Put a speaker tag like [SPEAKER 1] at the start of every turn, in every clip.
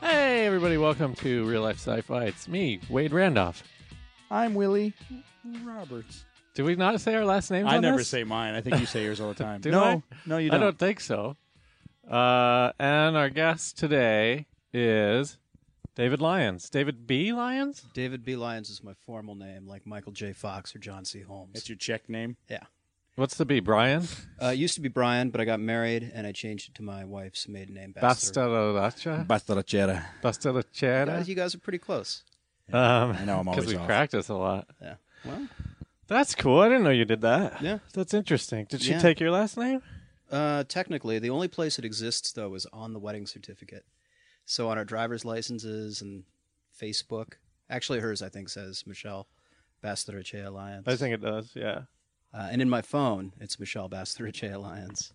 [SPEAKER 1] Hey, everybody, welcome to Real Life Sci Fi. It's me, Wade Randolph.
[SPEAKER 2] I'm Willie Roberts.
[SPEAKER 1] Did we not say our last names?
[SPEAKER 3] I
[SPEAKER 1] on
[SPEAKER 3] never
[SPEAKER 1] this?
[SPEAKER 3] say mine. I think you say yours all the time.
[SPEAKER 1] Do
[SPEAKER 2] no,
[SPEAKER 1] I?
[SPEAKER 2] no, you
[SPEAKER 1] I
[SPEAKER 2] don't.
[SPEAKER 1] don't think so. Uh, and our guest today is David Lyons. David B. Lyons?
[SPEAKER 4] David B. Lyons is my formal name, like Michael J. Fox or John C. Holmes.
[SPEAKER 3] That's your check name.
[SPEAKER 4] yeah.
[SPEAKER 1] What's the B? Brian?
[SPEAKER 4] Uh, it used to be Brian, but I got married and I changed it to my wife's maiden name, Bastard.
[SPEAKER 1] Bastardacha?
[SPEAKER 2] Bastarachera.
[SPEAKER 4] Guys,
[SPEAKER 1] Bastardacha?
[SPEAKER 4] You guys are pretty close.
[SPEAKER 1] Um,
[SPEAKER 2] I know I'm
[SPEAKER 1] because
[SPEAKER 2] always
[SPEAKER 1] we
[SPEAKER 2] off.
[SPEAKER 1] practice a lot.
[SPEAKER 4] Yeah. Well,
[SPEAKER 1] That's cool. I didn't know you did that.
[SPEAKER 4] Yeah.
[SPEAKER 1] That's interesting. Did she
[SPEAKER 4] Yeah.
[SPEAKER 1] take your last name?
[SPEAKER 4] uh, technically, the only place it exists, though, is on the wedding certificate. So on our driver's licenses and Facebook. Actually, hers, I think, says Michelle Bastarachea Lyons.
[SPEAKER 1] I think it does, yeah.
[SPEAKER 4] Uh, and in my phone, it's Michelle Bastarachea Lyons.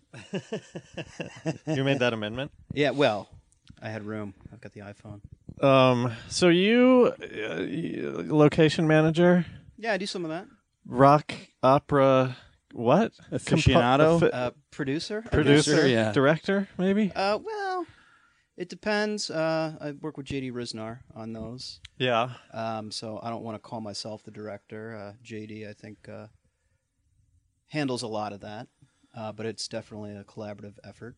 [SPEAKER 1] You made that amendment?
[SPEAKER 4] Yeah, well, I had room. I've got the iPhone.
[SPEAKER 1] Um, so you, uh, y- location manager,
[SPEAKER 4] Yeah, I do some of that.
[SPEAKER 1] rock opera, what?
[SPEAKER 2] Aficionado?
[SPEAKER 1] Compo-
[SPEAKER 4] Uh, producer? I guess.
[SPEAKER 1] producer,
[SPEAKER 2] Producer, yeah.
[SPEAKER 1] director, maybe.
[SPEAKER 4] Uh, well, it depends. Uh, I work with JD Riznar on those,
[SPEAKER 1] Yeah,
[SPEAKER 4] um, so I don't want to call myself the director. Uh, JD, I think, uh, handles a lot of that, uh, but it's definitely a collaborative effort.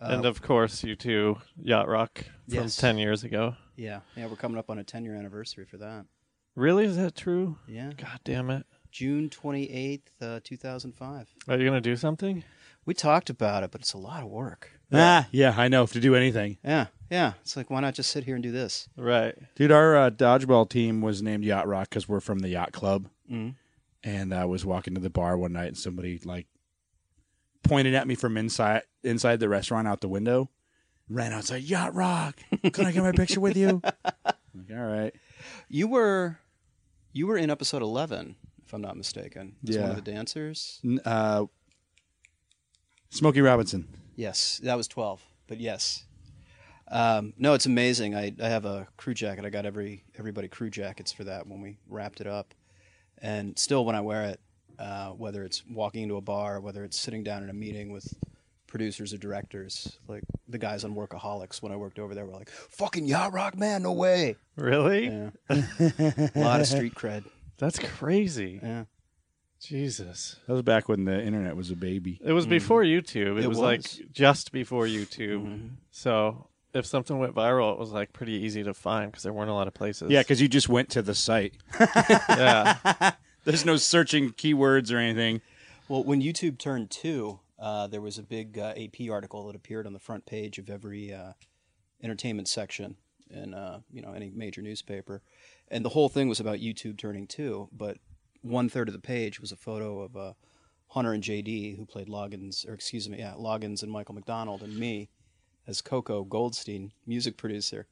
[SPEAKER 4] Uh,
[SPEAKER 1] and of course you two, Yacht Rock from
[SPEAKER 4] Yes.
[SPEAKER 1] ten years ago.
[SPEAKER 4] yeah, yeah, we're coming up on a ten year anniversary for that.
[SPEAKER 1] Really, is that true?
[SPEAKER 4] Yeah,
[SPEAKER 1] God damn it!
[SPEAKER 4] June twenty eighth, uh, two thousand five.
[SPEAKER 1] Are you gonna do something?
[SPEAKER 4] We talked about it, but it's a lot of work.
[SPEAKER 2] Ah,
[SPEAKER 3] Yeah, I know. To do anything.
[SPEAKER 4] Yeah, yeah. It's like why not just sit here and do this?
[SPEAKER 1] Right.
[SPEAKER 2] dude, our uh, dodgeball team was named Yacht Rock because we're from the yacht club.
[SPEAKER 3] Mm-hmm.
[SPEAKER 4] Mm.
[SPEAKER 2] And I was walking to the bar one night, and somebody like pointed at me from inside inside the restaurant out the window. Ran outside, Yacht Rock. Can I get my picture with you? I'm like, all right.
[SPEAKER 4] You were, you were in episode eleven, if I'm not mistaken. As one
[SPEAKER 2] Yeah.
[SPEAKER 4] of the dancers.
[SPEAKER 2] N- Uh, Smokey Robinson.
[SPEAKER 4] Yes, that was 12, but yes. Um, no, it's amazing. I, I have a crew jacket. I got every everybody crew jackets for that when we wrapped it up. And still, when I wear it, uh, whether it's walking into a bar, whether it's sitting down in a meeting with producers or directors, like the guys on Workaholics when I worked over there were like, fucking Yacht Rock, man, no way.
[SPEAKER 1] Really?
[SPEAKER 4] Yeah. a lot of street cred.
[SPEAKER 1] That's crazy.
[SPEAKER 4] Yeah.
[SPEAKER 1] Jesus.
[SPEAKER 2] That was back when the internet was a baby.
[SPEAKER 1] It was before YouTube. It,
[SPEAKER 4] Hmm. It
[SPEAKER 1] was, like
[SPEAKER 4] was. Mm-hmm.
[SPEAKER 1] just before YouTube. So if something went viral, it was like pretty easy to find because there weren't a lot of places.
[SPEAKER 2] Yeah, because you just went to the site.
[SPEAKER 1] yeah.
[SPEAKER 2] There's no searching keywords or anything.
[SPEAKER 4] Well, when YouTube turned two, uh, there was a big uh, AP article that appeared on the front page of every uh, entertainment section in uh, you know any major newspaper, and the whole thing was about YouTube turning two. But one third of the page was a photo of uh, Hunter and JD, who played Loggins, or excuse me, yeah, Loggins and Michael McDonald, and me as Coco Goldstein, music producer,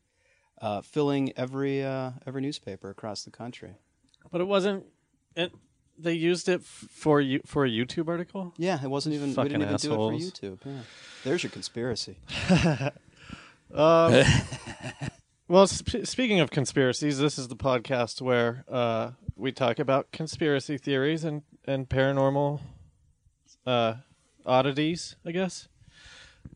[SPEAKER 4] uh, filling every uh, every newspaper across the country.
[SPEAKER 1] But it wasn't. It, they used it f- for you for a YouTube article.
[SPEAKER 4] Yeah, it wasn't even. we
[SPEAKER 1] Fucking
[SPEAKER 4] didn't even
[SPEAKER 1] assholes.
[SPEAKER 4] do it for YouTube. Yeah. There's your conspiracy.
[SPEAKER 1] Well, sp- speaking of conspiracies, this is the podcast where uh, we talk about conspiracy theories and and paranormal uh, oddities. I guess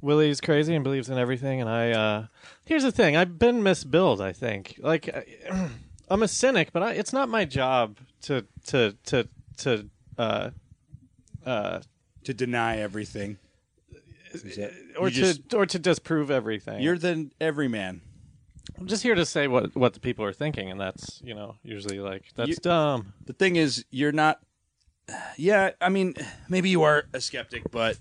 [SPEAKER 1] Willie's crazy and believes in everything, and I. Uh, here's the thing: I've been misbilled. I think like I, I'm a cynic, but I, it's not my job to to to to. Uh, uh,
[SPEAKER 2] To deny everything.
[SPEAKER 5] Is that-
[SPEAKER 1] or
[SPEAKER 2] You
[SPEAKER 1] to
[SPEAKER 2] just-
[SPEAKER 1] or to disprove everything.
[SPEAKER 2] You're the everyman.
[SPEAKER 1] I'm just here to say what what the people are thinking, and that's you know usually like that's
[SPEAKER 2] You-
[SPEAKER 1] dumb.
[SPEAKER 2] The thing is, you're not. Yeah, I mean, maybe you are a skeptic, but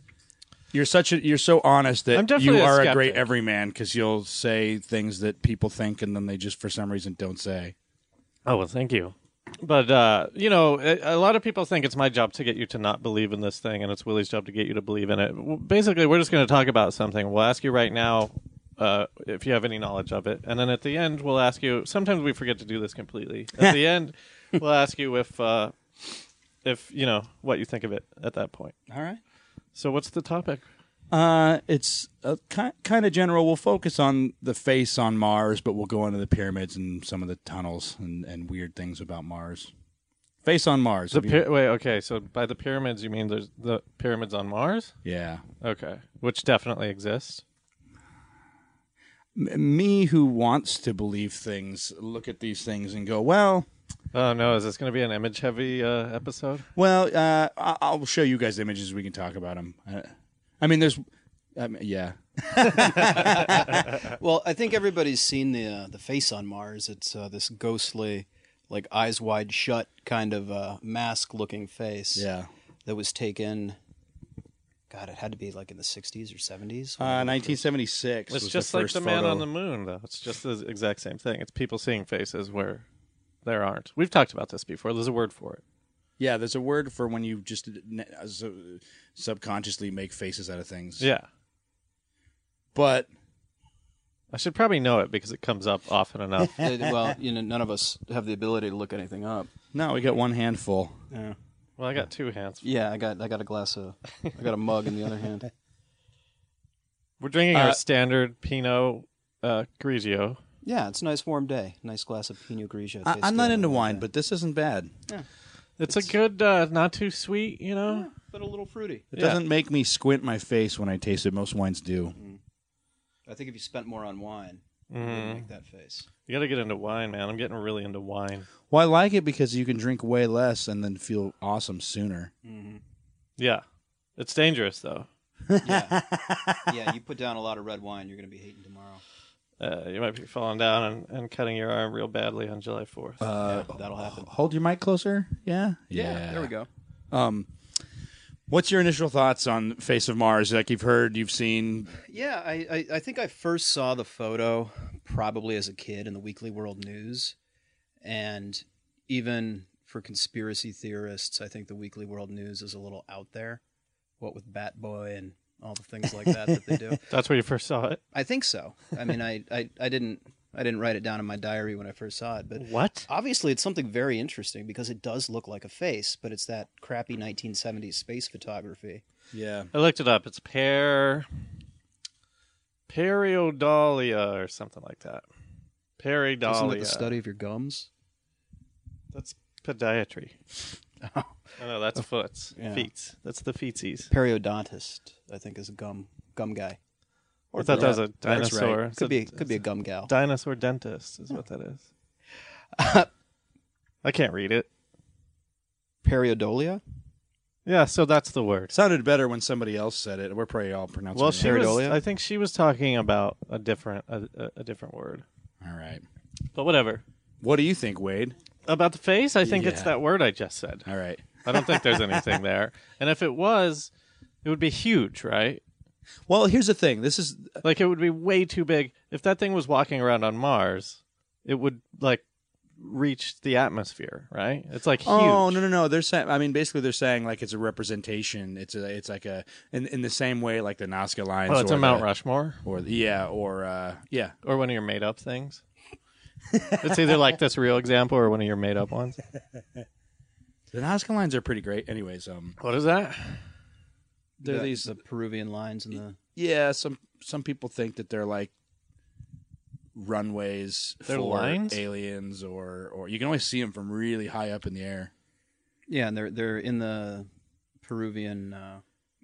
[SPEAKER 2] you're such a you're so honest
[SPEAKER 1] I'm
[SPEAKER 2] that
[SPEAKER 1] definitely
[SPEAKER 2] you
[SPEAKER 1] a
[SPEAKER 2] are a
[SPEAKER 1] skeptic.
[SPEAKER 2] great everyman because you'll say things that people think and then they just for some reason don't say.
[SPEAKER 1] Oh well, thank you. But uh, you know, a, a lot of people think it's my job to get you to not believe in this thing, and it's Willie's job to get you to believe in it. W- Basically, we're just going to talk about something. We'll ask you right now uh, if you have any knowledge of it, and then at the end, we'll ask you. Sometimes we forget to do this completely. At the end, we'll ask you if uh, if you know what you think of it at that point.
[SPEAKER 2] All right.
[SPEAKER 1] So, what's the topic?
[SPEAKER 2] Uh, it's a ki- kind of general. We'll focus on the face on Mars, but we'll go into the pyramids and some of the tunnels and, and weird things about Mars. Face on Mars.
[SPEAKER 1] The
[SPEAKER 2] Have you-
[SPEAKER 1] pyra- wait, okay. So by the pyramids, you mean there's the pyramids on Mars?
[SPEAKER 2] yeah.
[SPEAKER 1] Okay, which definitely exist.
[SPEAKER 2] M- me who wants to believe things look at these things and go, well,
[SPEAKER 1] Oh no, is this going to be an image-heavy uh, episode?
[SPEAKER 2] well, uh, I- I'll show you guys images. We can talk about them. Uh, I mean, there's, I mean, yeah,
[SPEAKER 4] Well, I think everybody's seen the uh, the face on Mars. It's uh, this ghostly, like eyes wide shut kind of uh, mask looking face.
[SPEAKER 2] yeah.
[SPEAKER 4] That was taken. God, it had to be like in the '60s or '70s.
[SPEAKER 2] Uh, 1976.
[SPEAKER 1] It's
[SPEAKER 2] was
[SPEAKER 1] just
[SPEAKER 2] the
[SPEAKER 1] like
[SPEAKER 2] first
[SPEAKER 1] the man
[SPEAKER 2] photo.
[SPEAKER 1] on the moon, though. It's just the exact same thing. It's people seeing faces where there aren't. We've talked about this before. There's a word for it.
[SPEAKER 2] Yeah, there's a word for when you just ne- uh, su- subconsciously make faces out of things.
[SPEAKER 1] Yeah,
[SPEAKER 2] But
[SPEAKER 1] I should probably know it because it comes up often enough.
[SPEAKER 4] They- well, you know, none of us have the ability to look anything up.
[SPEAKER 2] no, we got one handful.
[SPEAKER 4] Yeah.
[SPEAKER 1] well, I got two hands.
[SPEAKER 4] Yeah, I got I got a glass of I got a mug in the other hand.
[SPEAKER 1] We're drinking
[SPEAKER 2] Uh,
[SPEAKER 1] our standard Pinot uh, Grigio.
[SPEAKER 4] Yeah, it's a nice warm day. Nice glass of Pinot Grigio.
[SPEAKER 2] I,
[SPEAKER 4] tastes
[SPEAKER 2] I'm not
[SPEAKER 4] good.
[SPEAKER 2] into wine, but this isn't bad.
[SPEAKER 1] It's, a good, uh, not too sweet, you know.
[SPEAKER 4] but a little fruity.
[SPEAKER 2] It
[SPEAKER 1] Yeah.
[SPEAKER 2] doesn't make me squint my face when I taste it. Most wines do.
[SPEAKER 4] I think if you spent more on wine, you
[SPEAKER 2] Mm-hmm.
[SPEAKER 4] wouldn't make that face.
[SPEAKER 1] You got to get into wine, man. I'm getting really into wine.
[SPEAKER 2] Well, I like it because you can drink way less and then feel awesome sooner.
[SPEAKER 1] Yeah, it's dangerous though.
[SPEAKER 4] Yeah, yeah. You put down a lot of red wine, you're going to be hating tomorrow.
[SPEAKER 1] Uh, you might be falling down and, and cutting your arm real badly on July 4th.
[SPEAKER 2] Uh,
[SPEAKER 4] yeah, that'll happen.
[SPEAKER 2] Hold your mic closer. Yeah.
[SPEAKER 4] go.
[SPEAKER 2] Um, what's your initial thoughts on Face of Mars? Like you've heard, you've seen.
[SPEAKER 4] Yeah, I, I, I think I first saw the photo probably as a kid in the Weekly World News. And even for conspiracy theorists, I think the Weekly World News is a little out there. What with Bat Boy and all the things like that that they do.
[SPEAKER 1] That's where you first saw it.
[SPEAKER 4] I think so. I mean, I, I, I didn't I didn't write it down in my diary when I first saw it, but
[SPEAKER 1] What?
[SPEAKER 4] obviously it's something very interesting because it does look like a face, but it's that crappy 1970s space photography.
[SPEAKER 2] Yeah.
[SPEAKER 1] I looked it up. It's per periodalia or something like that.
[SPEAKER 4] Isn't it
[SPEAKER 1] Peridolia.
[SPEAKER 4] the study of your gums?
[SPEAKER 1] That's podiatry. no, no, that's foots.
[SPEAKER 4] Oh. Yeah.
[SPEAKER 1] Feets. That's the feetsies.
[SPEAKER 4] periodontist, I think, is a gum gum guy.
[SPEAKER 1] I thought that was a
[SPEAKER 2] That's right.
[SPEAKER 1] dinosaur. It's
[SPEAKER 4] Could
[SPEAKER 1] a-
[SPEAKER 4] be could be a gum gal.
[SPEAKER 1] dinosaur dentist is what that is. I can't read it.
[SPEAKER 4] Periodolia.
[SPEAKER 1] Yeah, so that's the word.
[SPEAKER 2] Sounded better when somebody else said it. We're probably all pronouncing
[SPEAKER 1] Well,
[SPEAKER 2] it
[SPEAKER 1] she
[SPEAKER 2] wrong.
[SPEAKER 1] was,
[SPEAKER 4] Pareidolia?
[SPEAKER 1] I think she was talking about a different a, a- a different word,
[SPEAKER 2] All right.
[SPEAKER 1] but whatever.
[SPEAKER 2] What do you think, Wade?
[SPEAKER 1] About the face, I think it's
[SPEAKER 2] Yeah.
[SPEAKER 1] that word I just said.
[SPEAKER 2] All right.
[SPEAKER 1] I don't think there's anything there. And if it was, it would be huge, right?
[SPEAKER 2] Well, here's the thing. This is
[SPEAKER 1] Like it would be way too big. If that thing was walking around on Mars, it would like reach the atmosphere, right? It's like huge.
[SPEAKER 2] Oh no no no! They're saying. I mean, basically, they're saying like it's a representation. It's a. It's like a. In, in the same way, like the Nazca lines.
[SPEAKER 1] Oh, it's
[SPEAKER 2] or
[SPEAKER 1] a Mount
[SPEAKER 2] the-
[SPEAKER 1] Rushmore
[SPEAKER 2] Or the, yeah, or uh, yeah.
[SPEAKER 1] or one of your made up things. it's either like this real example or one of your made up ones.
[SPEAKER 2] The Nazca lines are pretty great. Anyways, um,
[SPEAKER 1] What is that?
[SPEAKER 2] there are
[SPEAKER 4] The-
[SPEAKER 2] these.
[SPEAKER 4] the uh, Peruvian lines and the
[SPEAKER 2] Yeah, some some people think that they're like runways
[SPEAKER 1] They're
[SPEAKER 2] for
[SPEAKER 1] lines?
[SPEAKER 2] aliens, or or you can only see them from really high up in the air.
[SPEAKER 4] yeah, and they're they're in the Peruvian. Uh,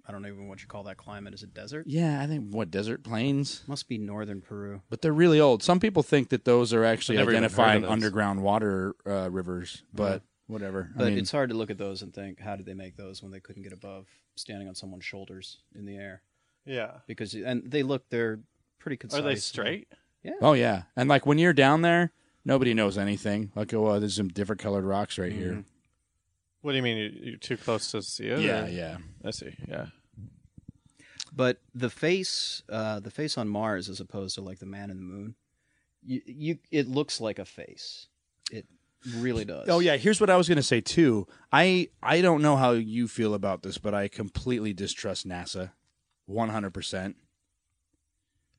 [SPEAKER 4] I don't even know what you call that climate. Is it desert?
[SPEAKER 2] Yeah, I think what desert plains.
[SPEAKER 4] Must be northern Peru.
[SPEAKER 2] But they're really old. Some people think that those are actually
[SPEAKER 1] I've never even heard of
[SPEAKER 2] identifying
[SPEAKER 1] those.
[SPEAKER 2] underground water uh, rivers, but whatever.
[SPEAKER 4] But
[SPEAKER 2] I mean,
[SPEAKER 4] it's hard to look at those and think, how did they make those when they couldn't get above standing on someone's shoulders in the air?
[SPEAKER 1] Yeah.
[SPEAKER 4] because and they look they're pretty concise.
[SPEAKER 1] Are they straight?
[SPEAKER 2] Oh yeah, and like when you're down there, nobody knows anything. Like, oh, well, there's some different colored rocks right here.
[SPEAKER 1] What do you mean? you- You're too close to see it?
[SPEAKER 2] Yeah,
[SPEAKER 1] or-
[SPEAKER 2] yeah.
[SPEAKER 1] I see. Yeah.
[SPEAKER 4] But the face, uh, the face on Mars, as opposed to like the Man in the Moon, you, you it looks like a face. It really does.
[SPEAKER 2] Oh yeah, here's what I was going to say too. I I don't know how you feel about this, but I completely distrust NASA, 100%.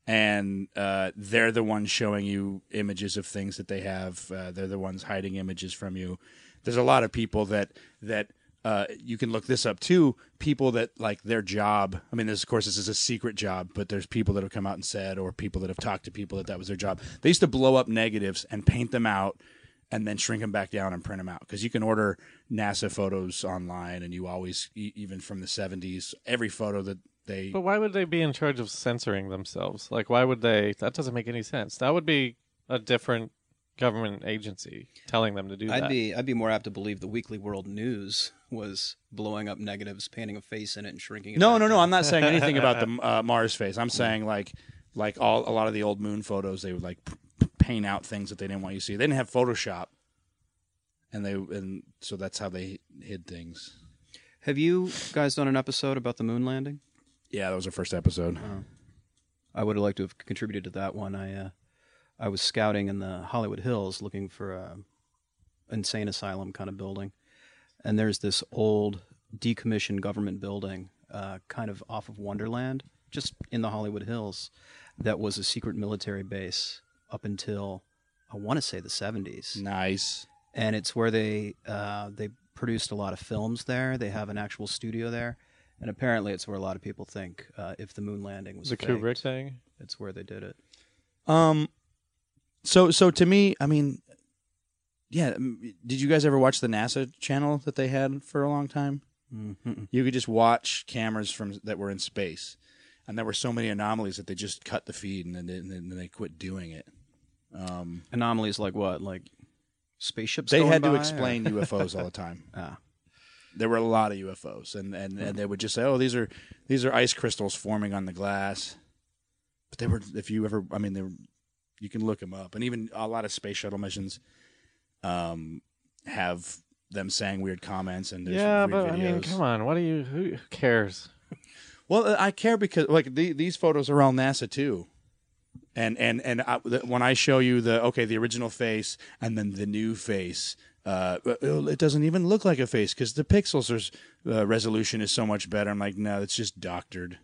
[SPEAKER 2] And uh, they're the ones showing you images of things that they have. Uh, they're the ones hiding images from you. There's a lot of people that that uh, you can look this up too. People that like their job. I mean, this of course this is a secret job, but there's people that have come out and said, or people that have talked to people that that was their job. They used to blow up negatives and paint them out and then shrink them back down and print them out because you can order NASA photos online, and you always, e- even from the '70s, every photo that they
[SPEAKER 1] But why would they be in charge of censoring themselves? Like, why would they? That doesn't make any sense. That would be a different government agency telling them to do
[SPEAKER 4] I'd
[SPEAKER 1] that.
[SPEAKER 4] be I'd be more apt to believe the Weekly World News was blowing up negatives, painting a face in it, and shrinking it.
[SPEAKER 2] No,
[SPEAKER 4] back
[SPEAKER 2] no, no.
[SPEAKER 4] down.
[SPEAKER 2] I'm not saying anything about the uh, Mars face. I'm saying like, like all a lot of the old moon photos, they would like p- p- paint out things that they didn't want you to see. They didn't have Photoshop, and they and so that's how they hid things.
[SPEAKER 4] Have you guys done an episode about the moon landing?
[SPEAKER 2] Yeah, that was our first episode.
[SPEAKER 4] I would have liked to have contributed to that one. I uh, I was scouting in the Hollywood Hills looking for a insane asylum kind of building, and there's this old decommissioned government building, uh, kind of off of Wonderland, just in the Hollywood Hills, that was a secret military base up until I want to say the 70s,
[SPEAKER 2] Nice.
[SPEAKER 4] and it's where they uh, they produced a lot of films there. They have an actual studio there. And apparently, it's where a lot of people think uh, if the moon landing was
[SPEAKER 1] the
[SPEAKER 4] faked.
[SPEAKER 1] Kubrick thing.
[SPEAKER 4] It's where they did it.
[SPEAKER 2] Um, so so to me, I mean, yeah. m- Did you guys ever watch the NASA channel that they had for a long time? You could just watch cameras from that were in space, and there were so many anomalies that they just cut the feed and then, and then they quit doing it. Um,
[SPEAKER 4] Anomalies like what? Like spaceships?
[SPEAKER 2] they
[SPEAKER 4] going
[SPEAKER 2] had to
[SPEAKER 4] by, or-
[SPEAKER 2] explain UFOs all the time.
[SPEAKER 4] Ah.
[SPEAKER 2] There were a lot of UFOs, and, and, and they would just say, "Oh, these are these are ice crystals forming on the glass." But they were, if you ever, I mean, they were, you can look them up, and even a lot of space shuttle missions um, have them saying weird comments and there's
[SPEAKER 1] Yeah,
[SPEAKER 2] weird
[SPEAKER 1] but
[SPEAKER 2] videos.
[SPEAKER 1] I mean, come on. What do you? Who who cares?
[SPEAKER 2] Well, uh, I care because like the, these photos are all NASA too, and and and I, the, when I show you the okay the original face and then the new face, uh, well, it doesn't even look like a face because the pixels are s- uh, resolution is so much better. I'm like, no, it's just doctored.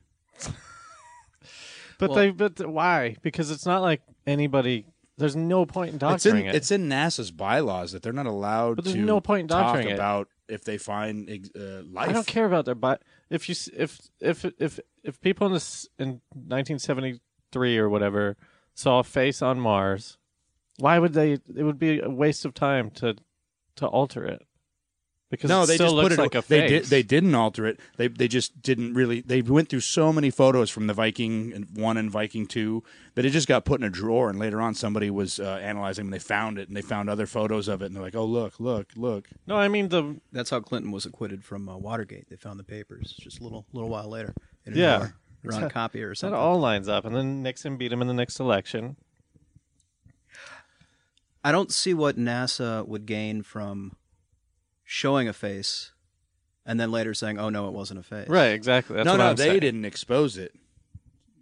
[SPEAKER 1] But they. But th- why? Because it's not like anybody. There's no point in
[SPEAKER 2] It's in
[SPEAKER 1] doctoring it.
[SPEAKER 2] it's in NASA's bylaws that they're not allowed
[SPEAKER 1] But there's
[SPEAKER 2] to
[SPEAKER 1] no point in
[SPEAKER 2] talk
[SPEAKER 1] doctoring it.
[SPEAKER 2] about if they find ex- uh, life.
[SPEAKER 1] I don't care about their bi If you s- if if if if people in this in 1973 or whatever saw a face on Mars, why would they? It would be a waste of time to to alter it because
[SPEAKER 2] No,
[SPEAKER 1] it
[SPEAKER 2] they
[SPEAKER 1] still
[SPEAKER 2] just
[SPEAKER 1] looks
[SPEAKER 2] put it.
[SPEAKER 1] like a
[SPEAKER 2] they
[SPEAKER 1] face.
[SPEAKER 2] did. They didn't alter it. They they just didn't really. They went through so many photos from the Viking and one and Viking two that it just got put in a drawer. And later on, somebody was uh, analyzing and they found it and they found other photos of it and they're like, oh look, look, look.
[SPEAKER 1] No, I mean the
[SPEAKER 4] That's how Clinton was acquitted from uh, Watergate. They found the papers just a little little while later. In a
[SPEAKER 1] Yeah.
[SPEAKER 4] drawer, or on a copy or
[SPEAKER 1] that
[SPEAKER 4] something.
[SPEAKER 1] all lines up, and then Nixon beat him in the next election.
[SPEAKER 4] I don't see what NASA would gain from showing a face and then later saying, "Oh no, it wasn't a face."
[SPEAKER 1] Right, exactly. That's
[SPEAKER 2] no,
[SPEAKER 1] what
[SPEAKER 2] no,
[SPEAKER 1] I'm
[SPEAKER 2] they
[SPEAKER 1] saying.
[SPEAKER 2] didn't expose it.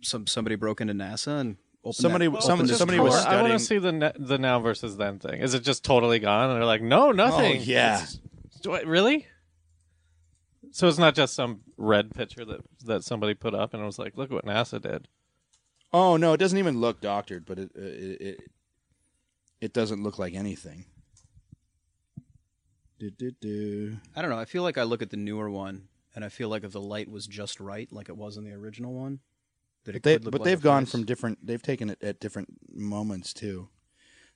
[SPEAKER 4] Some somebody broke into NASA and opened
[SPEAKER 2] Somebody-
[SPEAKER 4] that,
[SPEAKER 2] some-
[SPEAKER 4] opened this
[SPEAKER 2] somebody
[SPEAKER 4] drawer.
[SPEAKER 2] was
[SPEAKER 1] I want
[SPEAKER 2] studying-
[SPEAKER 1] to see the ne- the now versus then thing. Is it just totally gone? And they're like, no, nothing.
[SPEAKER 2] Oh yeah,
[SPEAKER 1] Do I, really? So it's not just some red picture that that somebody put up and it was like, look what NASA did.
[SPEAKER 2] Oh no, it doesn't even look doctored, but it uh, it it, it doesn't look like anything. Du-du-du.
[SPEAKER 4] I don't know. I feel like I look at the newer one and I feel like if the light was just right, like it was in the original one, that it
[SPEAKER 2] They,
[SPEAKER 4] could look
[SPEAKER 2] but
[SPEAKER 4] like
[SPEAKER 2] they've
[SPEAKER 4] a
[SPEAKER 2] gone
[SPEAKER 4] face.
[SPEAKER 2] from different. They've taken it at different moments too.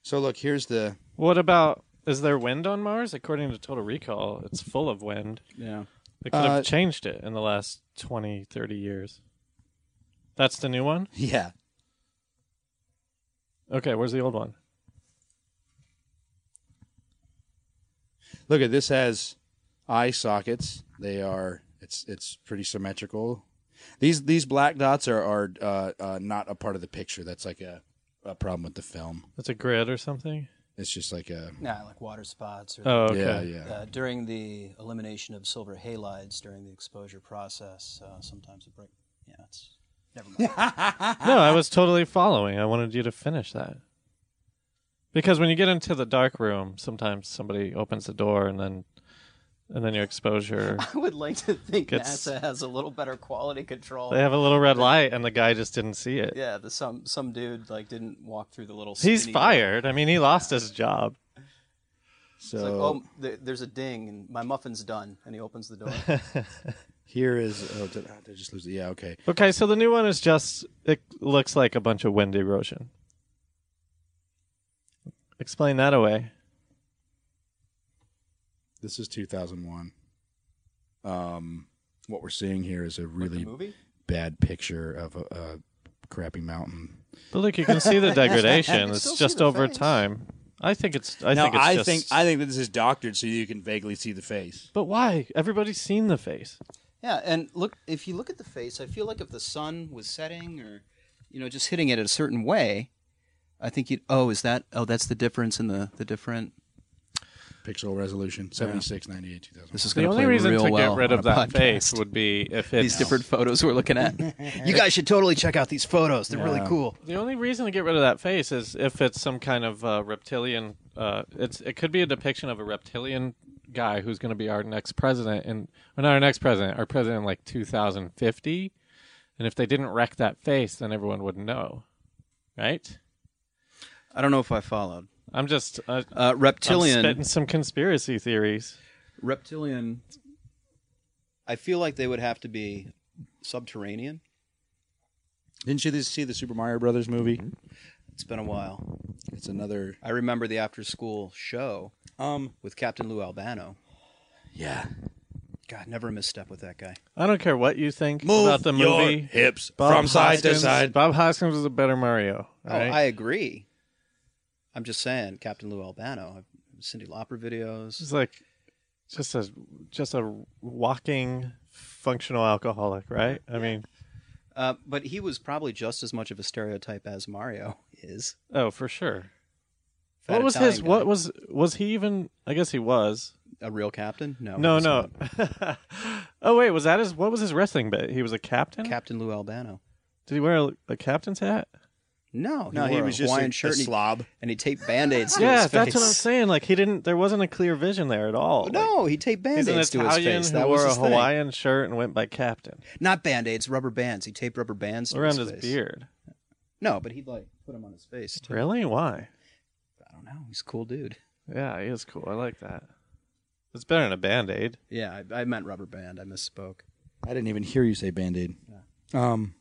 [SPEAKER 2] So look, here's the.
[SPEAKER 1] What about is there wind on Mars? According to Total Recall, it's full of wind.
[SPEAKER 4] yeah.
[SPEAKER 1] They could have
[SPEAKER 2] Uh,
[SPEAKER 1] changed it in the last 20, 30 years. That's the new one?
[SPEAKER 2] Yeah.
[SPEAKER 1] Okay, where's the old one?
[SPEAKER 2] Look at this has eye sockets. They are. It's it's pretty symmetrical. These these black dots are are uh, uh, not a part of the picture. That's like a, a problem with the film.
[SPEAKER 1] It's a grid or something.
[SPEAKER 2] It's just like a
[SPEAKER 4] Nah, like water spots. Or,
[SPEAKER 1] Oh, okay.
[SPEAKER 2] yeah yeah.
[SPEAKER 4] uh, during the elimination of silver halides during the exposure process, uh, sometimes it break. Yeah, it's never mind.
[SPEAKER 1] No, I was totally following. I wanted you to finish that. Because when you get into the dark room, sometimes somebody opens the door and then and then your exposure
[SPEAKER 4] I would like to think
[SPEAKER 1] Gets-
[SPEAKER 4] NASA has a little better quality control.
[SPEAKER 1] they have a little red light and the guy just didn't see it.
[SPEAKER 4] yeah, the some some dude like didn't walk through the little.
[SPEAKER 1] He's
[SPEAKER 4] skinny-
[SPEAKER 1] fired. I mean, he lost his job.
[SPEAKER 2] So
[SPEAKER 4] It's like, oh, th- there's a ding, and my muffin's done, and he opens the door.
[SPEAKER 2] here is oh did, ah, did I just lose it? Yeah okay.
[SPEAKER 1] Okay, so the new one is just it looks like a bunch of wind erosion. Explain that away.
[SPEAKER 2] This is 2001. Um, what we're seeing here is a
[SPEAKER 4] the
[SPEAKER 2] really
[SPEAKER 4] movie.
[SPEAKER 2] bad picture of a, a crappy mountain.
[SPEAKER 1] But look, you can see the degradation.
[SPEAKER 4] can still
[SPEAKER 1] it's
[SPEAKER 4] see
[SPEAKER 1] just
[SPEAKER 4] the
[SPEAKER 1] over
[SPEAKER 4] face.
[SPEAKER 1] time. I think it's. I
[SPEAKER 2] now
[SPEAKER 1] think it's
[SPEAKER 2] I
[SPEAKER 1] just,
[SPEAKER 2] think I think that this is doctored so you can vaguely see the face.
[SPEAKER 1] But why? Everybody's seen the face.
[SPEAKER 4] Yeah, and look, if you look at the face, I feel like if the sun was setting or, you know, just hitting it a certain way, I think you'd. Oh, is that? Oh, that's the difference in the the different.
[SPEAKER 2] Pixel resolution 76, 98, 2000.
[SPEAKER 4] This is
[SPEAKER 1] The
[SPEAKER 4] going to
[SPEAKER 1] only
[SPEAKER 4] play
[SPEAKER 1] reason
[SPEAKER 4] real
[SPEAKER 1] to
[SPEAKER 4] well
[SPEAKER 1] get rid
[SPEAKER 4] on
[SPEAKER 1] of
[SPEAKER 4] a
[SPEAKER 1] that
[SPEAKER 4] podcast.
[SPEAKER 1] face would be if it's
[SPEAKER 4] These different photos we're looking at. you guys should totally check out these photos. They're really cool.
[SPEAKER 1] The only reason to get rid of that face is if it's some kind of uh, reptilian. Uh, it's it could be a depiction of a reptilian guy who's going to be our next president, and or not our next president, our president in like 2050. And if they didn't wreck that face, then everyone would know, right?
[SPEAKER 4] I don't know if I followed.
[SPEAKER 1] I'm just uh,
[SPEAKER 4] Uh,
[SPEAKER 1] I'm
[SPEAKER 4] reptilian.
[SPEAKER 1] spitting some conspiracy theories.
[SPEAKER 4] reptilian i feel like they would have to be subterranean
[SPEAKER 2] Didn't you see the Super Mario Brothers movie?
[SPEAKER 4] it's been a while
[SPEAKER 2] It's another.
[SPEAKER 4] i remember the after school show
[SPEAKER 2] Um.
[SPEAKER 4] with captain lou albano
[SPEAKER 2] Yeah.
[SPEAKER 4] god never a misstep with that guy
[SPEAKER 1] I don't care what you think about the
[SPEAKER 2] your
[SPEAKER 1] movie.
[SPEAKER 2] hips
[SPEAKER 1] Bob
[SPEAKER 2] from side to
[SPEAKER 1] Hoskins-
[SPEAKER 2] side.
[SPEAKER 1] Bob Hoskins was a better Mario. all right?
[SPEAKER 4] oh i agree i'm just saying captain lou albano cindy lauper videos
[SPEAKER 1] She's like just a just a walking functional alcoholic, right? I mean,
[SPEAKER 4] uh, but he was probably just as much of a stereotype as mario is
[SPEAKER 1] oh for sure.
[SPEAKER 4] Fat
[SPEAKER 1] what was
[SPEAKER 4] Italian
[SPEAKER 1] his?
[SPEAKER 4] guy.
[SPEAKER 1] What was was he even? I guess he was.
[SPEAKER 4] a real captain no
[SPEAKER 1] no,
[SPEAKER 4] he's
[SPEAKER 1] no. oh wait, was that his? What was his wrestling bit? He was a captain.
[SPEAKER 4] not. captain lou albano
[SPEAKER 1] Did he wear a, a captain's hat?
[SPEAKER 4] no,
[SPEAKER 2] No, he
[SPEAKER 4] wore a
[SPEAKER 2] was just
[SPEAKER 4] Hawaiian
[SPEAKER 2] a,
[SPEAKER 4] shirt
[SPEAKER 2] a
[SPEAKER 4] and he-
[SPEAKER 2] slob.
[SPEAKER 4] and he taped band-aids to
[SPEAKER 1] yeah,
[SPEAKER 4] his
[SPEAKER 1] that's what I'm
[SPEAKER 4] face.
[SPEAKER 1] saying. Like he didn't. There wasn't a clear vision there at all. Like,
[SPEAKER 4] No, he taped
[SPEAKER 1] He's an
[SPEAKER 4] band-aids to his
[SPEAKER 1] Italian
[SPEAKER 4] face.
[SPEAKER 1] who
[SPEAKER 4] That was
[SPEAKER 1] wore a
[SPEAKER 4] his thing.
[SPEAKER 1] Hawaiian shirt and went by captain
[SPEAKER 4] Not band-aids, rubber bands. He taped rubber bands to
[SPEAKER 1] around
[SPEAKER 4] his,
[SPEAKER 1] his
[SPEAKER 4] face.
[SPEAKER 1] beard.
[SPEAKER 4] No, but he'd like put them on his face. Too.
[SPEAKER 1] Really? Why?
[SPEAKER 4] I don't know. He's a cool dude.
[SPEAKER 1] Yeah, he is cool. I like that. It's better than a band aid.
[SPEAKER 4] Yeah, I, I meant rubber band. I misspoke.
[SPEAKER 2] I didn't even hear you say Band Aid. Um.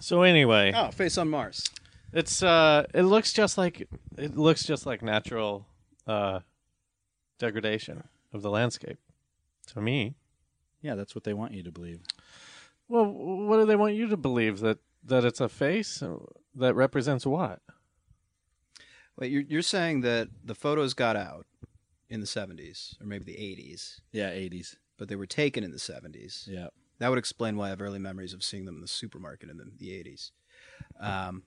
[SPEAKER 1] So anyway,
[SPEAKER 4] Oh, face on Mars.
[SPEAKER 1] It's uh it looks just like it looks just like natural uh degradation of the landscape to me.
[SPEAKER 2] Yeah, that's what they want you to believe.
[SPEAKER 1] Well, what do they want you to believe that that it's a face that represents what?
[SPEAKER 4] Wait, you're, you're saying that the photos got out in the 70s or maybe the 80s,
[SPEAKER 2] Yeah, 80s.
[SPEAKER 4] but they were taken in the 70s.
[SPEAKER 2] Yeah.
[SPEAKER 4] That would explain why I have early memories of seeing them in the supermarket in the, the 80s. Um,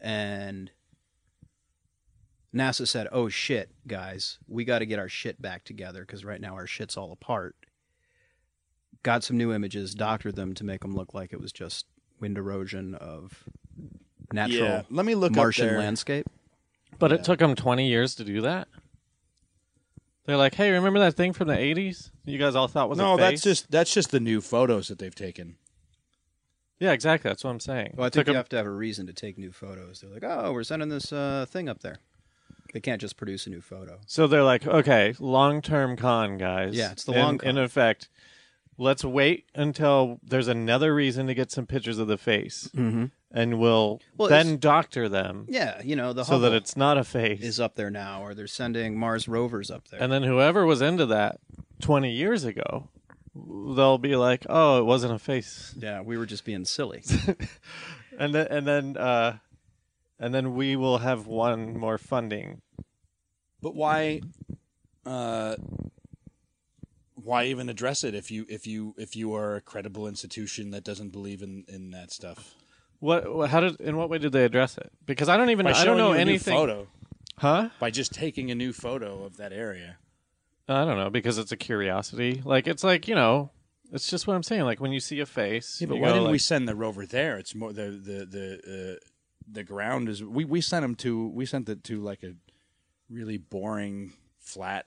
[SPEAKER 4] and NASA said, oh shit, guys, we got to get our shit back together because right now our shit's all apart. Got some new images, doctored them to make them look like it was just wind erosion of natural
[SPEAKER 2] Yeah. Let me look up
[SPEAKER 4] Martian
[SPEAKER 2] their-
[SPEAKER 4] landscape.
[SPEAKER 1] But it took them 20 years to do that. They're like, "Hey, remember that thing from the 80s? You guys all thought was a
[SPEAKER 2] No,
[SPEAKER 1] face?"
[SPEAKER 2] that's just that's just the new photos that they've taken.
[SPEAKER 1] Yeah, exactly. That's what I'm saying.
[SPEAKER 4] Well, I
[SPEAKER 1] It took
[SPEAKER 4] think you
[SPEAKER 1] 'em-
[SPEAKER 4] have to have a reason to take new photos. They're like, oh, we're sending this uh, thing up there. They can't just produce a new photo.
[SPEAKER 1] So they're like, okay, long term con, guys.
[SPEAKER 4] Yeah, it's the
[SPEAKER 1] In-
[SPEAKER 4] long con.
[SPEAKER 1] In effect, let's wait until there's another reason to get some pictures of the face, and we'll
[SPEAKER 4] Mm-hmm. Well,
[SPEAKER 1] then
[SPEAKER 4] it's-
[SPEAKER 1] doctor them
[SPEAKER 4] Yeah, you know, the
[SPEAKER 1] so that
[SPEAKER 4] Hubble-
[SPEAKER 1] it's not a face.
[SPEAKER 4] is up there now, or they're sending Mars rovers up there.
[SPEAKER 1] and then whoever was into that 20 years ago, they'll be like, oh, it wasn't a face,
[SPEAKER 4] yeah, we were just being silly.
[SPEAKER 1] and then and then uh, and then we will have one more funding.
[SPEAKER 2] But why? Uh, why even address it if you if you if you are a credible institution that doesn't believe in in that stuff?
[SPEAKER 1] What? what- How did? In what way did they address it? Because I don't even.
[SPEAKER 2] By
[SPEAKER 1] I don't
[SPEAKER 2] showing
[SPEAKER 1] know
[SPEAKER 2] you a new
[SPEAKER 1] anything.
[SPEAKER 2] photo
[SPEAKER 1] Huh?
[SPEAKER 2] by just taking a new photo of that area.
[SPEAKER 1] I don't know because it's a curiosity. Like it's like you know, it's just what I'm saying. Like when you see a face,
[SPEAKER 2] Yeah, but
[SPEAKER 1] you
[SPEAKER 2] why
[SPEAKER 1] go
[SPEAKER 2] didn't we
[SPEAKER 1] like-
[SPEAKER 2] send the rover there? It's more the the the uh, the ground is we we sent them to we sent it to like a really boring flat.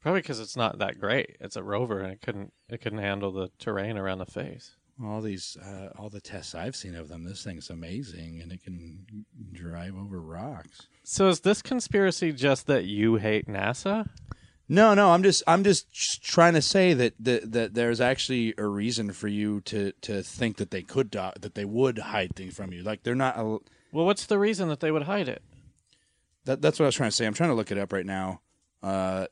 [SPEAKER 1] Probably because it's not that great. It's a rover and it couldn't it couldn't handle the terrain around the face.
[SPEAKER 2] All these uh, all the tests I've seen of them, this thing's amazing, and it can drive over rocks.
[SPEAKER 1] So is this conspiracy just that you hate NASA?
[SPEAKER 2] No, no, I'm just I'm just s- trying to say that that, that there's actually a reason for you to to think that they could do- that they would hide things from you. Like they're not a,
[SPEAKER 1] Well, what's the reason that they would hide it?
[SPEAKER 2] that, that's what I was trying to say. I'm trying to look it up right now. Uh,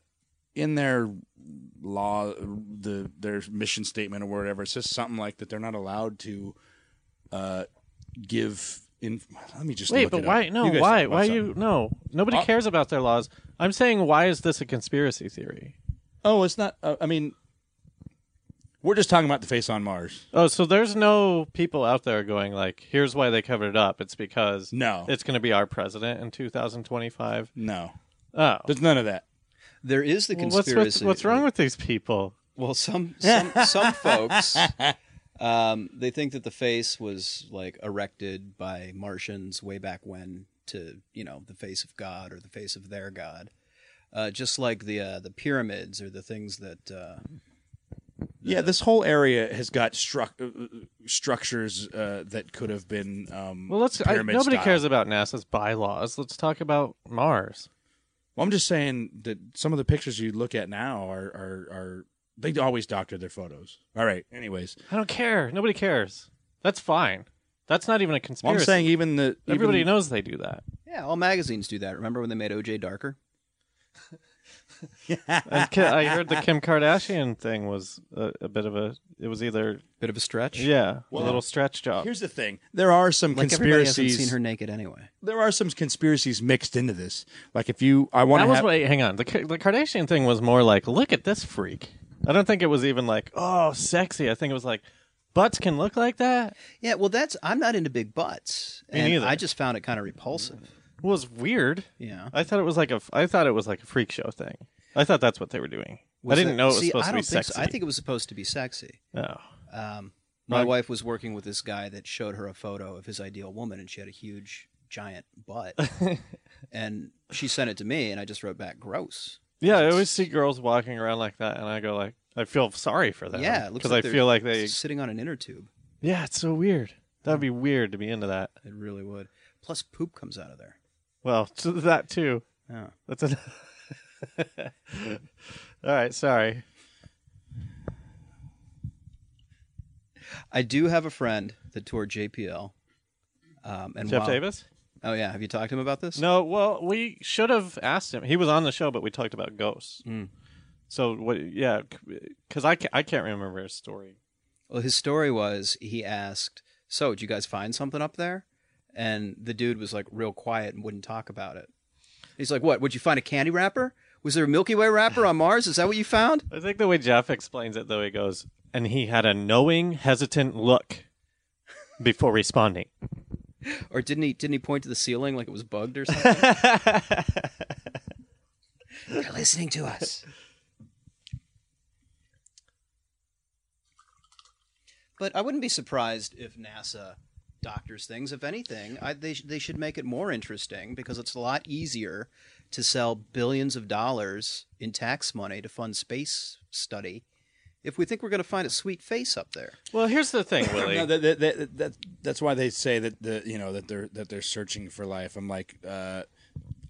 [SPEAKER 2] in their law, the their mission statement or whatever, it's just something like that. They're not allowed to uh, give. In, let me just
[SPEAKER 1] Wait,
[SPEAKER 2] look
[SPEAKER 1] but
[SPEAKER 2] it
[SPEAKER 1] why?
[SPEAKER 2] Up.
[SPEAKER 1] No,
[SPEAKER 2] You guys
[SPEAKER 1] why?
[SPEAKER 2] talk about
[SPEAKER 1] Why
[SPEAKER 2] something.
[SPEAKER 1] you? No, nobody
[SPEAKER 2] Uh,
[SPEAKER 1] cares about their laws. I'm saying, why is this a conspiracy theory?
[SPEAKER 2] Oh, it's not. Uh, I mean, we're just talking about the face on Mars.
[SPEAKER 1] Oh, so there's no people out there going like, "Here's why they covered it up. It's because
[SPEAKER 2] No.
[SPEAKER 1] it's going to be our president in 2025."
[SPEAKER 2] No,
[SPEAKER 1] Oh,
[SPEAKER 2] there's none of that.
[SPEAKER 4] There is the
[SPEAKER 1] Well,
[SPEAKER 4] conspiracy.
[SPEAKER 1] what's what's what's wrong with these people?
[SPEAKER 4] Well, some some some folks um, they think that the face was like erected by Martians way back when to you know the face of God or the face of their God, uh, just like the uh, the pyramids or the things that uh,
[SPEAKER 2] Yeah, this whole area has got struc- uh, uh, structures uh, that could have been. Um,
[SPEAKER 1] Well, let's. I,
[SPEAKER 2] pyramid
[SPEAKER 1] nobody
[SPEAKER 2] style.
[SPEAKER 1] cares about NASA's bylaws. Let's talk about Mars.
[SPEAKER 2] Well, I'm just saying that some of the pictures you look at now are are, are they always doctor their photos. All right. Anyways,
[SPEAKER 1] I don't care. Nobody cares. That's fine. That's not even a
[SPEAKER 2] well,
[SPEAKER 1] conspiracy.
[SPEAKER 2] I'm saying even the even-
[SPEAKER 1] everybody knows they do that.
[SPEAKER 4] yeah, all magazines do that. Remember when they made OJ darker?
[SPEAKER 1] And Ki- I heard the Kim Kardashian thing was a, a bit of a. It was either
[SPEAKER 4] Bit of a stretch.
[SPEAKER 1] yeah,
[SPEAKER 2] Well,
[SPEAKER 1] a little stretch job.
[SPEAKER 2] Here's the thing: there are some
[SPEAKER 4] like everybody hasn't
[SPEAKER 2] conspiracies.
[SPEAKER 4] seen her naked anyway.
[SPEAKER 2] There are some conspiracies mixed into this. Like if you, I want
[SPEAKER 1] That
[SPEAKER 2] to
[SPEAKER 1] was
[SPEAKER 2] have.
[SPEAKER 1] wait. Hang on. The K- the Kardashian thing was more like, look at this freak. I don't think it was even like, oh, sexy. I think it was like, butts can look like that.
[SPEAKER 4] Yeah, well, that's I'm not into big butts.
[SPEAKER 1] Me
[SPEAKER 4] and
[SPEAKER 1] neither.
[SPEAKER 4] I just found it kind of repulsive.
[SPEAKER 1] It was weird.
[SPEAKER 4] Yeah.
[SPEAKER 1] I thought it was like a. f- I thought it was like a freak show thing. I thought that's what they were doing.
[SPEAKER 4] Was
[SPEAKER 1] I didn't
[SPEAKER 4] that-
[SPEAKER 1] know it was
[SPEAKER 4] see,
[SPEAKER 1] supposed
[SPEAKER 4] I
[SPEAKER 1] to
[SPEAKER 4] don't
[SPEAKER 1] be
[SPEAKER 4] think
[SPEAKER 1] sexy.
[SPEAKER 4] So. I think it was supposed to be sexy.
[SPEAKER 1] Oh.
[SPEAKER 4] Um, my
[SPEAKER 1] Like-
[SPEAKER 4] wife was working with this guy that showed her a photo of his ideal woman, and she had a huge, giant butt. and she sent it to me, and I just wrote back, "Gross."
[SPEAKER 1] Yeah, I always see girls walking around like that, and I go like, I feel sorry for them.
[SPEAKER 4] yeah, it looks
[SPEAKER 1] because Uh-huh.
[SPEAKER 4] like
[SPEAKER 1] I
[SPEAKER 4] they're
[SPEAKER 1] feel like they.
[SPEAKER 4] sitting on an inner tube.
[SPEAKER 1] Yeah, it's so weird. That'd be weird to be into that.
[SPEAKER 4] It really would. Plus, poop comes out of there.
[SPEAKER 1] Well, to that too.
[SPEAKER 4] Yeah.
[SPEAKER 1] That's an. All right, sorry.
[SPEAKER 4] I do have a friend that toured JPL. Um, and
[SPEAKER 1] Jeff
[SPEAKER 4] while-
[SPEAKER 1] Davis?
[SPEAKER 4] Oh yeah, have you talked to him about this?
[SPEAKER 1] No, well, we should have asked him. He was on the show, but we talked about ghosts.
[SPEAKER 4] Mm.
[SPEAKER 1] So what? Yeah, because I can't, I can't remember his story.
[SPEAKER 4] Well, his story was he asked, "So, did you guys find something up there?" And the dude was like real quiet and wouldn't talk about it. He's like, "What? Would you find a candy wrapper? Was there a Milky Way wrapper on Mars? Is that what you found?"
[SPEAKER 1] I think the way Jeff explains it, though, he goes, and he had a knowing, hesitant look before responding.
[SPEAKER 4] Or didn't he? Didn't he point to the ceiling like it was bugged or something? They're listening to us. But I wouldn't be surprised if NASA doctors things. If anything, I, they sh- they should make it more interesting because it's a lot easier to sell billions of dollars in tax money to fund space study if we think we're going to find a sweet face up there.
[SPEAKER 1] Well, here's the thing, Willie.
[SPEAKER 2] No, that, that, that, that, that's why they say that the you know that they're that they're searching for life. I'm like, uh,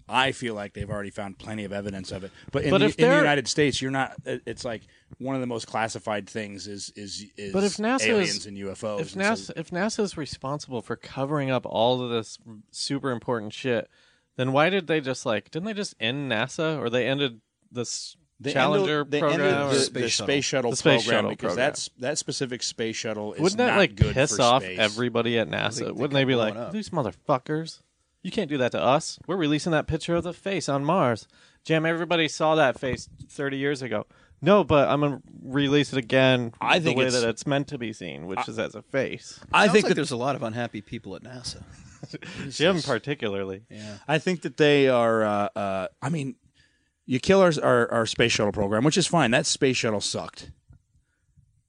[SPEAKER 2] I feel like they've already found plenty of evidence of it. But in,
[SPEAKER 1] But
[SPEAKER 2] the,
[SPEAKER 1] if
[SPEAKER 2] in the
[SPEAKER 1] they're-
[SPEAKER 2] United States, you're not. it- It's like one of the most classified things is is is
[SPEAKER 1] But if NASA is-
[SPEAKER 2] aliens and UFOs.
[SPEAKER 1] if
[SPEAKER 2] and
[SPEAKER 1] NASA
[SPEAKER 2] so-
[SPEAKER 1] if NASA's responsible for covering up all of this super important shit, then why did they just like didn't they just end NASA or they ended this
[SPEAKER 2] They
[SPEAKER 1] Challenger
[SPEAKER 2] ended- they ended
[SPEAKER 1] program?
[SPEAKER 2] the,
[SPEAKER 1] or-
[SPEAKER 2] the
[SPEAKER 4] Space
[SPEAKER 2] space, shuttle
[SPEAKER 4] shuttle.
[SPEAKER 1] The space
[SPEAKER 2] program
[SPEAKER 1] shuttle
[SPEAKER 2] because
[SPEAKER 1] program.
[SPEAKER 2] that's that specific space shuttle is
[SPEAKER 1] Wouldn't
[SPEAKER 2] not
[SPEAKER 1] that like
[SPEAKER 2] good
[SPEAKER 1] piss
[SPEAKER 2] for
[SPEAKER 1] off
[SPEAKER 2] space.
[SPEAKER 1] everybody at NASA?
[SPEAKER 4] they
[SPEAKER 1] Wouldn't
[SPEAKER 4] kept
[SPEAKER 1] they be
[SPEAKER 4] blowing
[SPEAKER 1] like
[SPEAKER 4] up.
[SPEAKER 1] these motherfuckers? You can't do that to us. We're releasing that picture of the face on Mars. Jam, everybody saw that face 30 years ago. No, but I'm gonna release it again.
[SPEAKER 2] I think
[SPEAKER 1] the way
[SPEAKER 2] it's-
[SPEAKER 1] that it's meant to be seen, which is as a face.
[SPEAKER 2] I
[SPEAKER 4] Sounds
[SPEAKER 2] think
[SPEAKER 4] like
[SPEAKER 2] that
[SPEAKER 4] there's a lot of unhappy people at NASA.
[SPEAKER 1] Jim particularly.
[SPEAKER 2] I think that they are. Uh, uh, I mean, you kill our, our our space shuttle program, which is fine. That space shuttle sucked.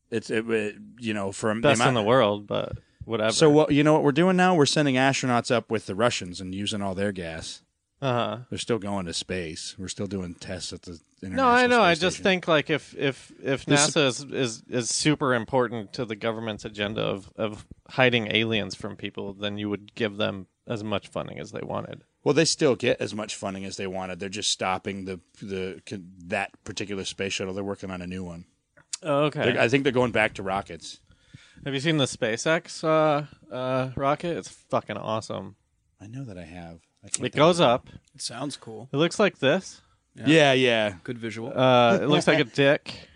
[SPEAKER 2] It's it, it- you know from
[SPEAKER 1] Best
[SPEAKER 2] amount-
[SPEAKER 1] in the world, but whatever.
[SPEAKER 2] So what you know what we're doing now? We're sending astronauts up with the Russians and using all their gas.
[SPEAKER 1] Uh huh.
[SPEAKER 2] They're still going to space. We're still doing tests at the
[SPEAKER 1] No, I
[SPEAKER 2] International
[SPEAKER 1] know. I
[SPEAKER 2] Space
[SPEAKER 1] just
[SPEAKER 2] Station.
[SPEAKER 1] think like if if if
[SPEAKER 2] This-
[SPEAKER 1] NASA is, is is super important to the government's agenda of of hiding aliens from people, then you would give them as much funding as they wanted.
[SPEAKER 2] Well, they still get as much funding as they wanted. They're just stopping the the that particular space shuttle. They're working on a new one.
[SPEAKER 1] Okay.
[SPEAKER 2] They're- I think they're going back to rockets.
[SPEAKER 1] Have you seen the SpaceX uh, uh, rocket? It's fucking awesome.
[SPEAKER 2] I know that I have. I can't
[SPEAKER 1] It
[SPEAKER 2] think
[SPEAKER 1] goes
[SPEAKER 2] of
[SPEAKER 1] up.
[SPEAKER 4] It sounds cool.
[SPEAKER 1] It looks like this.
[SPEAKER 2] Yeah, yeah.
[SPEAKER 4] Good visual.
[SPEAKER 1] Uh, it looks like a dick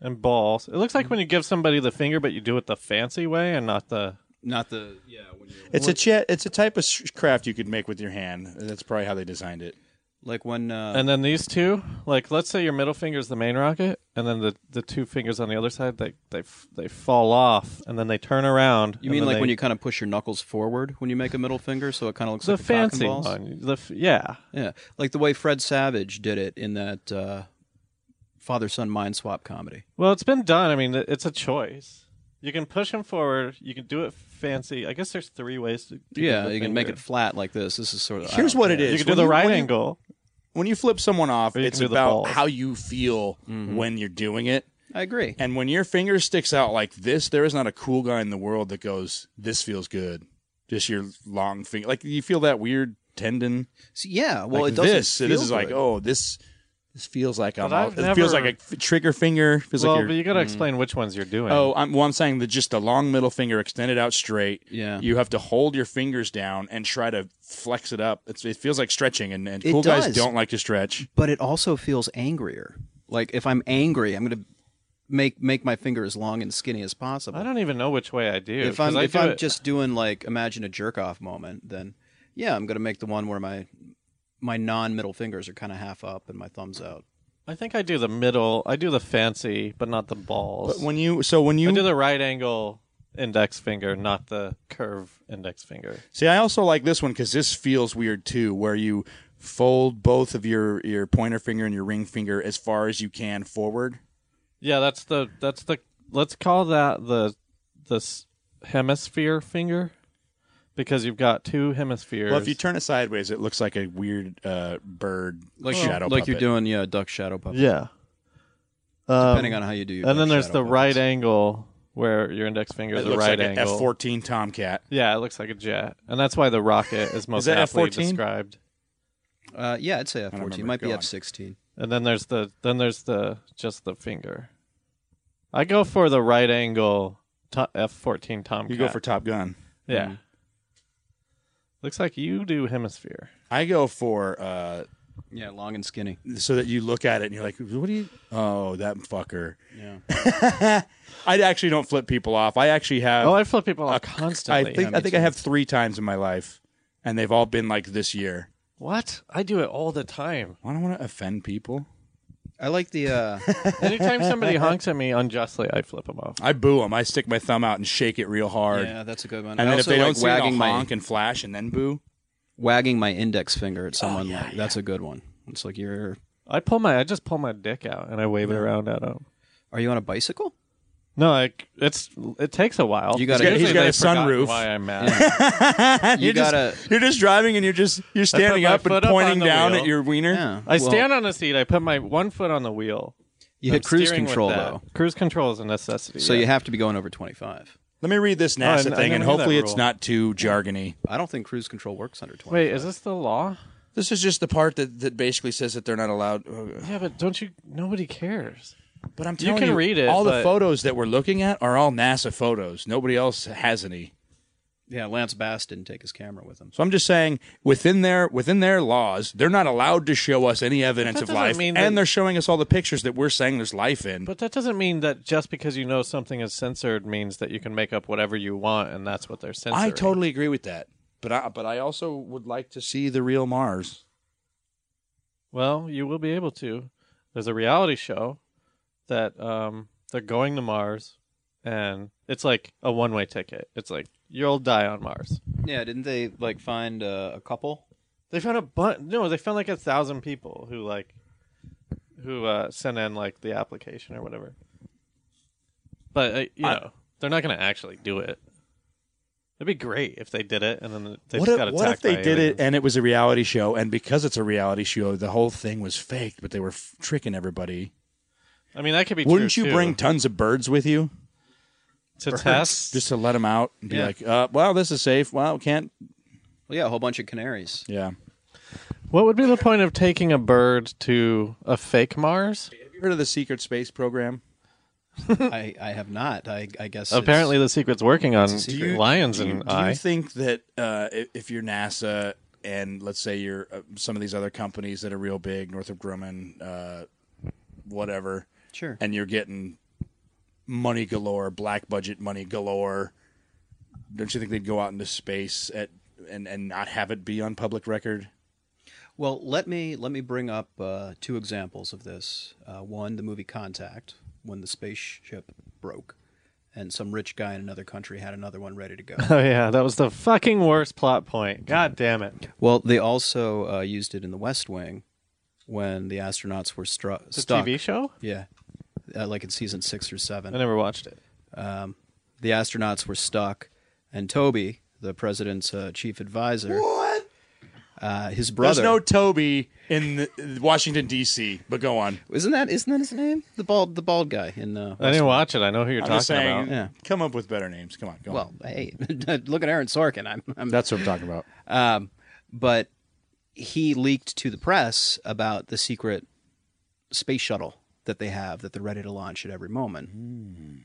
[SPEAKER 1] and balls. It looks like when you give somebody the finger, but you do it the fancy way and not the.
[SPEAKER 4] Not the yeah. When you're
[SPEAKER 2] It's a jet. It's a type of sh- craft you could make with your hand. That's probably how they designed it.
[SPEAKER 4] like when uh,
[SPEAKER 1] And then these two, like let's say your middle finger is the main rocket, and then the, the two fingers on the other side, they they f- they fall off, and then they turn around.
[SPEAKER 4] you mean like when you kind of push your knuckles forward when you make a middle finger, so it kind of looks
[SPEAKER 1] the
[SPEAKER 4] like a cock and
[SPEAKER 1] fancy
[SPEAKER 4] balls?
[SPEAKER 1] one, the f- yeah,
[SPEAKER 4] Yeah, like the way Fred Savage did it in that uh, father son mind swap comedy.
[SPEAKER 1] Well, it's been done. I mean, it- it's a choice. You can push him forward. You can do it fancy. I guess there's three ways to. to do
[SPEAKER 4] Yeah,
[SPEAKER 1] the
[SPEAKER 4] you can make
[SPEAKER 1] finger.
[SPEAKER 4] it flat like this. This is sort of I
[SPEAKER 2] Here's
[SPEAKER 4] don't-
[SPEAKER 2] what it
[SPEAKER 1] You
[SPEAKER 2] is.
[SPEAKER 1] can do
[SPEAKER 2] When
[SPEAKER 1] the right
[SPEAKER 2] when
[SPEAKER 1] angle.
[SPEAKER 2] When you flip someone off,
[SPEAKER 1] Or you
[SPEAKER 2] it's
[SPEAKER 1] can do the
[SPEAKER 2] about
[SPEAKER 1] balls. Mm-hmm.
[SPEAKER 2] how you feel when you're doing it.
[SPEAKER 4] I agree.
[SPEAKER 2] And when your finger sticks out like this, there is not a cool guy in the world that goes, "This feels good." Just your long finger, like you feel that weird tendon.
[SPEAKER 4] So, yeah, well,
[SPEAKER 2] like
[SPEAKER 4] it doesn't
[SPEAKER 2] this.
[SPEAKER 4] Feel
[SPEAKER 2] this is like,
[SPEAKER 4] good.
[SPEAKER 2] oh, this. This feels like I'm.
[SPEAKER 1] But
[SPEAKER 2] All,
[SPEAKER 1] I've
[SPEAKER 2] it feels like
[SPEAKER 1] never-
[SPEAKER 2] a f- trigger finger. Feels
[SPEAKER 1] well,
[SPEAKER 2] like you're,
[SPEAKER 1] but you
[SPEAKER 4] mm-hmm.
[SPEAKER 1] got to explain which ones you're doing.
[SPEAKER 2] Oh, I'm, well, I'm saying that just the long middle finger extended out straight.
[SPEAKER 4] Yeah.
[SPEAKER 2] You have to hold your fingers down and try to flex it up. It's, it feels like stretching, and, and
[SPEAKER 4] It
[SPEAKER 2] cool guys
[SPEAKER 4] does.
[SPEAKER 2] don't like to stretch.
[SPEAKER 4] But it also feels angrier. Like if I'm angry, I'm gonna make make my finger as long and skinny as possible.
[SPEAKER 1] I don't even know which way I do.
[SPEAKER 4] if
[SPEAKER 1] 'cause
[SPEAKER 4] I'm
[SPEAKER 1] I
[SPEAKER 4] if
[SPEAKER 1] do
[SPEAKER 4] I'm
[SPEAKER 1] it-
[SPEAKER 4] just doing like imagine a jerk off moment, then yeah, I'm gonna make the one where my my non middle fingers are kind of half up and my thumbs out.
[SPEAKER 1] I think I do the middle. I do the fancy, but not the balls.
[SPEAKER 2] But when you, so when you,
[SPEAKER 1] I do the right angle index finger, not the curve index finger.
[SPEAKER 2] see, I also like this one because this feels weird too, where you fold both of your your pointer finger and your ring finger as far as you can forward.
[SPEAKER 1] Yeah, that's the that's the let's call that the the s- hemisphere finger because you've got two hemispheres.
[SPEAKER 2] Well, if you turn it sideways, it looks like a weird uh, bird
[SPEAKER 4] Like you,
[SPEAKER 2] shadow.
[SPEAKER 4] like you're
[SPEAKER 2] puppet.
[SPEAKER 4] doing yeah, duck shadow puppet.
[SPEAKER 1] yeah,
[SPEAKER 4] depending on how you do. Your
[SPEAKER 1] and then
[SPEAKER 4] duck
[SPEAKER 1] there's
[SPEAKER 4] shadow
[SPEAKER 1] the
[SPEAKER 4] puppets.
[SPEAKER 1] right angle where your index finger
[SPEAKER 2] It
[SPEAKER 1] is a
[SPEAKER 2] looks
[SPEAKER 1] right
[SPEAKER 2] like
[SPEAKER 1] angle.
[SPEAKER 2] F fourteen Tomcat.
[SPEAKER 1] Yeah, it looks like a jet, and that's why the rocket is most
[SPEAKER 2] that
[SPEAKER 1] aptly
[SPEAKER 2] F-14?
[SPEAKER 1] described.
[SPEAKER 4] Uh, yeah, I'd say F fourteen.
[SPEAKER 2] remember
[SPEAKER 4] Might
[SPEAKER 2] it
[SPEAKER 4] be
[SPEAKER 2] going.
[SPEAKER 4] F sixteen.
[SPEAKER 1] And then there's the then there's the just the finger. I go for the right angle F fourteen Tomcat.
[SPEAKER 2] You go for Top Gun.
[SPEAKER 1] yeah. Hmm. Looks like you do hemisphere.
[SPEAKER 2] I go for uh,
[SPEAKER 4] Yeah, long and skinny.
[SPEAKER 2] so that you look at it and you're like, "What do you? Oh, that fucker."
[SPEAKER 4] Yeah.
[SPEAKER 2] I actually don't flip people off. I actually have.
[SPEAKER 1] Oh, I flip people off
[SPEAKER 2] I
[SPEAKER 1] constantly.
[SPEAKER 2] think I think I have three times in my life, and they've all been like this year.
[SPEAKER 1] what I do it all the time.
[SPEAKER 2] I don't want to offend people.
[SPEAKER 4] I like the. Uh,
[SPEAKER 1] Anytime somebody honks at me unjustly, I flip them off.
[SPEAKER 2] I boo them. I stick my thumb out and shake it real hard.
[SPEAKER 4] yeah, that's a good one.
[SPEAKER 2] And
[SPEAKER 4] I
[SPEAKER 2] then if
[SPEAKER 4] also
[SPEAKER 2] they
[SPEAKER 4] like
[SPEAKER 2] don't see it, I'll
[SPEAKER 4] wagging my
[SPEAKER 2] honk and flash and then boo.
[SPEAKER 4] wagging my index finger at someone. like, That's a good one. It's like you're.
[SPEAKER 1] I pull my I just pull my dick out and I wave it around at them.
[SPEAKER 4] Are you on a bicycle?
[SPEAKER 1] No, like it's it takes a while.
[SPEAKER 4] You gotta- He's
[SPEAKER 1] Usually
[SPEAKER 4] got-
[SPEAKER 2] he's got
[SPEAKER 1] they've
[SPEAKER 2] a sunroof.
[SPEAKER 1] forgotten Why I'm mad.
[SPEAKER 4] You
[SPEAKER 2] You're just-
[SPEAKER 4] gotta-
[SPEAKER 2] you're just driving and you're just you're standing
[SPEAKER 1] my
[SPEAKER 2] up and
[SPEAKER 1] foot up on
[SPEAKER 2] pointing
[SPEAKER 1] the
[SPEAKER 2] down
[SPEAKER 1] wheel.
[SPEAKER 2] at your wiener.
[SPEAKER 4] Yeah.
[SPEAKER 1] I stand on the seat. I put my one foot on the wheel.
[SPEAKER 4] You
[SPEAKER 1] I'm
[SPEAKER 4] hit cruise
[SPEAKER 1] steering with
[SPEAKER 4] control
[SPEAKER 1] that.
[SPEAKER 4] though,
[SPEAKER 1] Cruise control is a necessity.
[SPEAKER 4] so
[SPEAKER 1] yeah.
[SPEAKER 4] you have to be going over twenty five.
[SPEAKER 2] Let me read this
[SPEAKER 1] I
[SPEAKER 2] NASA
[SPEAKER 1] n- I
[SPEAKER 2] thing,
[SPEAKER 1] never
[SPEAKER 2] and
[SPEAKER 1] knew that
[SPEAKER 2] hopefully it's
[SPEAKER 1] rule.
[SPEAKER 2] not too jargony.
[SPEAKER 4] I don't think cruise control works under twenty.
[SPEAKER 1] wait. Is this the law?
[SPEAKER 2] This is just the part that, that basically says that they're not allowed.
[SPEAKER 1] Yeah, but don't you? Nobody cares.
[SPEAKER 2] But I'm
[SPEAKER 1] You
[SPEAKER 2] telling you,
[SPEAKER 1] can read it,
[SPEAKER 2] All
[SPEAKER 1] but-
[SPEAKER 2] the photos that we're looking at are all NASA photos. Nobody else has any.
[SPEAKER 4] Yeah, Lance Bass didn't take his camera with him.
[SPEAKER 2] So I'm just saying, within their within their laws, they're not allowed to show us any evidence
[SPEAKER 1] That
[SPEAKER 2] of
[SPEAKER 1] doesn't
[SPEAKER 2] life,
[SPEAKER 1] mean that-
[SPEAKER 2] and they're showing us all the pictures that we're saying there's life in.
[SPEAKER 1] But that doesn't mean that just because you know something is censored means that you can make up whatever you want, and that's what they're censoring.
[SPEAKER 2] I totally agree with that. But I but I also would like to see the real Mars.
[SPEAKER 1] Well, you will be able to. There's a reality show that um, they're going to Mars, and it's like a one-way ticket. It's like you'll die on Mars.
[SPEAKER 4] Yeah, didn't they like find uh, a couple?
[SPEAKER 1] They found a bunch. No, they found like a thousand people who like who uh, sent in like the application or whatever. But uh, you
[SPEAKER 2] I-
[SPEAKER 1] know, they're not going to actually do it. It'd be great if they did it, and then they
[SPEAKER 2] what
[SPEAKER 1] just
[SPEAKER 2] if,
[SPEAKER 1] got attacked.
[SPEAKER 2] what if they
[SPEAKER 1] by
[SPEAKER 2] did
[SPEAKER 1] aliens.
[SPEAKER 2] it and it was a reality show, and because it's a reality show, the whole thing was faked, but they were f- tricking everybody?
[SPEAKER 1] I mean, that could be.
[SPEAKER 2] Wouldn't
[SPEAKER 1] true,
[SPEAKER 2] you
[SPEAKER 1] too.
[SPEAKER 2] bring tons of birds with you
[SPEAKER 1] to test?
[SPEAKER 2] just to let them out and be
[SPEAKER 1] Yeah.
[SPEAKER 2] like, uh, "Well, this is safe. Well, can't."
[SPEAKER 4] Well, yeah, a whole bunch of canaries.
[SPEAKER 2] Yeah. Have
[SPEAKER 1] What would be the point of taking a bird to a fake Mars?
[SPEAKER 2] you heard of the secret space program?
[SPEAKER 4] I, I have not. I, I guess it's-
[SPEAKER 1] Apparently, the secret's working on
[SPEAKER 4] secret.
[SPEAKER 2] Do you-
[SPEAKER 1] lions
[SPEAKER 2] do you,
[SPEAKER 1] and
[SPEAKER 2] do
[SPEAKER 1] I.
[SPEAKER 2] you think that uh, i- if you're NASA and let's say you're uh, some of these other companies that are real big, Northrop Grumman, uh, whatever,
[SPEAKER 4] sure.
[SPEAKER 2] and you're getting money galore, black budget money galore, don't you think they'd go out into space at and and not have it be on public record?
[SPEAKER 4] Well, let me let me bring up uh, two examples of this. Uh, one, the movie Contact, when the spaceship broke, and some rich guy in another country had another one ready to go.
[SPEAKER 1] oh yeah, that was the fucking worst plot point. God damn it!
[SPEAKER 4] well, they also uh, used it in The West Wing when the astronauts were stru-
[SPEAKER 1] The
[SPEAKER 4] stuck.
[SPEAKER 1] TV show?
[SPEAKER 4] Yeah, uh, like in season six or seven.
[SPEAKER 1] I never watched it.
[SPEAKER 4] the astronauts were stuck, and Toby, the president's uh, chief advisor, what? Uh, his brother.
[SPEAKER 2] There's no Toby in the, Washington D.C., but go on.
[SPEAKER 4] isn't that isn't that his name? The bald the bald guy in. Uh,
[SPEAKER 1] I didn't watch it. I know who you're
[SPEAKER 2] I'm
[SPEAKER 1] talking
[SPEAKER 2] just saying,
[SPEAKER 1] about.
[SPEAKER 4] Yeah.
[SPEAKER 2] come up with better names. Come on, go on.
[SPEAKER 4] well, hey, look at Aaron Sorkin. I'm, I'm
[SPEAKER 2] That's what I'm talking about.
[SPEAKER 4] but he leaked to the press about the secret space shuttle that they have that they're ready to launch at every moment.
[SPEAKER 2] Hmm.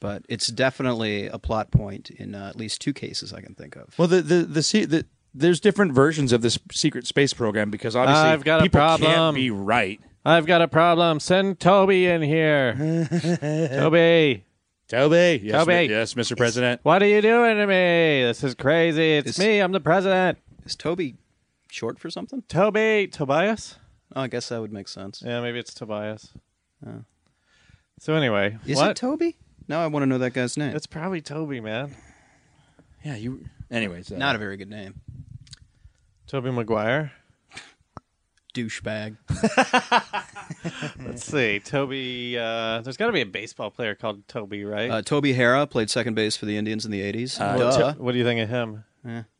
[SPEAKER 4] But it's definitely a plot point in uh, at least two cases I can think of.
[SPEAKER 2] Well, the the the, se- the there's different versions of this secret space program because obviously
[SPEAKER 1] I've got a
[SPEAKER 2] people
[SPEAKER 1] problem.
[SPEAKER 2] can't be right.
[SPEAKER 1] I've got a problem. Send Toby in here. Toby,
[SPEAKER 2] Toby, yes,
[SPEAKER 1] Toby.
[SPEAKER 2] mi- yes, Mr. President.
[SPEAKER 1] what are you doing to me? This is crazy. It's,
[SPEAKER 4] It's-
[SPEAKER 1] me. I'm the president.
[SPEAKER 4] Is Toby short for something?
[SPEAKER 1] Toby, Tobias.
[SPEAKER 4] Oh, I guess that would make sense.
[SPEAKER 1] Yeah, maybe it's Tobias. So anyway,
[SPEAKER 4] Oh. Is
[SPEAKER 1] what?
[SPEAKER 4] it Toby? Now I want to know that guy's name.
[SPEAKER 1] it's probably Toby, man.
[SPEAKER 2] Yeah, you. Anyways, uh,
[SPEAKER 4] not a very good name.
[SPEAKER 1] Toby Maguire.
[SPEAKER 4] Douchebag.
[SPEAKER 1] Let's see, Toby. Uh, there's got to be a baseball player called Toby, right?
[SPEAKER 4] Uh, Toby Hara played second base for the Indians in the 80s. Duh.
[SPEAKER 1] what, what do you think of him?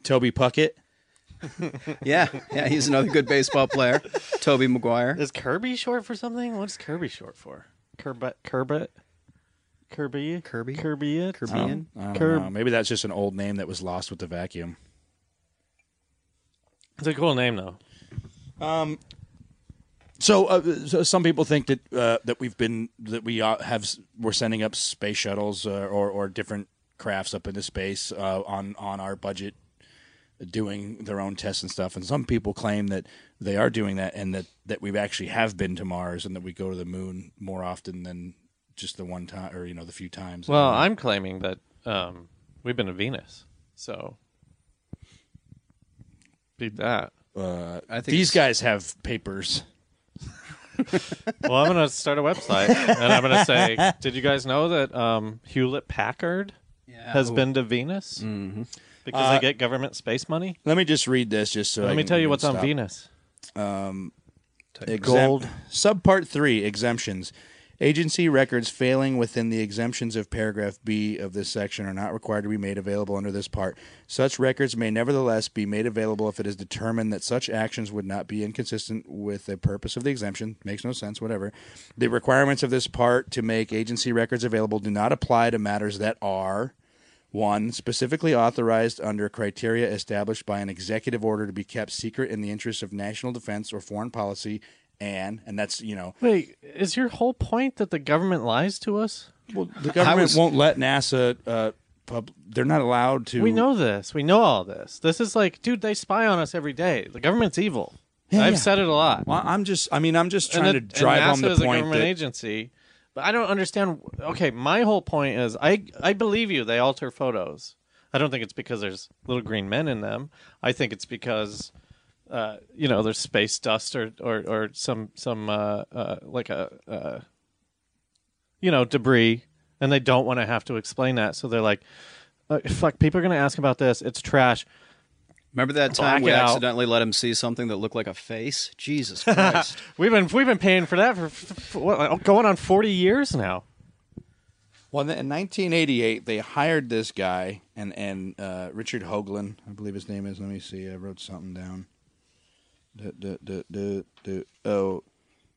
[SPEAKER 2] Toby Puckett.
[SPEAKER 4] yeah, yeah, he's another good baseball player. Toby Maguire.
[SPEAKER 1] Is Kirby short for something? What's Kirby short for? Kerbet, Kerbet, Kirby,
[SPEAKER 4] Kirby?
[SPEAKER 1] Kirby, Oh, it?
[SPEAKER 4] Caribbean.
[SPEAKER 2] I don't
[SPEAKER 1] Curb.
[SPEAKER 2] know. Uh, Maybe that's just an old name that was lost with the vacuum.
[SPEAKER 1] It's a cool name though.
[SPEAKER 2] So, uh, so some people think that uh, that we've been that we uh, have s- we're sending up space shuttles uh, or or different crafts up into space uh, on on our budget, doing their own tests and stuff. And some people claim that they are doing that and that that we actually have been to Mars and that we go to the moon more often than just the one time or you know the few times.
[SPEAKER 1] Well, I'm claiming that um, we've been to Venus, so beat that.
[SPEAKER 2] uh,
[SPEAKER 4] I think
[SPEAKER 2] these
[SPEAKER 4] it's-
[SPEAKER 2] guys have papers.
[SPEAKER 1] Well, I'm gonna start a website, and I'm gonna say, did you guys know that um, Hewlett Packard has
[SPEAKER 4] Ooh.
[SPEAKER 1] been to Venus
[SPEAKER 2] Mm-hmm.
[SPEAKER 1] because they get government space money?
[SPEAKER 2] Let me just read this, just so I
[SPEAKER 1] Let me
[SPEAKER 2] can-
[SPEAKER 1] tell you what's on
[SPEAKER 2] stop.
[SPEAKER 1] Venus.
[SPEAKER 2] Exempt, Subpart 3 exemptions. Agency records failing within the exemptions of paragraph B of this section are not required to be made available under this part. Such records may nevertheless be made available if it is determined that such actions would not be inconsistent with the purpose of the exemption. Makes no sense, whatever. The requirements of this part to make agency records available do not apply to matters that are one, specifically authorized under criteria established by an executive order to be kept secret in the interests of national defense or foreign policy, and and that's you know
[SPEAKER 1] Wait, is your whole point that the government lies to us?
[SPEAKER 2] well, the government
[SPEAKER 4] was-
[SPEAKER 2] won't let NASA. Uh, pub- they're not allowed to.
[SPEAKER 1] We know this. We know all this. This is like, dude, they spy on us every day. The government's evil. I've
[SPEAKER 2] yeah.
[SPEAKER 1] said it a lot.
[SPEAKER 2] Well, I'm just. I mean, I'm just trying
[SPEAKER 1] the-
[SPEAKER 2] to drive
[SPEAKER 1] NASA
[SPEAKER 2] home the
[SPEAKER 1] is a
[SPEAKER 2] point
[SPEAKER 1] government
[SPEAKER 2] that
[SPEAKER 1] agency, but I don't understand. Okay, my whole point is, I I believe you. They alter photos. I don't think it's because there's little green men in them. I think it's because, uh, you know, there's space dust or or, or some some uh, uh, like a uh, you know, debris, and they don't want to have to explain that. So they're like, uh, "Fuck, people are going to ask about this. It's trash."
[SPEAKER 4] Remember that
[SPEAKER 1] Black
[SPEAKER 4] time we
[SPEAKER 1] it out.
[SPEAKER 4] accidentally let him see something that looked like a face? Jesus Christ.
[SPEAKER 1] We've been we've been paying for that for, for what, going on forty years now.
[SPEAKER 2] Well, in 1988, they hired this guy and and uh, Richard Hoagland, I believe his name is. Let me see. I wrote something down. Du- du- du- du- du- Oh,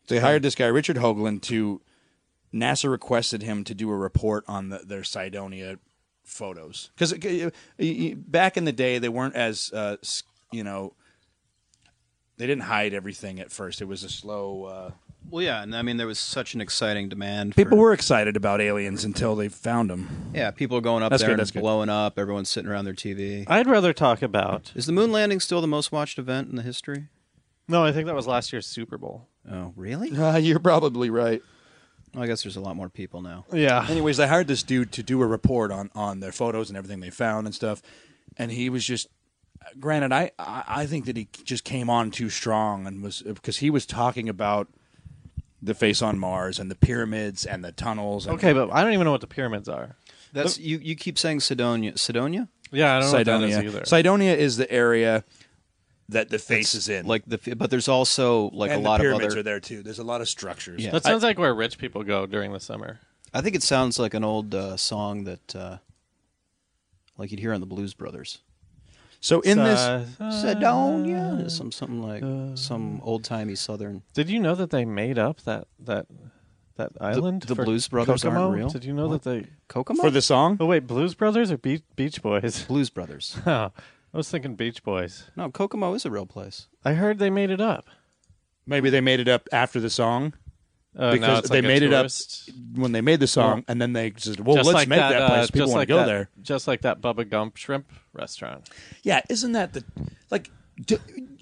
[SPEAKER 2] they hired this guy Richard Hoagland to. NASA requested him to do a report on the, their Cydonia photos uh, because back in the day they weren't as uh, s- you know they didn't hide everything at first. It was a slow. Uh,
[SPEAKER 4] well, yeah, and I mean there was such an exciting demand.
[SPEAKER 2] people
[SPEAKER 4] for,
[SPEAKER 2] were excited about aliens until they found them.
[SPEAKER 4] yeah, people are going up
[SPEAKER 2] That's
[SPEAKER 4] there
[SPEAKER 2] good,
[SPEAKER 4] and
[SPEAKER 2] that's good.
[SPEAKER 4] blowing up. Everyone's sitting around their TV.
[SPEAKER 1] I'd rather talk about.
[SPEAKER 4] Is the moon landing still the most watched event in the history?
[SPEAKER 1] No, I think that was last year's Super Bowl.
[SPEAKER 4] Oh, really?
[SPEAKER 2] Uh, you're probably right.
[SPEAKER 4] Well, I guess there's a lot more people now.
[SPEAKER 1] Yeah,
[SPEAKER 2] Anyways, they hired this dude to do a report on on their photos and everything they found and stuff, and he was just. Granted, I I I think that he just came on too strong and was because he was talking about the face on Mars and the pyramids and the tunnels. And
[SPEAKER 1] okay, but I don't even know what the pyramids are.
[SPEAKER 4] That's you. You keep saying Sidonia. Sidonia,
[SPEAKER 1] Yeah, I don't know what that is
[SPEAKER 2] Cydonia.
[SPEAKER 1] either.
[SPEAKER 2] Cydonia is the area that the face is in.
[SPEAKER 4] like the, f- but there's also like
[SPEAKER 2] and
[SPEAKER 4] a lot
[SPEAKER 2] the
[SPEAKER 4] of
[SPEAKER 2] pyramids
[SPEAKER 4] other.
[SPEAKER 2] are there too. There's a lot of structures.
[SPEAKER 4] Yeah.
[SPEAKER 1] that sounds like where rich people go during the summer.
[SPEAKER 4] I think it sounds like an old uh, song that, uh, like you'd hear on the Blues Brothers.
[SPEAKER 2] So in this,
[SPEAKER 1] Uh, uh,
[SPEAKER 4] Sidonia, some something like some old timey Southern.
[SPEAKER 1] Did you know that they made up that that that island?
[SPEAKER 4] the
[SPEAKER 1] for
[SPEAKER 4] Blues Brothers aren't
[SPEAKER 1] Kokomo?
[SPEAKER 4] real?
[SPEAKER 1] Did you know that they?
[SPEAKER 4] Kokomo
[SPEAKER 2] for the song,
[SPEAKER 1] Oh wait, Blues Brothers or Be- Beach Boys?
[SPEAKER 4] Blues Brothers.
[SPEAKER 1] Huh. I was thinking Beach Boys.
[SPEAKER 4] No, Kokomo is a real place.
[SPEAKER 1] I heard they made it up
[SPEAKER 2] maybe they made it up after the song.
[SPEAKER 1] Uh, now
[SPEAKER 2] Because
[SPEAKER 1] it's
[SPEAKER 2] they
[SPEAKER 1] like a
[SPEAKER 2] made it up-
[SPEAKER 1] tourist-
[SPEAKER 2] when they made the song,
[SPEAKER 1] Well,
[SPEAKER 2] and then they just well,
[SPEAKER 1] just
[SPEAKER 2] let's
[SPEAKER 1] like
[SPEAKER 2] make that,
[SPEAKER 1] uh,
[SPEAKER 2] place. People
[SPEAKER 1] just
[SPEAKER 2] want
[SPEAKER 1] like
[SPEAKER 2] to go
[SPEAKER 1] that-
[SPEAKER 2] there.
[SPEAKER 1] Just like that Bubba Gump shrimp restaurant.
[SPEAKER 2] Yeah, isn't that the like? Do,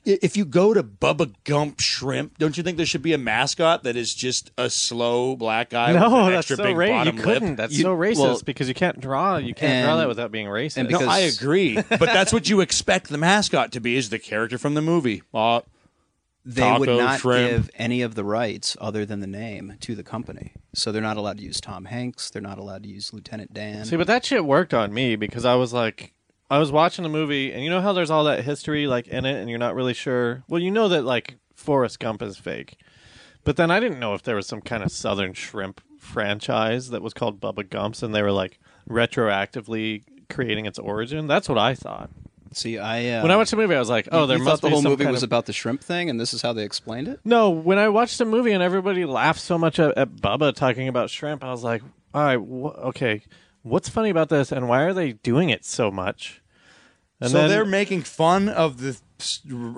[SPEAKER 2] if you go to Bubba Gump Shrimp, don't you think there should be a mascot that is just a slow black guy? with
[SPEAKER 1] No,
[SPEAKER 2] an
[SPEAKER 1] that's
[SPEAKER 2] extra
[SPEAKER 1] so
[SPEAKER 2] big
[SPEAKER 1] racist. You
[SPEAKER 2] bottom lip?
[SPEAKER 1] couldn't. That's
[SPEAKER 4] You-
[SPEAKER 1] so racist
[SPEAKER 4] well,
[SPEAKER 1] because you can't draw. You can't draw
[SPEAKER 4] and-
[SPEAKER 1] that without being racist.
[SPEAKER 4] and
[SPEAKER 2] No,
[SPEAKER 4] because-
[SPEAKER 2] I agree, but that's what you expect the mascot to be is the character from the movie. Uh,
[SPEAKER 4] They would
[SPEAKER 2] Taco,
[SPEAKER 4] not
[SPEAKER 2] shrimp.
[SPEAKER 4] give any of the rights other than the name to the company, so they're not allowed to use Tom Hanks. They're not allowed to use Lieutenant Dan.
[SPEAKER 1] See, but that shit worked on me because I was like, I was watching the movie, and you know how there's all that history like in it, and you're not really sure. Well, you know that like Forrest Gump is fake, but then I didn't know if there was some kind of Southern shrimp franchise that was called Bubba Gumps, and they were like retroactively creating its origin. That's what I thought
[SPEAKER 4] See, I uh,
[SPEAKER 1] when I watched the movie. I was like, oh, there
[SPEAKER 4] you
[SPEAKER 1] must
[SPEAKER 4] thought the
[SPEAKER 1] be
[SPEAKER 4] whole
[SPEAKER 1] some
[SPEAKER 4] movie
[SPEAKER 1] kind
[SPEAKER 4] was
[SPEAKER 1] of-
[SPEAKER 4] about the shrimp thing, and this is how they explained it.
[SPEAKER 1] No, when I watched the movie and everybody laughed so much at, at Bubba talking about shrimp, I was like, all right, wh- okay, what's funny about this and why are they doing it so much? And
[SPEAKER 2] so
[SPEAKER 1] then-
[SPEAKER 2] they're making fun of the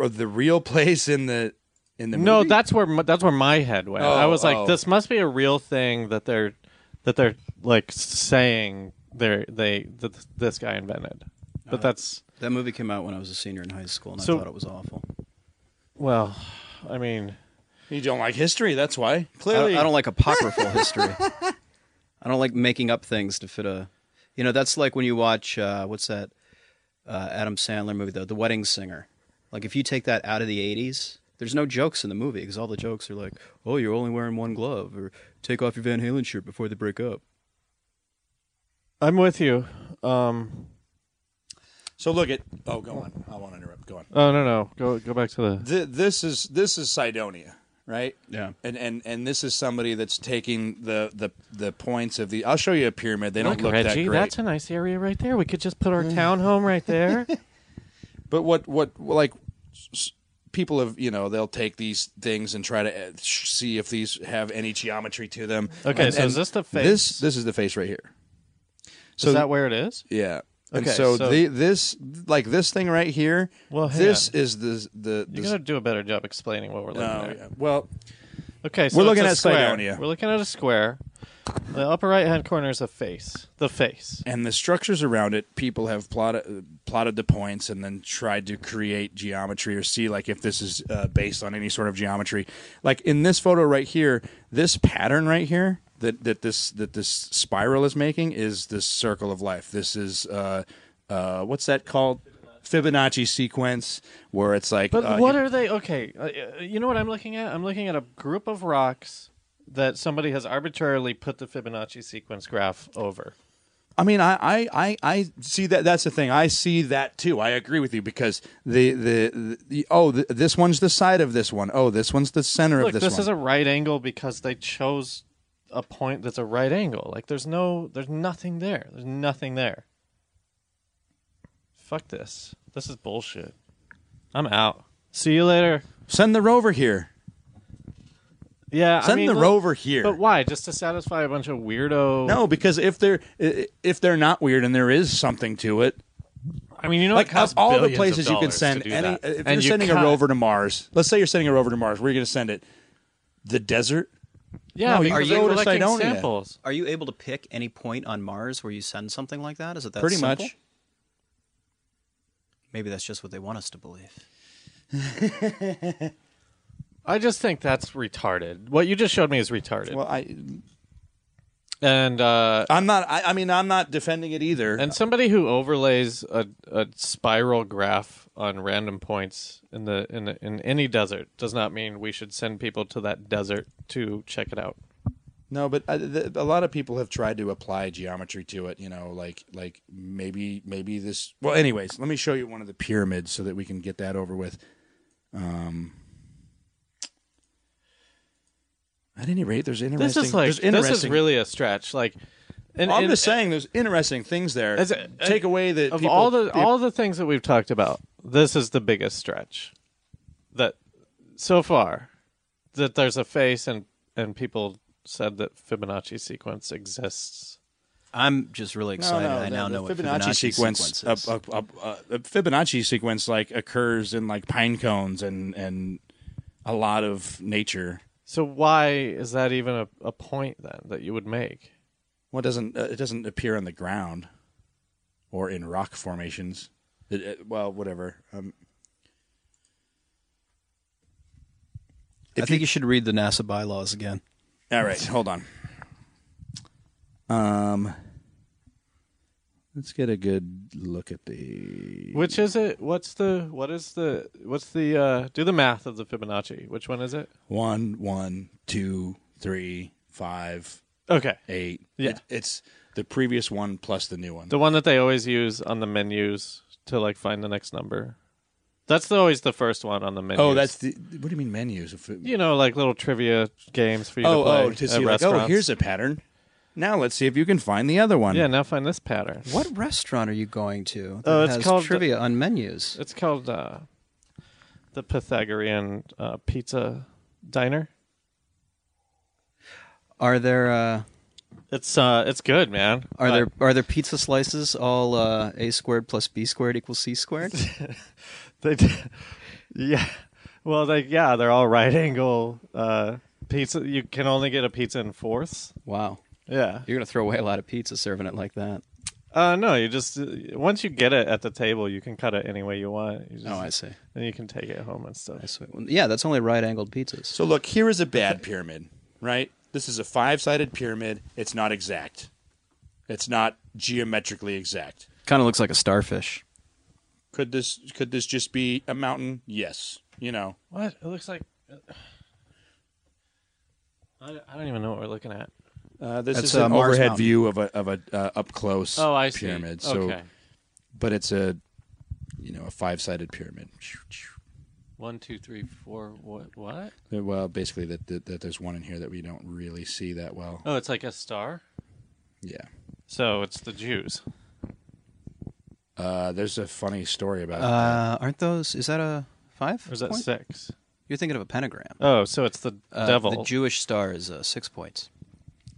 [SPEAKER 2] of the real place in the in the
[SPEAKER 1] no,
[SPEAKER 2] movie?
[SPEAKER 1] that's where my, that's where my head went. I
[SPEAKER 2] Oh,
[SPEAKER 1] was like,
[SPEAKER 2] oh.
[SPEAKER 1] this must be a real thing that they're that they're like saying they're they that this guy invented.
[SPEAKER 2] Uh-huh.
[SPEAKER 1] But that's
[SPEAKER 4] That movie came out when I was a senior in high school, and
[SPEAKER 1] So-
[SPEAKER 4] I thought it was awful.
[SPEAKER 1] well, I mean,
[SPEAKER 2] you don't like history. That's why
[SPEAKER 4] I don't,
[SPEAKER 2] clearly
[SPEAKER 4] I don't like apocryphal history. I don't like making up things to fit a. You know, that's like when you watch uh, what's that uh, Adam Sandler movie, the The Wedding Singer. Like if you take that out of the '80s, there's no jokes in the movie because all the jokes are like, "Oh, you're only wearing one glove," or "Take off your Van Halen shirt before they break up."
[SPEAKER 1] I'm with you. Um,
[SPEAKER 2] So look at oh, go on. I want to interrupt. Go on.
[SPEAKER 1] oh no no, go go back to the
[SPEAKER 2] Th- this is this is Cydonia, right?
[SPEAKER 4] Yeah.
[SPEAKER 2] And and and this is somebody that's taking the the the points of the. I'll show you a pyramid. They don't look
[SPEAKER 1] Reggie.
[SPEAKER 2] that great.
[SPEAKER 1] that's a nice area right there. We could just put our townhome right there.
[SPEAKER 2] but what what like s- people have you know they'll take these things and try to uh, sh- see if these have any geometry to them.
[SPEAKER 1] Okay,
[SPEAKER 2] And-
[SPEAKER 1] so is
[SPEAKER 2] and
[SPEAKER 1] this the face?
[SPEAKER 2] This this is the face right here. So
[SPEAKER 1] is that where it is?
[SPEAKER 2] Yeah. And
[SPEAKER 1] Okay,
[SPEAKER 2] so,
[SPEAKER 1] so-
[SPEAKER 2] the, this like this thing right here.
[SPEAKER 1] Well, hang
[SPEAKER 2] this is the the.
[SPEAKER 1] You
[SPEAKER 2] the
[SPEAKER 1] gotta do a better job explaining what we're looking
[SPEAKER 2] oh,
[SPEAKER 1] at.
[SPEAKER 2] yeah. Well,
[SPEAKER 1] Okay, so
[SPEAKER 2] We're
[SPEAKER 1] it's
[SPEAKER 2] looking
[SPEAKER 1] a
[SPEAKER 2] at
[SPEAKER 1] square.
[SPEAKER 2] Cydonia.
[SPEAKER 1] We're looking at a square. The upper right hand corner is a face. The face.
[SPEAKER 2] and the structures around it, people have plotted plotted the points and then tried to create geometry or see like if this is uh, based on any sort of geometry. Like in this photo right here, this pattern right here that that this that this spiral is making is this circle of life. This is uh, uh, what's that called? Fibonacci sequence, where it's like
[SPEAKER 1] But
[SPEAKER 2] uh,
[SPEAKER 1] what
[SPEAKER 2] you-
[SPEAKER 1] are they? Okay, uh, you know what I'm looking at? I'm looking at a group of rocks that somebody has arbitrarily put the Fibonacci sequence graph over.
[SPEAKER 2] I mean, I, I, I, I see that. That's the thing. I see that too. I agree with you because the the, the, oh, th this one's the side of this one. Oh, this one's the center
[SPEAKER 1] Look,
[SPEAKER 2] of this,
[SPEAKER 1] this,
[SPEAKER 2] one.
[SPEAKER 1] is a right angle because they chose a point that's a right angle. Like there's no there's nothing there. There's nothing there. Fuck this. This is bullshit. I'm out. See you later.
[SPEAKER 2] Send the rover here.
[SPEAKER 1] Yeah,
[SPEAKER 2] Send
[SPEAKER 1] I mean,
[SPEAKER 2] the
[SPEAKER 1] look-
[SPEAKER 2] rover here.
[SPEAKER 1] But why? Just to satisfy a bunch of weirdo.
[SPEAKER 2] no, because if they're i- if they're not weird and there is something to it,
[SPEAKER 1] I mean you know
[SPEAKER 2] like
[SPEAKER 1] it costs
[SPEAKER 2] of all the
[SPEAKER 1] billions of
[SPEAKER 2] places you can
[SPEAKER 1] dollars to
[SPEAKER 2] send
[SPEAKER 1] do
[SPEAKER 2] any,
[SPEAKER 1] that.
[SPEAKER 2] if
[SPEAKER 1] And
[SPEAKER 2] you're
[SPEAKER 1] you
[SPEAKER 2] sending a
[SPEAKER 1] cut-
[SPEAKER 2] rover to Mars, let's say you're sending a rover to Mars, where are you going to send it? The desert?
[SPEAKER 1] Yeah,
[SPEAKER 2] No, you
[SPEAKER 1] because
[SPEAKER 2] can go
[SPEAKER 1] they're
[SPEAKER 2] to
[SPEAKER 1] collecting
[SPEAKER 2] Cydonia.
[SPEAKER 1] samples.
[SPEAKER 4] Are you able to pick any point on Mars where you send something like that? Is it that
[SPEAKER 2] Pretty
[SPEAKER 4] simple?
[SPEAKER 2] much.
[SPEAKER 4] Maybe that's just what they want us to believe.
[SPEAKER 1] I just think that's retarded. What you just showed me is retarded.
[SPEAKER 2] Well, I
[SPEAKER 1] and uh,
[SPEAKER 2] I'm not. I, I mean, I'm not defending it either.
[SPEAKER 1] and somebody who overlays a, a spiral graph on random points in the in the, in any desert does not mean we should send people to that desert to check it out.
[SPEAKER 2] No, but uh, th a lot of people have tried to apply geometry to it. You know, like like maybe maybe this. Well, anyways, let me show you one of the pyramids so that we can get that over with. Um, at any rate, there's interesting.
[SPEAKER 1] This is like
[SPEAKER 2] there's
[SPEAKER 1] this is
[SPEAKER 2] interesting-
[SPEAKER 1] really a stretch. Like, and,
[SPEAKER 2] I'm
[SPEAKER 1] and-
[SPEAKER 2] just saying, there's interesting things there.
[SPEAKER 1] As a-
[SPEAKER 2] Take away that
[SPEAKER 1] uh, of
[SPEAKER 2] people,
[SPEAKER 1] all the
[SPEAKER 2] people-
[SPEAKER 1] all the things that we've talked about, this is the biggest stretch. That so far, that there's a face and and people said that Fibonacci sequence exists.
[SPEAKER 4] I'm just really
[SPEAKER 2] No,
[SPEAKER 4] excited.
[SPEAKER 2] no,
[SPEAKER 4] I
[SPEAKER 2] the-
[SPEAKER 4] now
[SPEAKER 2] the
[SPEAKER 4] know what
[SPEAKER 2] Fibonacci,
[SPEAKER 4] Fibonacci
[SPEAKER 2] sequence.
[SPEAKER 4] is.
[SPEAKER 2] A, a, a, a uh, Fibonacci sequence like occurs in like pine cones and and a lot of nature.
[SPEAKER 1] So why is that even a, a point then that you would make?
[SPEAKER 2] Well, it doesn't uh, it doesn't appear on the ground or in rock formations. It, it- well, whatever. Um,
[SPEAKER 4] I think you should read the NASA bylaws again.
[SPEAKER 2] all right, hold on. Um, let's get a good look at the.
[SPEAKER 1] Which is it? What's the what is the what's the uh do the math of the Fibonacci. Which one is it?
[SPEAKER 2] One, one, two, three, five,
[SPEAKER 1] Okay.
[SPEAKER 2] eight.
[SPEAKER 1] Yeah.
[SPEAKER 2] It- it's the previous one plus the new one.
[SPEAKER 1] The one that they always use on the menus to like find the next number. That's the, always the first one on the menu.
[SPEAKER 2] oh, that's the. What do you mean menus? If it-
[SPEAKER 1] you know, like little trivia games for you to
[SPEAKER 2] oh,
[SPEAKER 1] play.
[SPEAKER 2] oh, to
[SPEAKER 1] at
[SPEAKER 2] see like, oh,
[SPEAKER 1] restaurants.
[SPEAKER 2] here's a pattern. Now let's see if you can find the other one.
[SPEAKER 1] Yeah, now find this pattern.
[SPEAKER 4] What restaurant are you going to?
[SPEAKER 1] Oh,
[SPEAKER 4] that
[SPEAKER 1] it's
[SPEAKER 4] has
[SPEAKER 1] called-
[SPEAKER 4] trivia on menus.
[SPEAKER 1] It's called uh the Pythagorean uh, pizza diner.
[SPEAKER 4] Are there uh,
[SPEAKER 1] It's uh it's good, man.
[SPEAKER 4] are
[SPEAKER 1] Uh,
[SPEAKER 4] there are there pizza slices all uh, a squared plus b squared equals c squared?
[SPEAKER 1] They, d- yeah. Well, they yeah, they're all right angle uh, pizza. You can only get a pizza in fourths.
[SPEAKER 4] wow,
[SPEAKER 1] Yeah.
[SPEAKER 4] you're gonna throw away a lot of pizza serving it like that.
[SPEAKER 1] Uh, no, you just uh, once you get it at the table, you can cut it any way you want. You just,
[SPEAKER 4] Oh, I see.
[SPEAKER 1] And you can take it home and stuff.
[SPEAKER 4] I see. Well, Yeah, that's only right angled pizzas.
[SPEAKER 2] So look, here is a bad pyramid, right? This is a five-sided pyramid. It's not exact. It's not geometrically exact.
[SPEAKER 4] Kind of looks like a starfish.
[SPEAKER 2] Could this could this just be a mountain? Yes. You know.
[SPEAKER 1] What? It looks like. uh, I, I don't even know what we're looking at.
[SPEAKER 2] Uh, this
[SPEAKER 4] That's
[SPEAKER 2] is an
[SPEAKER 4] a Mars
[SPEAKER 2] overhead
[SPEAKER 4] mountain.
[SPEAKER 2] view of a of a uh, up close
[SPEAKER 1] Oh, I see.
[SPEAKER 2] pyramid. So
[SPEAKER 1] okay.
[SPEAKER 2] but it's a you know, a five-sided pyramid.
[SPEAKER 1] One, two, three, four. What? What?
[SPEAKER 2] Well, basically that, that that there's one in here that we don't really see that well.
[SPEAKER 1] Oh, it's like a star.
[SPEAKER 2] Yeah.
[SPEAKER 1] So it's the Jews.
[SPEAKER 2] Uh, there's a funny story about that.
[SPEAKER 4] Uh, aren't those? Is that a five?
[SPEAKER 1] Or is that
[SPEAKER 4] point?
[SPEAKER 1] six?
[SPEAKER 4] You're thinking of a pentagram.
[SPEAKER 1] Oh, so it's the
[SPEAKER 4] Uh,
[SPEAKER 1] devil.
[SPEAKER 4] The Jewish star is uh, six points.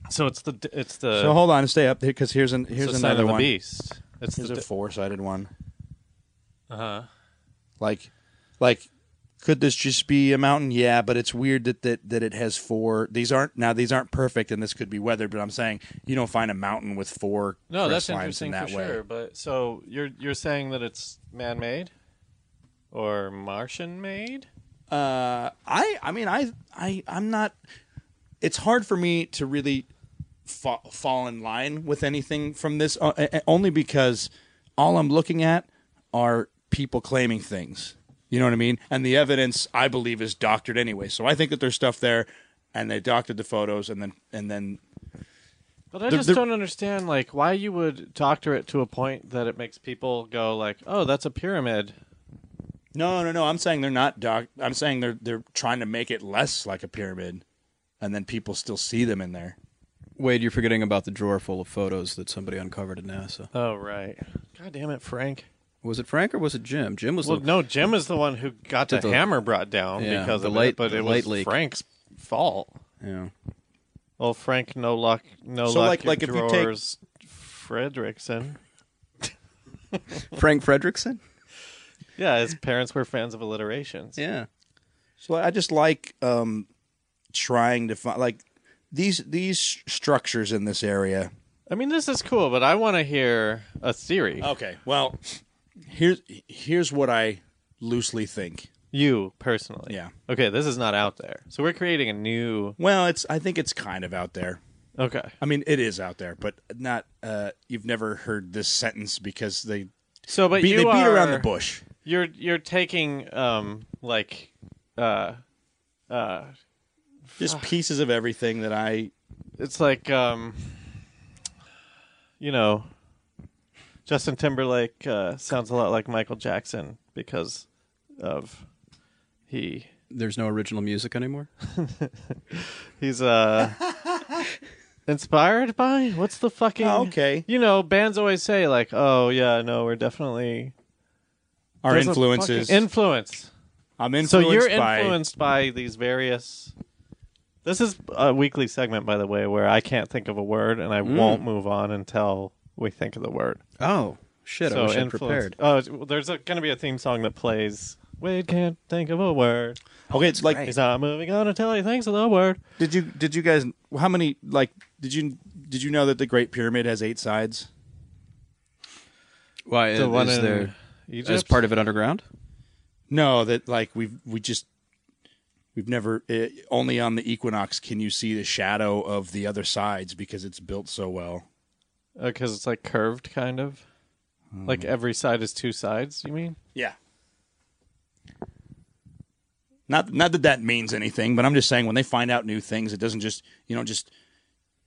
[SPEAKER 1] so it's the d- it's the
[SPEAKER 2] So hold on, stay up because here's an
[SPEAKER 1] it's
[SPEAKER 2] here's
[SPEAKER 1] the sign
[SPEAKER 2] another
[SPEAKER 1] of the
[SPEAKER 2] one.
[SPEAKER 1] beast. It's
[SPEAKER 2] Here's
[SPEAKER 1] the
[SPEAKER 2] a four-sided one.
[SPEAKER 1] uh
[SPEAKER 2] Like, like, could this just be a mountain? Yeah, but it's weird that that, that it has four. These aren't now. These aren't perfect, and this could be weathered. But I'm saying you don't find a mountain with four.
[SPEAKER 1] No, that's
[SPEAKER 2] crest lines
[SPEAKER 1] interesting
[SPEAKER 2] in that
[SPEAKER 1] for
[SPEAKER 2] way.
[SPEAKER 1] sure. But so you're you're saying that it's man made or Martian made?
[SPEAKER 2] Uh, I I mean I I I'm not. It's hard for me to really fa- fall in line with anything from this, uh, uh, only because all I'm looking at are people claiming things. You know what I mean? And the evidence I believe is doctored anyway. So I think that there's stuff there and they doctored the photos, and then and then
[SPEAKER 1] But I
[SPEAKER 2] The-
[SPEAKER 1] just
[SPEAKER 2] the-
[SPEAKER 1] don't understand like why you would doctor it to a point that it makes people go like, "Oh, that's a pyramid."
[SPEAKER 2] no, no, no. I'm saying they're not doc. I'm saying they're they're trying to make it less like a pyramid, and then people still see them in there.
[SPEAKER 4] Wade, you're forgetting about the drawer full of photos that somebody uncovered at NASA.
[SPEAKER 1] Oh, right. God damn it, Frank.
[SPEAKER 4] Was it Frank or was it Jim? Jim was
[SPEAKER 1] Well,
[SPEAKER 4] the,
[SPEAKER 1] no, Jim is the one who got the,
[SPEAKER 4] Did the-
[SPEAKER 1] hammer brought down
[SPEAKER 4] Yeah,
[SPEAKER 1] because
[SPEAKER 4] the
[SPEAKER 1] of
[SPEAKER 4] light-
[SPEAKER 1] it, but
[SPEAKER 4] the
[SPEAKER 1] it
[SPEAKER 4] light
[SPEAKER 1] was
[SPEAKER 4] leak.
[SPEAKER 1] Frank's fault.
[SPEAKER 4] yeah.
[SPEAKER 1] Well, Frank, no luck, no
[SPEAKER 2] So,
[SPEAKER 1] luck.
[SPEAKER 2] like-
[SPEAKER 1] your
[SPEAKER 2] like if you take-
[SPEAKER 1] drawers, Fredrickson.
[SPEAKER 4] Frank Fredrickson.
[SPEAKER 1] Yeah, his parents were fans of alliterations.
[SPEAKER 4] Yeah,
[SPEAKER 2] So I just like um, trying to find like these these structures in this area.
[SPEAKER 1] I mean, this is cool, but I want to hear a theory.
[SPEAKER 2] Okay, well, here's here's what I loosely think.
[SPEAKER 1] You personally.
[SPEAKER 2] Yeah.
[SPEAKER 1] Okay, this is not out there. So we're creating a new.
[SPEAKER 2] Well, it's I think it's kind of out there.
[SPEAKER 1] Okay.
[SPEAKER 2] I mean, it is out there, but not. Uh, you've never heard this sentence because they
[SPEAKER 1] So, but
[SPEAKER 2] beat,
[SPEAKER 1] you
[SPEAKER 2] they beat
[SPEAKER 1] are
[SPEAKER 2] around the bush.
[SPEAKER 1] You're you're taking um like uh uh Ah.
[SPEAKER 2] Just pieces of everything that I.
[SPEAKER 1] it's like um you know Justin Timberlake uh, sounds a lot like Michael Jackson because of he
[SPEAKER 4] there's no original music anymore.
[SPEAKER 1] he's uh inspired by what's the fucking
[SPEAKER 2] Oh, okay.
[SPEAKER 1] you know bands always say like oh yeah no we're definitely
[SPEAKER 2] Our
[SPEAKER 1] There's a
[SPEAKER 2] influences.
[SPEAKER 1] fucking influence
[SPEAKER 2] I'm
[SPEAKER 1] so
[SPEAKER 2] influenced
[SPEAKER 1] you're
[SPEAKER 2] by.
[SPEAKER 1] influenced by these various this is a weekly segment by the way where i can't think of a word and i
[SPEAKER 4] Mm.
[SPEAKER 1] won't move on until we think of the word
[SPEAKER 4] Oh shit! I wish I'd
[SPEAKER 1] influence-
[SPEAKER 4] prepared.
[SPEAKER 1] oh it's- well, there's going to be a theme song that plays wade can't think of a word
[SPEAKER 2] Okay, it's like.
[SPEAKER 1] he's not moving on until he thinks of the word
[SPEAKER 2] Did you did you guys? How many like? Did you did you know that the Great Pyramid has eight sides?
[SPEAKER 4] Why
[SPEAKER 1] the one
[SPEAKER 4] is
[SPEAKER 1] in
[SPEAKER 4] there
[SPEAKER 1] Egypt?
[SPEAKER 4] as part of it underground?
[SPEAKER 2] No, that like we've we just we've never eh, only on the equinox can you see the shadow of the other sides because it's built so well.
[SPEAKER 1] because Uh, it's like curved kind of
[SPEAKER 2] Hmm.
[SPEAKER 1] like every side is two sides you mean
[SPEAKER 2] Yeah. Not not that that means anything, but I'm just saying when they find out new things, it doesn't just you know just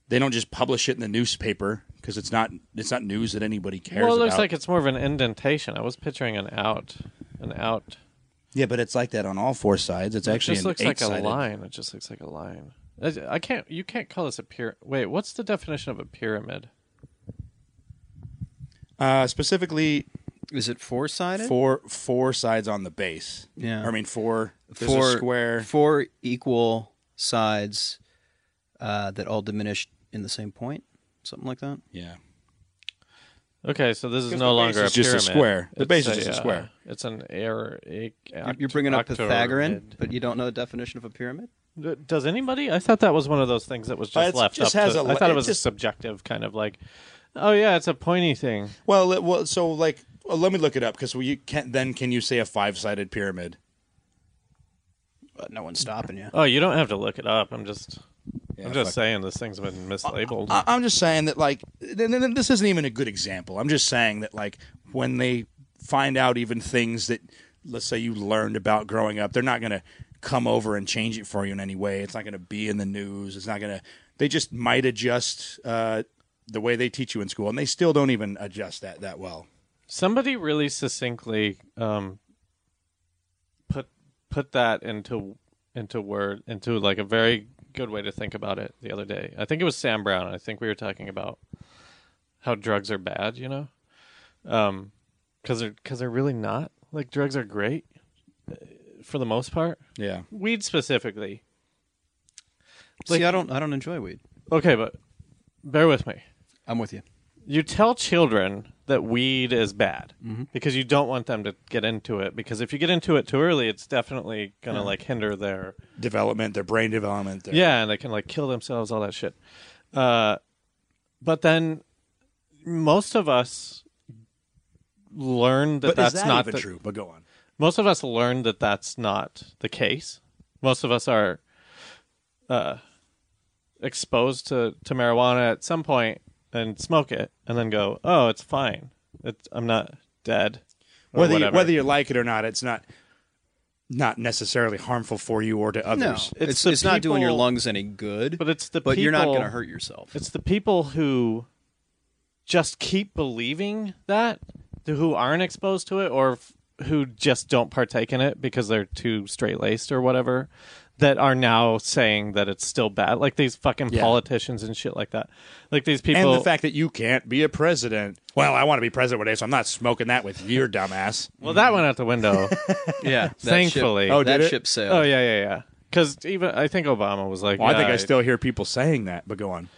[SPEAKER 2] they don't just publish it in the newspaper because it's not it's not news that anybody cares.
[SPEAKER 1] well it looks
[SPEAKER 2] about.
[SPEAKER 1] like it's more of an indentation i was picturing an out an out
[SPEAKER 2] yeah, but it's like that on all four sides. It's actually
[SPEAKER 1] it just
[SPEAKER 2] an
[SPEAKER 1] looks like
[SPEAKER 2] eight-sided-
[SPEAKER 1] a line. It just looks like a line. I, I can't. You can't call this a pyramid. Wait, what's the definition of a pyramid?
[SPEAKER 2] Uh, specifically,
[SPEAKER 4] Is it four sided?
[SPEAKER 2] four four sides on the base.
[SPEAKER 4] Yeah.
[SPEAKER 2] I mean four. There's
[SPEAKER 4] four
[SPEAKER 2] a square.
[SPEAKER 4] four equal sides uh, that all diminish in the same point, something like that.
[SPEAKER 2] Yeah.
[SPEAKER 1] Okay, so this is no
[SPEAKER 2] the base
[SPEAKER 1] longer a
[SPEAKER 2] is just a
[SPEAKER 1] pyramid.
[SPEAKER 2] square. The base is
[SPEAKER 1] It's
[SPEAKER 2] just a square.
[SPEAKER 1] uh, it's an error.
[SPEAKER 4] You're- You're bringing up Pythagorean, but you don't know the definition of a pyramid.
[SPEAKER 1] Does anybody? I thought that was one of those things that was
[SPEAKER 2] Uh,
[SPEAKER 1] just
[SPEAKER 2] it's
[SPEAKER 1] left
[SPEAKER 2] just
[SPEAKER 1] up.
[SPEAKER 2] has
[SPEAKER 1] to,
[SPEAKER 2] a
[SPEAKER 1] I thought
[SPEAKER 2] li-
[SPEAKER 1] it was
[SPEAKER 2] it just-
[SPEAKER 1] a subjective kind of like, oh yeah, it's a pointy thing.
[SPEAKER 2] Well, it, well, so like, well, let me look it up because you can Then can you say a five-sided pyramid?
[SPEAKER 4] But no one's stopping you.
[SPEAKER 1] Oh, you don't have to look it up. I'm just, I'm
[SPEAKER 2] fuck. Uh,
[SPEAKER 1] just saying this thing's been mislabeled.
[SPEAKER 2] I, I'm just saying that like, th- th- this isn't even a good example. I'm just saying that like, when they find out even things that, let's say you learned about growing up, they're not gonna come over and change it for you in any way. It's not gonna be in the news. It's not gonna. They just might adjust uh, the way they teach you in school, and they still don't even adjust that that well.
[SPEAKER 1] Somebody really succinctly um, put put that into into word into like a very good way to think about it the other day. I think it was Sam Brown. I think we were talking about how drugs are bad, you know, because they're because they're really not. Like drugs are great uh, for the most part.
[SPEAKER 2] Yeah.
[SPEAKER 1] Weed specifically,
[SPEAKER 4] See, I don't, I don't enjoy weed.
[SPEAKER 1] okay, but bear with me.
[SPEAKER 4] I'm with you.
[SPEAKER 1] you tell children that weed is bad
[SPEAKER 2] Mm-hmm.
[SPEAKER 1] because you don't want them to get into it because if you get into it too early it's definitely gonna like hinder their
[SPEAKER 2] Development, their brain development. Their,
[SPEAKER 1] yeah and they can like kill themselves all that shit uh, but then most of us learn that
[SPEAKER 2] But
[SPEAKER 1] that's
[SPEAKER 2] is that
[SPEAKER 1] not
[SPEAKER 2] even
[SPEAKER 1] the,
[SPEAKER 2] true? But go on.
[SPEAKER 1] most of us learn that that's not the case. Most of us are uh, exposed to, to marijuana at some point and smoke it and then go, oh, it's fine. It's, I'm not dead. or
[SPEAKER 2] whether you,
[SPEAKER 1] whatever.
[SPEAKER 2] whether you like it or not, it's not. not necessarily harmful for you or to
[SPEAKER 4] No,
[SPEAKER 2] others.
[SPEAKER 4] it's
[SPEAKER 1] It's
[SPEAKER 4] it's,
[SPEAKER 1] the
[SPEAKER 4] not doing your
[SPEAKER 1] people-
[SPEAKER 4] lungs any good.
[SPEAKER 1] But it's the
[SPEAKER 4] but you're not
[SPEAKER 1] people-
[SPEAKER 4] going to hurt yourself.
[SPEAKER 1] It's the people who just keep believing that, who aren't exposed to it, or f- who just don't partake in it because they're too straight laced or whatever, that are now saying that it's still bad. Like these fucking politicians and shit like that. Like these
[SPEAKER 2] And
[SPEAKER 1] people.
[SPEAKER 2] the fact that you can't be a president. Well, I want to be president one day, so I'm not smoking that with your dumbass.
[SPEAKER 1] well, that went out the window.
[SPEAKER 4] yeah, that
[SPEAKER 1] Thankfully.
[SPEAKER 4] Ship,
[SPEAKER 1] Oh,
[SPEAKER 4] that
[SPEAKER 2] did it?
[SPEAKER 4] ship sailed.
[SPEAKER 1] oh yeah, yeah, yeah. Because even I think Obama was like,
[SPEAKER 2] Well, I
[SPEAKER 1] "Yeah,
[SPEAKER 2] think I still hear people saying that, but go on.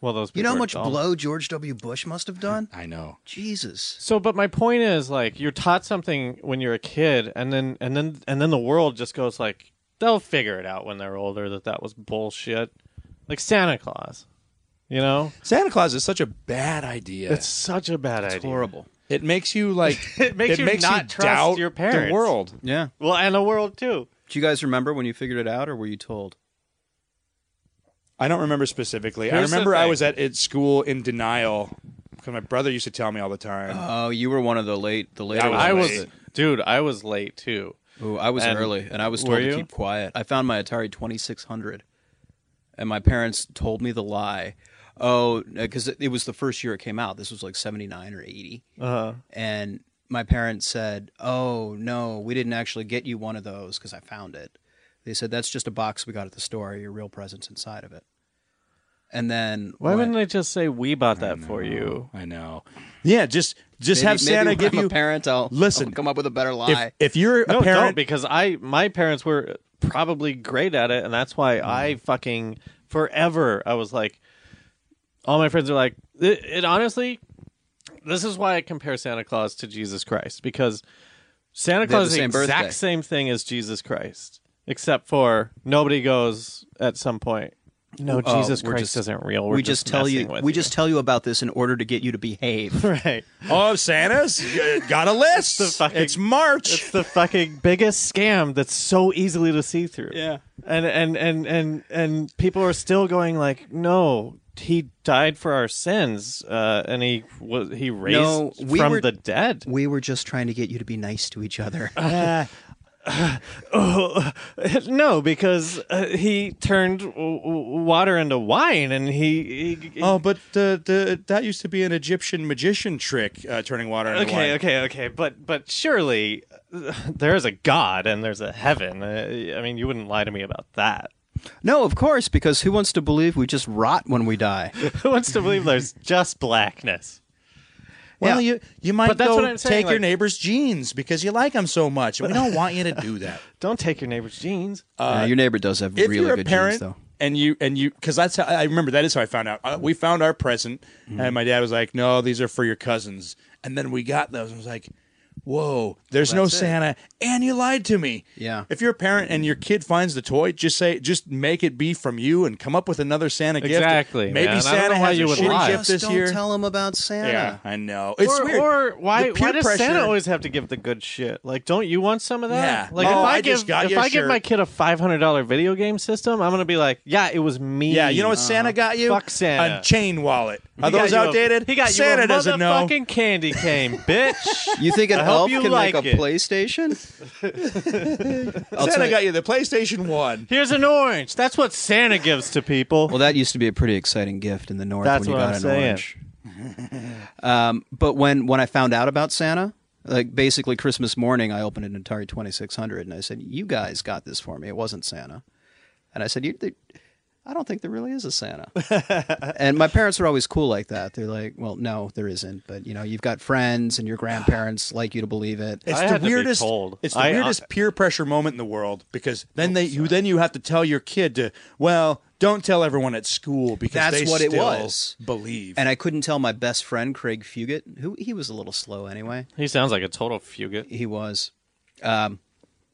[SPEAKER 1] Well, those
[SPEAKER 4] You
[SPEAKER 1] people
[SPEAKER 4] know how
[SPEAKER 1] are
[SPEAKER 4] much
[SPEAKER 1] dumb.
[SPEAKER 4] blow George W. Bush must have done?
[SPEAKER 2] I know.
[SPEAKER 4] Jesus.
[SPEAKER 1] So, but my point is, like, you're taught something when you're a kid, and then and then and then the world just goes like, they'll figure it out when they're older that that was bullshit, like Santa Claus, you know?
[SPEAKER 2] Santa Claus is such a bad idea.
[SPEAKER 1] It's such a bad idea.
[SPEAKER 4] Horrible.
[SPEAKER 2] it makes you like
[SPEAKER 1] It makes you not trust
[SPEAKER 2] doubt
[SPEAKER 1] your parents.
[SPEAKER 2] The world.
[SPEAKER 4] Yeah.
[SPEAKER 1] Well, and the world too.
[SPEAKER 4] Do you guys remember when you figured it out, or were you told?
[SPEAKER 2] I don't remember specifically.
[SPEAKER 1] Here's
[SPEAKER 2] I
[SPEAKER 1] the
[SPEAKER 2] remember I
[SPEAKER 1] thing.
[SPEAKER 2] was at, at school in denial because my brother used to tell me all the time.
[SPEAKER 4] Oh, you were one of the late, the later.
[SPEAKER 2] I was
[SPEAKER 1] I
[SPEAKER 4] ones
[SPEAKER 1] was,
[SPEAKER 2] late.
[SPEAKER 4] that-
[SPEAKER 1] dude. I was late too.
[SPEAKER 4] Ooh, I was
[SPEAKER 1] And
[SPEAKER 4] early, and I was
[SPEAKER 1] were
[SPEAKER 4] told to
[SPEAKER 1] you?
[SPEAKER 4] keep quiet. I found my Atari 2600, and my parents told me the lie. Oh, because it, it was the first year it came out. This was like 79 or 80.
[SPEAKER 1] Uh,
[SPEAKER 4] And my parents said, Oh, no, we didn't actually get you one of those because I found it. They said, That's just a box we got at the store. Your real present's inside of it. And then
[SPEAKER 1] why
[SPEAKER 4] when-
[SPEAKER 1] wouldn't they just say we bought that for you?
[SPEAKER 2] I know. Yeah, just just
[SPEAKER 4] maybe-
[SPEAKER 2] have
[SPEAKER 4] maybe
[SPEAKER 2] Santa
[SPEAKER 4] when
[SPEAKER 2] give
[SPEAKER 4] I'm
[SPEAKER 2] you
[SPEAKER 4] a parent? I'll
[SPEAKER 2] Listen,
[SPEAKER 4] I'll come up with a better lie.
[SPEAKER 2] If, if you're
[SPEAKER 1] No,
[SPEAKER 2] a
[SPEAKER 1] don't
[SPEAKER 2] parent,
[SPEAKER 1] because I my parents were probably great at it, and that's why I fucking forever I was like, all my friends are like, it, it honestly, this is why I compare Santa Claus to Jesus Christ because Santa
[SPEAKER 4] They have
[SPEAKER 1] Claus is
[SPEAKER 4] the
[SPEAKER 1] the
[SPEAKER 4] same
[SPEAKER 1] exact
[SPEAKER 4] birthday.
[SPEAKER 1] same thing as Jesus Christ, except for nobody goes at some point. No,
[SPEAKER 4] Oh,
[SPEAKER 1] Jesus
[SPEAKER 4] we're
[SPEAKER 1] Christ
[SPEAKER 4] just-
[SPEAKER 1] isn't real. We're
[SPEAKER 4] we just, tell you,
[SPEAKER 1] messing with
[SPEAKER 4] we just tell you about this in order to get you to behave.
[SPEAKER 1] right.
[SPEAKER 2] oh, Santa's got a
[SPEAKER 1] It's
[SPEAKER 2] list.
[SPEAKER 1] the fucking-
[SPEAKER 2] It's March.
[SPEAKER 1] It's the fucking biggest scam that's so easily to see through.
[SPEAKER 4] Yeah.
[SPEAKER 1] And and and and and people are still going like, no, he died for our sins, uh, and he was he raised
[SPEAKER 4] No, we
[SPEAKER 1] from
[SPEAKER 4] were-
[SPEAKER 1] the dead.
[SPEAKER 4] We were just trying to get you to be nice to each other.
[SPEAKER 1] Oh, no, because uh, he turned w- w- water into wine, and he. he, he-
[SPEAKER 2] Oh, but the, the that used to be an Egyptian magician trick, uh, turning water into wine.
[SPEAKER 1] Okay, okay, okay, but but surely uh, there is a god and there's a heaven. Uh, I mean, you wouldn't lie to me about that.
[SPEAKER 4] no, of course, because who wants to believe we just rot when we die?
[SPEAKER 1] Who wants to believe there's just blackness?
[SPEAKER 2] Well,
[SPEAKER 4] Yeah.
[SPEAKER 2] you you might
[SPEAKER 1] But that's
[SPEAKER 2] go
[SPEAKER 1] what I'm saying,
[SPEAKER 2] take your
[SPEAKER 1] like-
[SPEAKER 2] neighbor's jeans because you like them so much. We don't want you to do that.
[SPEAKER 1] Don't take your neighbor's jeans.
[SPEAKER 4] Yeah, your neighbor does have
[SPEAKER 2] if
[SPEAKER 4] really
[SPEAKER 2] you're a
[SPEAKER 4] good
[SPEAKER 2] parent
[SPEAKER 4] genes, though.
[SPEAKER 2] and you and you because that's how I remember that is how I found out. Uh, we found our present,
[SPEAKER 1] Mm-hmm.
[SPEAKER 2] and my dad was like, "No, these are for your cousins." And then we got those, and I was like, "Whoa, there's no Santa," and you lied to me.
[SPEAKER 4] Yeah.
[SPEAKER 2] If you're a parent and your kid finds the toy, just say, just make it be from you, and come up with another Santa gift.
[SPEAKER 1] Exactly,
[SPEAKER 2] Maybe
[SPEAKER 1] man. I don't
[SPEAKER 2] Santa
[SPEAKER 1] know why
[SPEAKER 2] has
[SPEAKER 1] you
[SPEAKER 2] a
[SPEAKER 1] would
[SPEAKER 2] shitty
[SPEAKER 1] lie.
[SPEAKER 2] gift this
[SPEAKER 4] don't
[SPEAKER 2] year.
[SPEAKER 4] tell him about Santa.
[SPEAKER 2] yeah, I know. It's
[SPEAKER 1] or,
[SPEAKER 2] weird.
[SPEAKER 1] or why
[SPEAKER 2] The peer
[SPEAKER 1] why does
[SPEAKER 2] pressure-
[SPEAKER 1] Santa always have to give the good shit? Like, don't you want some of that?
[SPEAKER 2] Yeah.
[SPEAKER 1] Like,
[SPEAKER 2] Oh,
[SPEAKER 1] if I,
[SPEAKER 2] I
[SPEAKER 1] give
[SPEAKER 2] just got
[SPEAKER 1] if
[SPEAKER 2] you a
[SPEAKER 1] I give my
[SPEAKER 2] shirt.
[SPEAKER 1] kid a five hundred dollar video game system, I'm gonna be like, yeah, it was me.
[SPEAKER 2] Yeah, you know what Santa got you?
[SPEAKER 1] Uh-huh. Fuck Santa.
[SPEAKER 2] A chain wallet. Are
[SPEAKER 1] He got
[SPEAKER 2] those
[SPEAKER 1] you a-
[SPEAKER 2] outdated?
[SPEAKER 1] he got
[SPEAKER 2] Santa
[SPEAKER 1] you a
[SPEAKER 2] doesn't know.
[SPEAKER 1] motherfucking candy cane, bitch.
[SPEAKER 4] You think an
[SPEAKER 1] I hope
[SPEAKER 4] elf
[SPEAKER 1] you
[SPEAKER 4] can
[SPEAKER 1] like
[SPEAKER 4] make a
[SPEAKER 1] it.
[SPEAKER 4] PlayStation? I'll tell
[SPEAKER 2] Santa
[SPEAKER 4] you-
[SPEAKER 2] got you the PlayStation One.
[SPEAKER 1] Here's an orange. That's what Santa gives to people.
[SPEAKER 4] well, that used to be a pretty exciting gift in the North
[SPEAKER 1] That's
[SPEAKER 4] when you
[SPEAKER 1] what
[SPEAKER 4] got
[SPEAKER 1] I'm
[SPEAKER 4] an
[SPEAKER 1] saying.
[SPEAKER 4] orange. um, but when, when I found out about Santa, like basically Christmas morning, I opened an Atari 2600 and I said, You guys got this for me. It wasn't Santa. And I said, you, there- I don't think there really is a Santa. and my parents were always cool like that. They're like, Well, no, there isn't. But, you know, you've got friends and your grandparents like you to believe it.
[SPEAKER 2] It's
[SPEAKER 1] I
[SPEAKER 2] the
[SPEAKER 1] had to be
[SPEAKER 2] weirdest.
[SPEAKER 1] told.
[SPEAKER 2] It's the
[SPEAKER 1] I- uh,
[SPEAKER 2] weirdest peer pressure moment in the world because then they you then you have to tell your kid to well don't tell everyone at school because
[SPEAKER 4] That's
[SPEAKER 2] they
[SPEAKER 4] what it
[SPEAKER 2] still
[SPEAKER 4] was.
[SPEAKER 2] believe.
[SPEAKER 4] and I couldn't tell my best friend Craig Fugit, who he was a little slow anyway.
[SPEAKER 1] he sounds like a total fugit.
[SPEAKER 4] He was, um,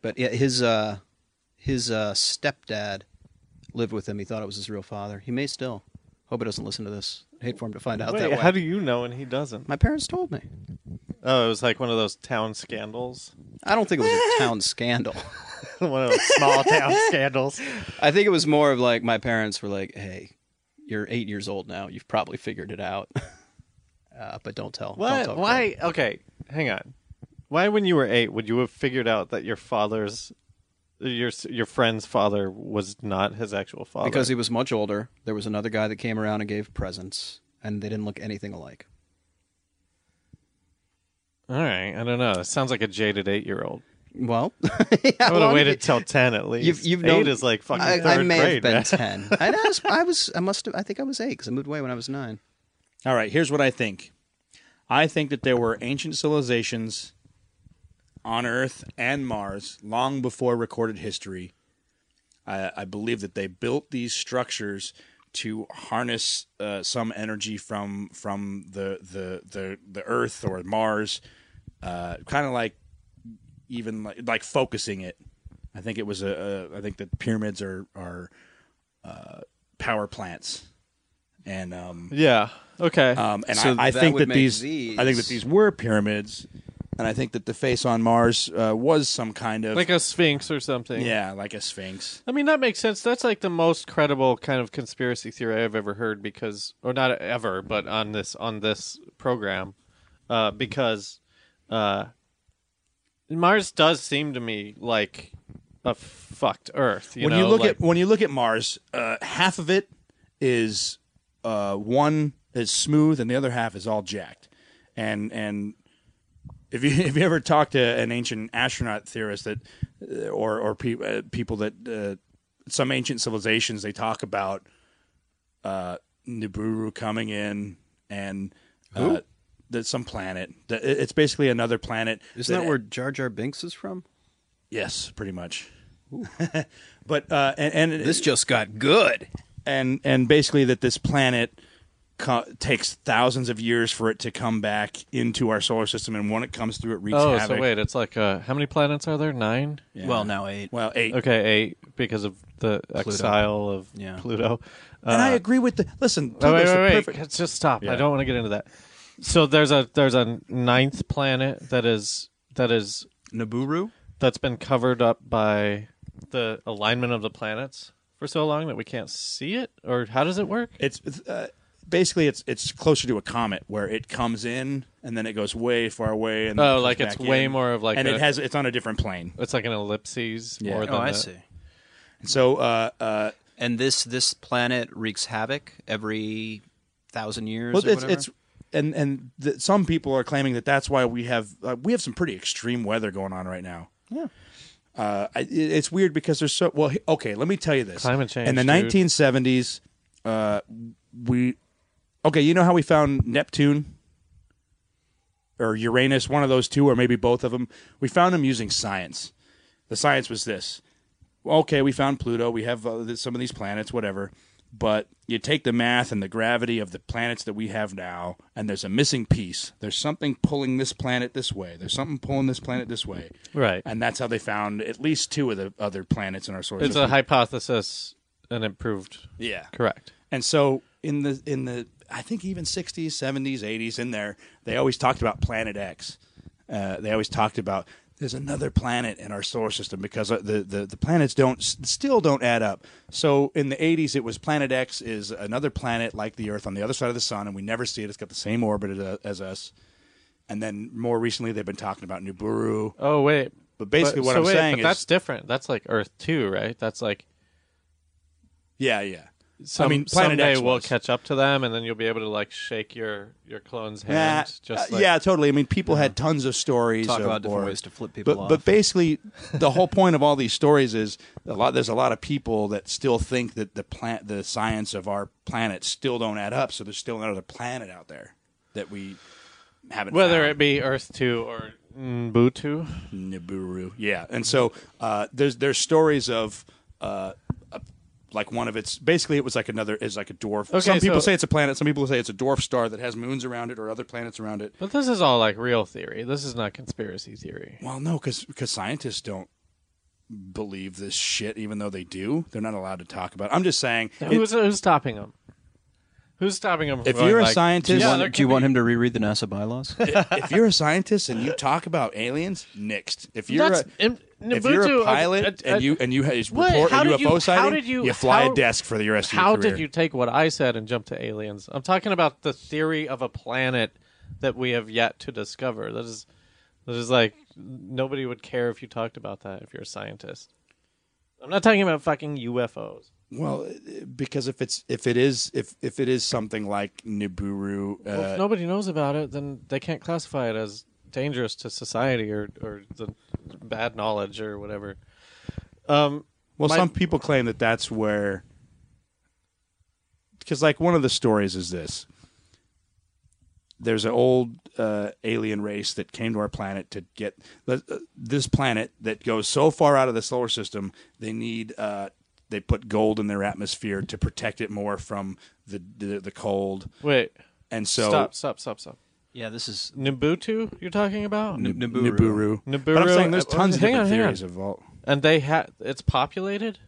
[SPEAKER 4] but yeah, his uh, his uh, stepdad lived with him. He thought it was his real father. He may still. Hope he doesn't listen to this. hate for him to find out
[SPEAKER 1] Wait,
[SPEAKER 4] that way.
[SPEAKER 1] how do you know? And he doesn't.
[SPEAKER 4] my parents told me.
[SPEAKER 1] Oh, it was like one of those town scandals.
[SPEAKER 4] I don't think it was a town scandal.
[SPEAKER 1] one of those small town scandals.
[SPEAKER 4] I think it was more of like my parents were like, "Hey, you're eight years old now. You've probably figured it out, uh, but don't tell." don't
[SPEAKER 1] What?
[SPEAKER 4] tell Craig."
[SPEAKER 1] Why? Okay, hang on. Why, when you were eight, would you have figured out that your father's your s- your friend's father was not his actual father
[SPEAKER 4] because he was much older. There was another guy that came around and gave presents, and they didn't look anything alike.
[SPEAKER 1] All right, I don't know. It sounds like a jaded eight year old.
[SPEAKER 4] Well,
[SPEAKER 1] I would have waited till ten at least.
[SPEAKER 4] You've, you've
[SPEAKER 1] eight
[SPEAKER 4] known,
[SPEAKER 1] is like fucking
[SPEAKER 4] I,
[SPEAKER 1] third
[SPEAKER 4] I may
[SPEAKER 1] grade.
[SPEAKER 4] have been
[SPEAKER 1] man.
[SPEAKER 4] ten. I was, I was, I must have. I think I was eight because I moved away when I was nine.
[SPEAKER 2] All right, here's what I think. I think that there were ancient civilizations on Earth and Mars long before recorded history. I, I believe that they built these structures to harness uh, some energy from from the the the, the Earth or Mars, uh, kind of like even like, like focusing it. I think it was a, a I think that pyramids are are uh, power plants, and um,
[SPEAKER 1] Yeah. Okay.
[SPEAKER 2] um, and
[SPEAKER 4] So
[SPEAKER 2] I, I
[SPEAKER 4] that
[SPEAKER 2] think
[SPEAKER 4] would
[SPEAKER 2] that
[SPEAKER 4] make
[SPEAKER 2] these,
[SPEAKER 4] these-
[SPEAKER 2] I think that these were pyramids, and I think that the face on Mars uh, was some kind of
[SPEAKER 1] like a sphinx or something.
[SPEAKER 2] yeah, like a sphinx.
[SPEAKER 1] I mean that makes sense. That's like the most credible kind of conspiracy theory I've ever heard because or not ever, but on this on this program uh because uh Mars does seem to me like a fucked Earth. You
[SPEAKER 2] when
[SPEAKER 1] know,
[SPEAKER 2] you look
[SPEAKER 1] like,
[SPEAKER 2] at when you look at Mars, uh, half of it is uh, one is smooth, and the other half is all jacked. And and if you if you ever talk to an ancient astronaut theorist that uh, or or pe- uh, people that uh, some ancient civilizations they talk about uh, Nibiru coming in and uh, that some planet that it- it's basically another planet.
[SPEAKER 4] Isn't that where Jar Jar Binks is from?
[SPEAKER 2] Yes, pretty much. but uh, and, and
[SPEAKER 4] This just got good.
[SPEAKER 2] and and basically that this planet co- takes thousands of years for it to come back into our solar system, and when it comes through, it wreaks
[SPEAKER 1] Oh,
[SPEAKER 2] havoc.
[SPEAKER 1] so wait, it's like uh how many planets are there? Nine?
[SPEAKER 4] Well, now eight.
[SPEAKER 2] Well, eight.
[SPEAKER 1] Okay, eight because of the exile of
[SPEAKER 4] Yeah.
[SPEAKER 1] Pluto.
[SPEAKER 2] And I
[SPEAKER 1] Uh,
[SPEAKER 2] agree with the listen.
[SPEAKER 1] Oh, wait,
[SPEAKER 2] Pluto's the
[SPEAKER 1] wait, wait.
[SPEAKER 2] perfect.
[SPEAKER 1] Just stop. I don't want to get into that. So there's a there's a ninth planet that is that is
[SPEAKER 4] Nibiru.
[SPEAKER 1] that's been covered up by the alignment of the planets for so long that we can't see it. Or how does it work?
[SPEAKER 2] It's it's, uh, basically it's it's closer to a comet where it comes in and then it goes way far away. And then
[SPEAKER 1] Oh,
[SPEAKER 2] it comes
[SPEAKER 1] like it's
[SPEAKER 2] back
[SPEAKER 1] way
[SPEAKER 2] in.
[SPEAKER 1] more of like
[SPEAKER 2] and
[SPEAKER 1] a-
[SPEAKER 2] it has it's on a different plane.
[SPEAKER 1] It's like an ellipses.
[SPEAKER 2] Yeah.
[SPEAKER 1] More
[SPEAKER 2] Oh,
[SPEAKER 1] than the-
[SPEAKER 2] So uh, uh,
[SPEAKER 4] And this this planet wreaks havoc every thousand years.
[SPEAKER 2] well,
[SPEAKER 4] or
[SPEAKER 2] it's
[SPEAKER 4] whatever?
[SPEAKER 2] it's and and th- some people are claiming that that's why we have uh, we have some pretty extreme weather going on right now.
[SPEAKER 4] Yeah.
[SPEAKER 2] uh, I, it- it's weird because there's so well. he- Okay, let me tell you this:
[SPEAKER 1] Climate change,
[SPEAKER 2] in the
[SPEAKER 1] dude.
[SPEAKER 2] 1970s. Uh, we okay, you know how we found Neptune or Uranus, one of those two, or maybe both of them. We found them using science. The science was this: okay, we found Pluto. We have uh, th- some of these planets, whatever. But you take the math and the gravity of the planets that we have now, and there's a missing piece. There's something pulling this planet this way. There's something pulling this planet this way.
[SPEAKER 1] Right.
[SPEAKER 2] And that's how they found at least two of the other planets in our solar
[SPEAKER 1] It's
[SPEAKER 2] system.
[SPEAKER 1] a hypothesis, and it proved
[SPEAKER 2] yeah.
[SPEAKER 1] correct.
[SPEAKER 2] And so in the in the I think even 60s, 70s, 80s in there, they always talked about Planet X. Uh, they always talked about there's another planet in our solar system because uh, the, the the planets don't s- still don't add up. So in the 80s, it was Planet X is another planet like the Earth on the other side of the sun, and we never see it. It's got the same orbit as, uh, as us. And then more recently, they've been talking about Nibiru.
[SPEAKER 1] Oh wait.
[SPEAKER 2] But basically, what
[SPEAKER 1] so
[SPEAKER 2] I'm
[SPEAKER 1] wait,
[SPEAKER 2] saying
[SPEAKER 1] but
[SPEAKER 2] is,
[SPEAKER 1] that's different. That's like Earth two, right? That's like
[SPEAKER 2] yeah, yeah.
[SPEAKER 1] Some,
[SPEAKER 2] I mean, Planet
[SPEAKER 1] someday
[SPEAKER 2] X
[SPEAKER 1] we'll
[SPEAKER 2] was.
[SPEAKER 1] catch up to them, and then you'll be able to like shake your your clone's hand.
[SPEAKER 2] Yeah,
[SPEAKER 1] just
[SPEAKER 2] uh,
[SPEAKER 1] like,
[SPEAKER 2] yeah, totally. I mean, people had tons of stories.
[SPEAKER 4] Talk
[SPEAKER 2] of-
[SPEAKER 4] about different
[SPEAKER 2] or-
[SPEAKER 4] ways to flip people
[SPEAKER 2] But
[SPEAKER 4] off.
[SPEAKER 2] but basically, the whole point of all these stories is a lot. There's a lot of people that still think that the plant, the science of our planet, still don't add up. So there's still another planet out there that we haven't.
[SPEAKER 1] Whether
[SPEAKER 2] found.
[SPEAKER 1] it be Earth two or Mbutu,
[SPEAKER 2] Nibiru. Yeah, and so uh, there's there's stories of uh, a, like one of its basically it was like another is like a dwarf. some people
[SPEAKER 1] so-
[SPEAKER 2] say it's a planet. Some people say it's a dwarf star that has moons around it or other planets around it.
[SPEAKER 1] but this is all like real theory. This is not conspiracy theory.
[SPEAKER 2] Well, no, because scientists don't believe this shit, even though they do. They're not allowed to talk about. It. I'm just saying.
[SPEAKER 1] Who's, who's stopping them? Who's stopping them?
[SPEAKER 2] If you're a scientist-
[SPEAKER 1] yeah,
[SPEAKER 2] want-
[SPEAKER 1] there
[SPEAKER 4] do you
[SPEAKER 1] could
[SPEAKER 4] want
[SPEAKER 1] be-
[SPEAKER 4] him to reread the NASA bylaws?
[SPEAKER 2] if you're a scientist and you talk about aliens, next. If you're
[SPEAKER 1] That's-
[SPEAKER 2] a,
[SPEAKER 1] in-
[SPEAKER 2] if you're
[SPEAKER 1] Nibitu,
[SPEAKER 2] a
[SPEAKER 1] uh,
[SPEAKER 2] pilot
[SPEAKER 1] uh, uh,
[SPEAKER 2] and you and you ha- is
[SPEAKER 1] what?
[SPEAKER 2] report a
[SPEAKER 1] How
[SPEAKER 2] UFO
[SPEAKER 1] did you- how
[SPEAKER 2] sighting,
[SPEAKER 1] did you-
[SPEAKER 2] fly
[SPEAKER 1] how-
[SPEAKER 2] a desk for the rest of your
[SPEAKER 1] How
[SPEAKER 2] career.
[SPEAKER 1] did you take what I said and jump to aliens? I'm talking about the theory of a planet that we have yet to discover. That is, that is like nobody would care if you talked about that if you're a scientist. I'm not talking about fucking UFOs.
[SPEAKER 2] Well, because if it's if it is if if it is something like Nibiru, uh,
[SPEAKER 1] well, if nobody knows about it, then they can't classify it as dangerous to society or or the bad knowledge or whatever. Um,
[SPEAKER 2] Well,
[SPEAKER 1] My-
[SPEAKER 2] some people claim that that's where. Because, like, one of the stories is this there's an old uh, alien race that came to our planet to get uh, this planet that goes so far out of the solar system, they need. Uh, they put gold in their atmosphere to protect it more from the the, the cold,
[SPEAKER 1] wait,
[SPEAKER 2] and so
[SPEAKER 1] stop, stop, stop, stop.
[SPEAKER 4] Yeah, this is
[SPEAKER 1] Nibutu, you're talking about,
[SPEAKER 4] N- Nibiru.
[SPEAKER 2] Nibiru. But I'm
[SPEAKER 1] Nibiru- uh,
[SPEAKER 2] saying there's tons of
[SPEAKER 1] Hang on,
[SPEAKER 2] different
[SPEAKER 1] hang on.
[SPEAKER 2] theories of all.
[SPEAKER 1] and they had it's populated.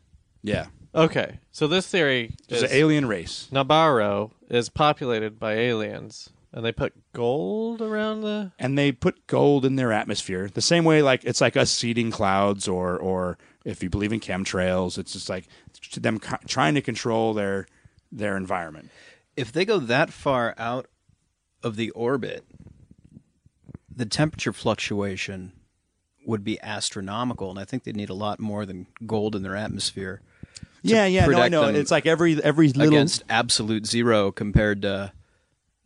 [SPEAKER 2] Yeah,
[SPEAKER 1] Okay, so this theory
[SPEAKER 2] there's
[SPEAKER 1] is
[SPEAKER 2] an alien race.
[SPEAKER 1] Nabarro is populated by aliens, and they put gold around the.
[SPEAKER 2] and they put gold in their atmosphere the same way like it's like us seeding clouds or or if you believe in chemtrails it's just like them co- trying to control their their environment
[SPEAKER 4] if they go that far out of the orbit, the temperature fluctuation would be astronomical, and I think they'd need a lot more than gold in their atmosphere
[SPEAKER 2] yeah yeah no i
[SPEAKER 4] protect
[SPEAKER 2] know
[SPEAKER 4] them
[SPEAKER 2] it's like every every little
[SPEAKER 4] against absolute zero compared to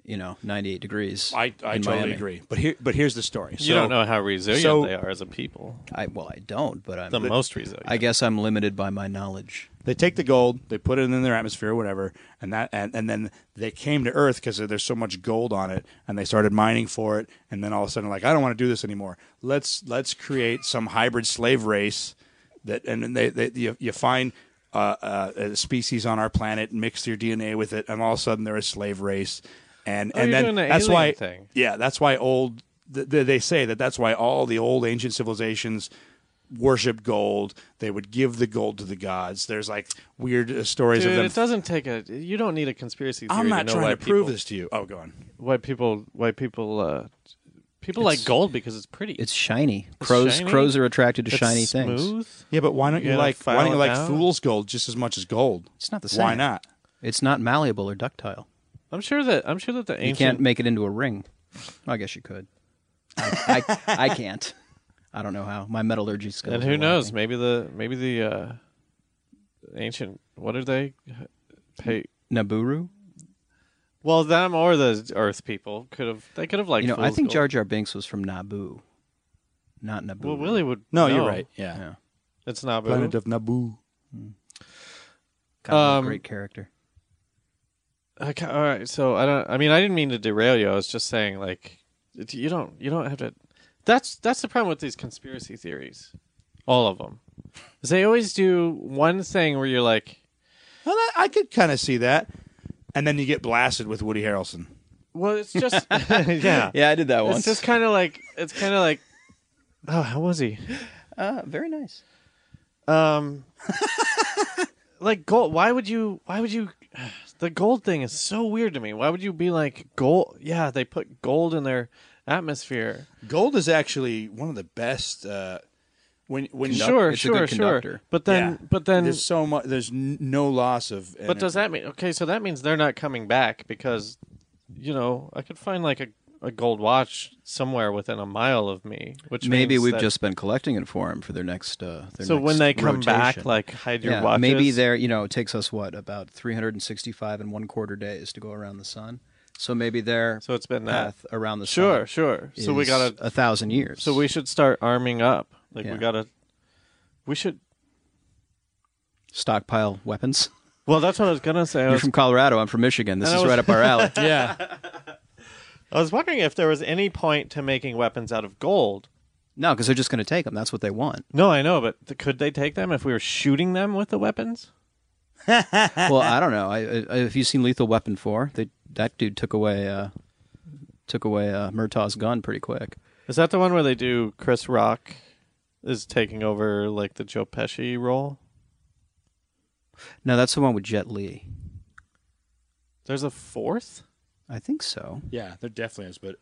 [SPEAKER 4] you know 98 degrees.
[SPEAKER 2] i i
[SPEAKER 4] in
[SPEAKER 2] totally
[SPEAKER 4] Miami.
[SPEAKER 2] agree but here but here's the story so
[SPEAKER 1] you don't know how resilient
[SPEAKER 2] so-
[SPEAKER 1] they are as a people.
[SPEAKER 4] I well, I don't, but I'm
[SPEAKER 1] The most resilient.
[SPEAKER 4] I guess I'm limited by my knowledge.
[SPEAKER 2] they take the gold they put it in their atmosphere whatever and that and, and then they came to earth because there's so much gold on it and they started mining for it and then all of a sudden like i don't want to do this anymore let's let's create some hybrid slave race that and then they, they you, you find uh, uh, a species on our planet mix your dna with it and all of a sudden they're a slave race and and
[SPEAKER 1] Oh, you're
[SPEAKER 2] then
[SPEAKER 1] doing the
[SPEAKER 2] that's
[SPEAKER 1] alien
[SPEAKER 2] why
[SPEAKER 1] thing.
[SPEAKER 2] yeah that's why old th- th- they say that that's why all the old ancient civilizations worship gold they would give the gold to the gods there's like weird uh, stories
[SPEAKER 1] Dude,
[SPEAKER 2] of
[SPEAKER 1] it
[SPEAKER 2] them
[SPEAKER 1] doesn't take a. You don't need a conspiracy theory
[SPEAKER 2] i'm not
[SPEAKER 1] to know
[SPEAKER 2] trying
[SPEAKER 1] why
[SPEAKER 2] to prove
[SPEAKER 1] people,
[SPEAKER 2] this to you oh go on
[SPEAKER 1] Why people? Why people? Uh, people like gold because it's pretty.
[SPEAKER 4] It's shiny. Crows
[SPEAKER 1] shiny?
[SPEAKER 4] crows are attracted to
[SPEAKER 1] It's
[SPEAKER 4] shiny
[SPEAKER 1] smooth.
[SPEAKER 4] things.
[SPEAKER 2] yeah but why don't you
[SPEAKER 1] Yeah,
[SPEAKER 2] like why
[SPEAKER 1] file
[SPEAKER 2] don't you
[SPEAKER 1] it
[SPEAKER 2] like
[SPEAKER 1] out.
[SPEAKER 2] fool's gold just as much as gold
[SPEAKER 4] It's not the
[SPEAKER 2] why
[SPEAKER 4] same.
[SPEAKER 2] not
[SPEAKER 4] It's not malleable or ductile.
[SPEAKER 1] I'm sure that I'm sure that the
[SPEAKER 4] You can't
[SPEAKER 1] ancient
[SPEAKER 4] make it into a ring. I guess you could. I, I, I can't. I don't know how. My metallurgy skills.
[SPEAKER 1] and
[SPEAKER 4] are
[SPEAKER 1] who knows
[SPEAKER 4] lacking.
[SPEAKER 1] maybe the maybe the uh, ancient what are they? Hey,
[SPEAKER 4] Nibiru.
[SPEAKER 1] well them or the Earth people could have they could have liked.
[SPEAKER 4] You know, I
[SPEAKER 1] fool's
[SPEAKER 4] think
[SPEAKER 1] gold.
[SPEAKER 4] Jar Jar Binks was from Naboo, not Naboo.
[SPEAKER 1] Well, Willie would.
[SPEAKER 2] no,
[SPEAKER 1] know.
[SPEAKER 2] you're right yeah,
[SPEAKER 4] Yeah.
[SPEAKER 1] It's not
[SPEAKER 2] planet
[SPEAKER 1] Boo.
[SPEAKER 2] of naboo
[SPEAKER 4] God, what a
[SPEAKER 1] Um,
[SPEAKER 4] great character.
[SPEAKER 1] Okay, all right, so I don't. I mean, I didn't mean to derail you. I was just saying, like, it- you don't. You don't have to. That's that's the problem with these conspiracy theories, all of them. Is they always do one thing where you're like,
[SPEAKER 2] well, that, i could kind of see that and then you get blasted with woody harrelson
[SPEAKER 1] well, it's just yeah.
[SPEAKER 4] Yeah, I did that
[SPEAKER 1] It's just kind of like it's kind of like, oh, how was he?
[SPEAKER 4] uh, very nice.
[SPEAKER 1] Um, like gold. Why would you? Why would you? The gold thing is so weird to me. Why would you be like gold? Yeah, they put gold in their atmosphere.
[SPEAKER 2] gold is actually one of the best uh when when
[SPEAKER 4] Conduct-
[SPEAKER 1] sure,
[SPEAKER 4] it's a
[SPEAKER 1] sure,
[SPEAKER 4] good
[SPEAKER 1] sure.
[SPEAKER 4] conductor.
[SPEAKER 1] But then,
[SPEAKER 2] Yeah.
[SPEAKER 1] but then,
[SPEAKER 2] there's so much there's n- no loss of
[SPEAKER 1] but does that mean okay? So that means they're not coming back because, you know, I could find like a, a gold watch somewhere within a mile of me, which
[SPEAKER 4] Maybe
[SPEAKER 1] means
[SPEAKER 4] we've
[SPEAKER 1] that-
[SPEAKER 4] just been collecting it for him for their next. Uh, their
[SPEAKER 1] so when
[SPEAKER 4] next
[SPEAKER 1] they come back,
[SPEAKER 4] rotation.
[SPEAKER 1] like hide your
[SPEAKER 4] yeah,
[SPEAKER 1] watches.
[SPEAKER 4] maybe there. You know, it takes us what about 365 and one quarter days to go around the sun. So maybe their
[SPEAKER 1] So it's been that.
[SPEAKER 4] path around the
[SPEAKER 1] Sure,
[SPEAKER 4] sun.
[SPEAKER 1] sure. So we
[SPEAKER 4] is
[SPEAKER 1] gotta
[SPEAKER 4] a thousand years.
[SPEAKER 1] So we should start arming up. Like
[SPEAKER 4] Yeah.
[SPEAKER 1] we gotta, we should.
[SPEAKER 4] stockpile weapons.
[SPEAKER 1] Well, that's what I was gonna say. I
[SPEAKER 4] You're
[SPEAKER 1] was,
[SPEAKER 4] from Colorado. I'm from Michigan. This
[SPEAKER 1] And I
[SPEAKER 4] is
[SPEAKER 1] was-
[SPEAKER 4] right up our alley.
[SPEAKER 2] yeah
[SPEAKER 1] I was wondering if there was any point to making weapons out of gold.
[SPEAKER 4] No, because they're just going to take them. That's what they want.
[SPEAKER 1] No, I know, but th- could they take them if we were shooting them with the weapons?
[SPEAKER 4] Well, I don't know. I, I, have you seen Lethal Weapon four? They, that dude took away uh, took away uh, Murtaugh's gun pretty quick.
[SPEAKER 1] Is that the one where they do Chris Rock is taking over like the Joe Pesci role?
[SPEAKER 4] No, that's the one with Jet Li.
[SPEAKER 1] There's a fourth.
[SPEAKER 4] I think so.
[SPEAKER 2] yeah there definitely is but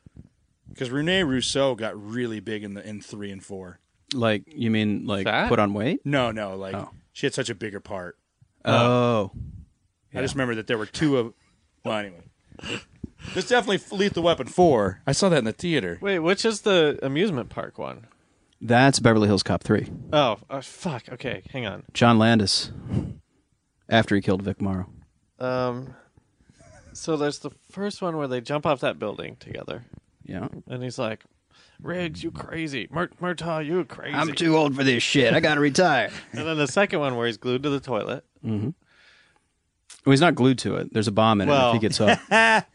[SPEAKER 2] because rene rousseau got really big in the in three and four
[SPEAKER 4] Like you mean like
[SPEAKER 1] Fat?
[SPEAKER 4] put on weight?
[SPEAKER 2] no no like
[SPEAKER 4] Oh.
[SPEAKER 2] she had such a bigger part
[SPEAKER 4] Oh,
[SPEAKER 2] i just remember that there were two of well anyway there's definitely lethal weapon four i saw that in the theater
[SPEAKER 1] Wait, which is the amusement park one?
[SPEAKER 4] That's Beverly Hills Cop 3.
[SPEAKER 1] Oh, uh, fuck. Okay, hang on.
[SPEAKER 4] John Landis, after he killed Vic Morrow.
[SPEAKER 1] Um, so there's the first one where they jump off that building together,
[SPEAKER 4] Yeah.
[SPEAKER 1] and he's like, "Riggs, you crazy! Mur- Murtaugh, you crazy!"
[SPEAKER 4] I'm too old for this shit. I got to retire.
[SPEAKER 1] and then the second one where he's glued to the toilet.
[SPEAKER 4] Well, he's not glued to it. There's a bomb in it
[SPEAKER 1] Well.
[SPEAKER 4] if he gets up. But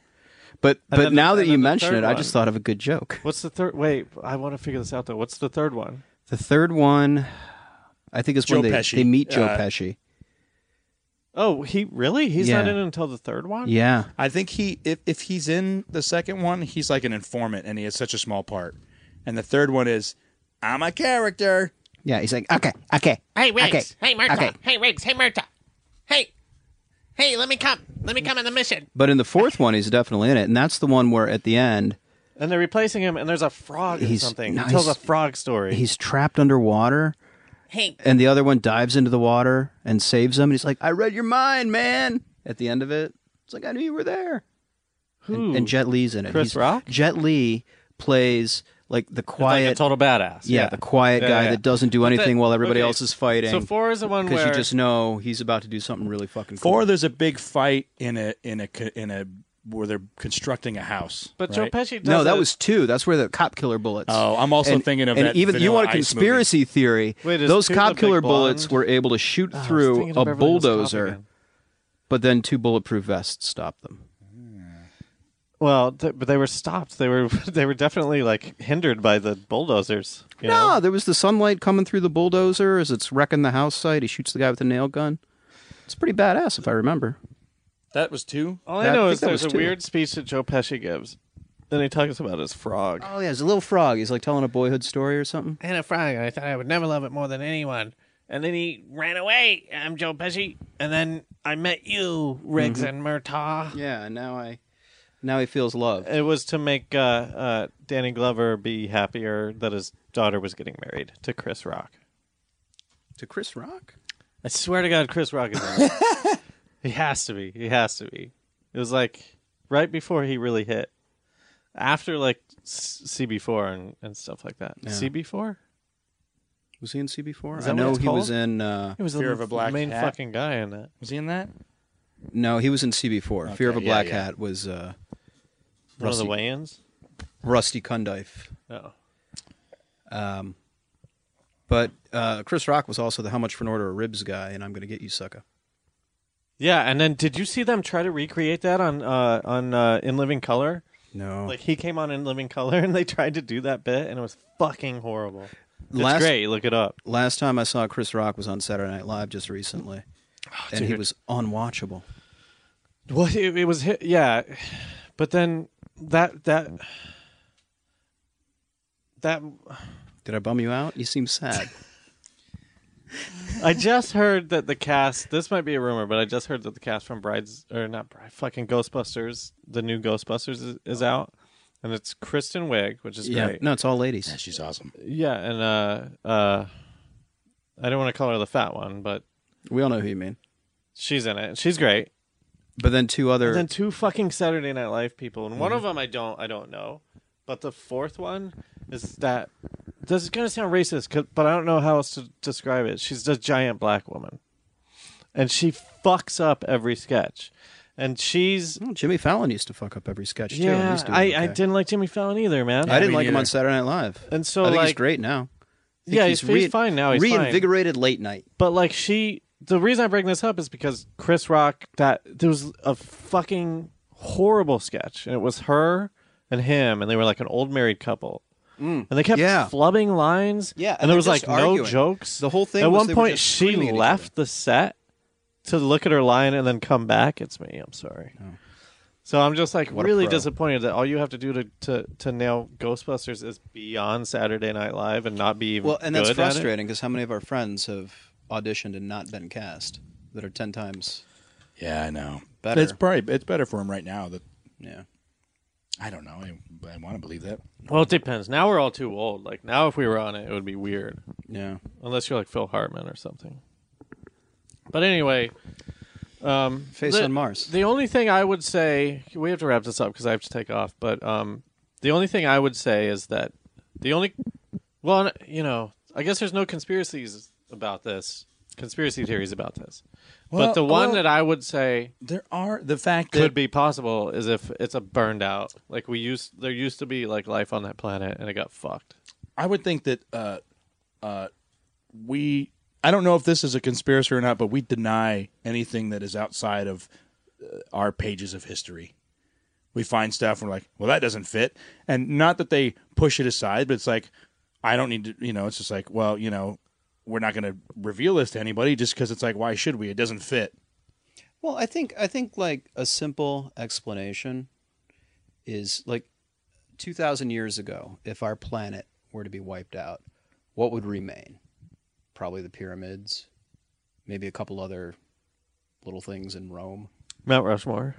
[SPEAKER 4] but
[SPEAKER 1] then the-
[SPEAKER 4] now that
[SPEAKER 1] and
[SPEAKER 4] you
[SPEAKER 1] then the
[SPEAKER 4] mention it,
[SPEAKER 1] third
[SPEAKER 4] I just thought of a good joke.
[SPEAKER 1] What's the third? Wait, I want to figure this out though. What's the third one?
[SPEAKER 4] The third one, I think is when
[SPEAKER 2] Joe
[SPEAKER 4] they,
[SPEAKER 2] Pesci.
[SPEAKER 4] they meet Joe
[SPEAKER 2] Uh,
[SPEAKER 4] Pesci.
[SPEAKER 1] Oh, he really? He's not
[SPEAKER 4] Yeah.
[SPEAKER 1] in it until the third one.
[SPEAKER 4] Yeah.
[SPEAKER 2] I think he if if he's in the second one, he's like an informant and he has such a small part. And the third one is I'm a character.
[SPEAKER 4] Yeah. He's like, okay, okay.
[SPEAKER 6] Hey, Riggs.
[SPEAKER 4] Okay.
[SPEAKER 6] Hey, Murta.
[SPEAKER 4] Okay.
[SPEAKER 6] Hey, Riggs. Hey, Murta. Hey. Hey, let me come. Let me come on the mission.
[SPEAKER 4] But in the fourth one, he's definitely in it. And that's the one where at the end,
[SPEAKER 1] And they're replacing him, and there's a frog or
[SPEAKER 4] He's-
[SPEAKER 1] something.
[SPEAKER 4] no,
[SPEAKER 1] he tells a
[SPEAKER 4] he's-
[SPEAKER 1] frog story.
[SPEAKER 4] he's trapped underwater.
[SPEAKER 6] Hey.
[SPEAKER 4] And the other one dives into the water and saves him. And he's like, I read your mind, man. At the end of it, it's like, I knew you were there. And, and Jet Lee's in it.
[SPEAKER 1] Chris
[SPEAKER 4] he's,
[SPEAKER 1] Rock?
[SPEAKER 4] Jet Lee plays like the
[SPEAKER 1] like
[SPEAKER 4] quiet.
[SPEAKER 1] a total badass.
[SPEAKER 4] yeah, the quiet
[SPEAKER 1] Yeah,
[SPEAKER 4] guy
[SPEAKER 1] yeah.
[SPEAKER 4] that doesn't do anything
[SPEAKER 1] that-
[SPEAKER 4] while everybody
[SPEAKER 1] okay.
[SPEAKER 4] else is fighting.
[SPEAKER 1] So four is the one
[SPEAKER 4] because
[SPEAKER 1] where
[SPEAKER 4] you just know he's about to do something really fucking cool.
[SPEAKER 2] Or there's a big fight in a in a co- in a where they're constructing a house.
[SPEAKER 1] But
[SPEAKER 2] right?
[SPEAKER 1] Joe Pesci does
[SPEAKER 4] No, that
[SPEAKER 1] it-
[SPEAKER 4] was two. That's where the cop killer bullets.
[SPEAKER 2] Oh, I'm also
[SPEAKER 4] and,
[SPEAKER 2] thinking of
[SPEAKER 4] and
[SPEAKER 2] that
[SPEAKER 4] even you
[SPEAKER 2] Vanilla
[SPEAKER 4] want a
[SPEAKER 2] Ice movie.
[SPEAKER 4] conspiracy theory.
[SPEAKER 1] Wait, is
[SPEAKER 4] Those
[SPEAKER 1] two the
[SPEAKER 4] cop
[SPEAKER 1] big
[SPEAKER 4] killer
[SPEAKER 1] blonde?
[SPEAKER 4] bullets were able to shoot
[SPEAKER 1] I was
[SPEAKER 4] through
[SPEAKER 1] thinking
[SPEAKER 4] a
[SPEAKER 1] of Beverly Hills Cop
[SPEAKER 4] bulldozer,
[SPEAKER 1] again.
[SPEAKER 4] but then two bulletproof vests stopped them.
[SPEAKER 1] Well, th- but they were stopped. They were they were definitely like hindered by the bulldozers. You
[SPEAKER 4] No,
[SPEAKER 1] know?
[SPEAKER 4] there was the sunlight coming through the bulldozer as it's wrecking the house site. He shoots the guy with the nail gun. It's pretty badass, if I remember.
[SPEAKER 2] That was two.
[SPEAKER 1] all
[SPEAKER 4] that-
[SPEAKER 1] I
[SPEAKER 4] I
[SPEAKER 1] know
[SPEAKER 4] think
[SPEAKER 1] is
[SPEAKER 4] that
[SPEAKER 1] there's a
[SPEAKER 4] was two.
[SPEAKER 1] weird speech that Joe Pesci gives, and he talks about his frog.
[SPEAKER 4] Oh yeah, it's a little frog. He's like telling a boyhood story or something.
[SPEAKER 6] And a frog. I thought I would never love it more than anyone. And then he ran away. I'm Joe Pesci.
[SPEAKER 1] And then
[SPEAKER 6] I met you, Riggs
[SPEAKER 4] Mm-hmm.
[SPEAKER 6] and Murtaugh.
[SPEAKER 4] Yeah, and now I, now he feels love.
[SPEAKER 1] it was to make uh, uh, Danny Glover be happier that his daughter was getting married to Chris Rock.
[SPEAKER 4] To Chris Rock.
[SPEAKER 1] I swear to God, Chris Rock is in it. he has to be. He has to be. It was like right before he really hit. After like s- CB4 and, and stuff like that. CB4?
[SPEAKER 4] Was he in CB4?
[SPEAKER 1] Is
[SPEAKER 4] I
[SPEAKER 1] that what
[SPEAKER 4] know
[SPEAKER 1] it's
[SPEAKER 4] he was
[SPEAKER 1] called?
[SPEAKER 4] in. Uh,
[SPEAKER 1] He was
[SPEAKER 2] Fear
[SPEAKER 1] the
[SPEAKER 2] of a Black
[SPEAKER 1] main
[SPEAKER 2] Cat.
[SPEAKER 1] fucking guy in that.
[SPEAKER 2] Was he in that?
[SPEAKER 4] no, he was in CB4. Fear of a
[SPEAKER 2] yeah,
[SPEAKER 4] Black
[SPEAKER 2] yeah.
[SPEAKER 4] Hat was
[SPEAKER 1] One
[SPEAKER 4] uh,
[SPEAKER 1] of the
[SPEAKER 4] Rusty.
[SPEAKER 1] weigh-ins.
[SPEAKER 4] Rusty Cundife.
[SPEAKER 2] Oh.
[SPEAKER 1] No.
[SPEAKER 4] But uh, Chris Rock was also the How Much for an Order of Ribs guy, and I'm going to get you, sucker.
[SPEAKER 1] Yeah, and then did you see them try to recreate that on uh, on uh, In Living Color?
[SPEAKER 4] No.
[SPEAKER 1] Like he came on In Living Color and they tried to do that bit and it was fucking horrible. It's
[SPEAKER 4] Last-
[SPEAKER 1] great. Look it up.
[SPEAKER 4] Last time I saw Chris Rock was on Saturday Night Live just recently, and he
[SPEAKER 1] Oh, dude.
[SPEAKER 4] was unwatchable.
[SPEAKER 1] Well, it, it was hit, yeah, but then that that that
[SPEAKER 4] Did I bum you out? You seem sad.
[SPEAKER 1] I just heard that the cast. This might be a rumor, but I just heard that the cast from Brides or not Bride, fucking Ghostbusters, the new Ghostbusters is, is out, and it's Kristen Wiig, which is
[SPEAKER 4] yeah.
[SPEAKER 1] great.
[SPEAKER 4] No, it's all ladies.
[SPEAKER 2] She's awesome.
[SPEAKER 1] Yeah, and uh, uh, I don't want to call her the fat one, but
[SPEAKER 4] We all know who you mean.
[SPEAKER 1] she's in it. She's great.
[SPEAKER 4] But then two other.
[SPEAKER 1] And then two fucking Saturday Night Live people, and one of them I don't I don't know, but the fourth one is that this is gonna sound racist, 'cause- but I don't know how else to describe it. She's a giant black woman, and she fucks up every sketch, and she's
[SPEAKER 4] Oh, Jimmy Fallon used to fuck up every sketch too. and
[SPEAKER 1] yeah.
[SPEAKER 4] he's doing
[SPEAKER 1] I, I
[SPEAKER 4] okay.
[SPEAKER 1] didn't like Jimmy Fallon either, man.
[SPEAKER 4] I didn't
[SPEAKER 2] Me
[SPEAKER 4] like him on
[SPEAKER 2] neither.
[SPEAKER 4] Saturday Night Live.
[SPEAKER 1] and so
[SPEAKER 4] I think
[SPEAKER 1] like
[SPEAKER 4] he's great now. I think
[SPEAKER 1] yeah, he's, he's
[SPEAKER 4] re-
[SPEAKER 1] fine now. He's fine.
[SPEAKER 4] reinvigorated late night.
[SPEAKER 1] But like she, the reason I bring this up is because Chris Rock that there was a fucking horrible sketch, and it was her and him, and they were like an old married couple, and they kept
[SPEAKER 4] Mm. yeah.
[SPEAKER 1] flubbing lines,
[SPEAKER 4] Yeah,
[SPEAKER 1] and,
[SPEAKER 4] and
[SPEAKER 1] there
[SPEAKER 4] they're
[SPEAKER 1] was like
[SPEAKER 4] just arguing.
[SPEAKER 1] no jokes.
[SPEAKER 4] The whole thing
[SPEAKER 1] At
[SPEAKER 4] was
[SPEAKER 1] one
[SPEAKER 4] they were
[SPEAKER 1] point,
[SPEAKER 4] just
[SPEAKER 1] she
[SPEAKER 4] screaming at each
[SPEAKER 1] left the set to look at her line and then come back. It's me. I'm sorry. So I'm just like
[SPEAKER 4] Oh. a
[SPEAKER 1] really
[SPEAKER 4] pro.
[SPEAKER 1] disappointed that all you have to do to, to, to nail Ghostbusters is be on Saturday Night Live and not be even
[SPEAKER 4] Well, and that's
[SPEAKER 1] good at it.
[SPEAKER 4] frustrating because how many of our friends have auditioned and not been cast that are ten times
[SPEAKER 2] Yeah, I know.
[SPEAKER 4] Better.
[SPEAKER 2] It's probably it's better for him right now. That
[SPEAKER 4] yeah.
[SPEAKER 2] I don't know. I, I want to believe that.
[SPEAKER 1] Well, it depends. Now we're all too old. Like now, if we were on it, it would be weird,
[SPEAKER 4] Yeah.
[SPEAKER 1] unless you're like Phil Hartman or something. But anyway, um,
[SPEAKER 4] Face
[SPEAKER 1] the,
[SPEAKER 4] on Mars.
[SPEAKER 1] The only thing I would say, we have to wrap this up because I have to take off. But um, the only thing I would say is that the only Well, and, you know, I guess there's no conspiracies about this. Conspiracy theories about this. but
[SPEAKER 2] Well,
[SPEAKER 1] the one
[SPEAKER 2] well-
[SPEAKER 1] that I would say
[SPEAKER 2] There are the fact that
[SPEAKER 1] could be possible is if it's a burned out. Like we used there used to be like life on that planet and it got fucked.
[SPEAKER 2] I would think that uh, uh, we. I don't know if this is a conspiracy or not, but we deny anything that is outside of uh, our pages of history. We find stuff and we're like, well, that doesn't fit, and not that they push it aside, but it's like, I don't need to, you know. It's just like, well, you know, we're not going to reveal this to anybody just because it's like, why should we? It doesn't fit.
[SPEAKER 4] Well, I think I think like a simple explanation is like 2000 years ago, if our planet were to be wiped out, what would remain? Probably the pyramids, maybe a couple other little things in Rome.
[SPEAKER 1] Mount Rushmore.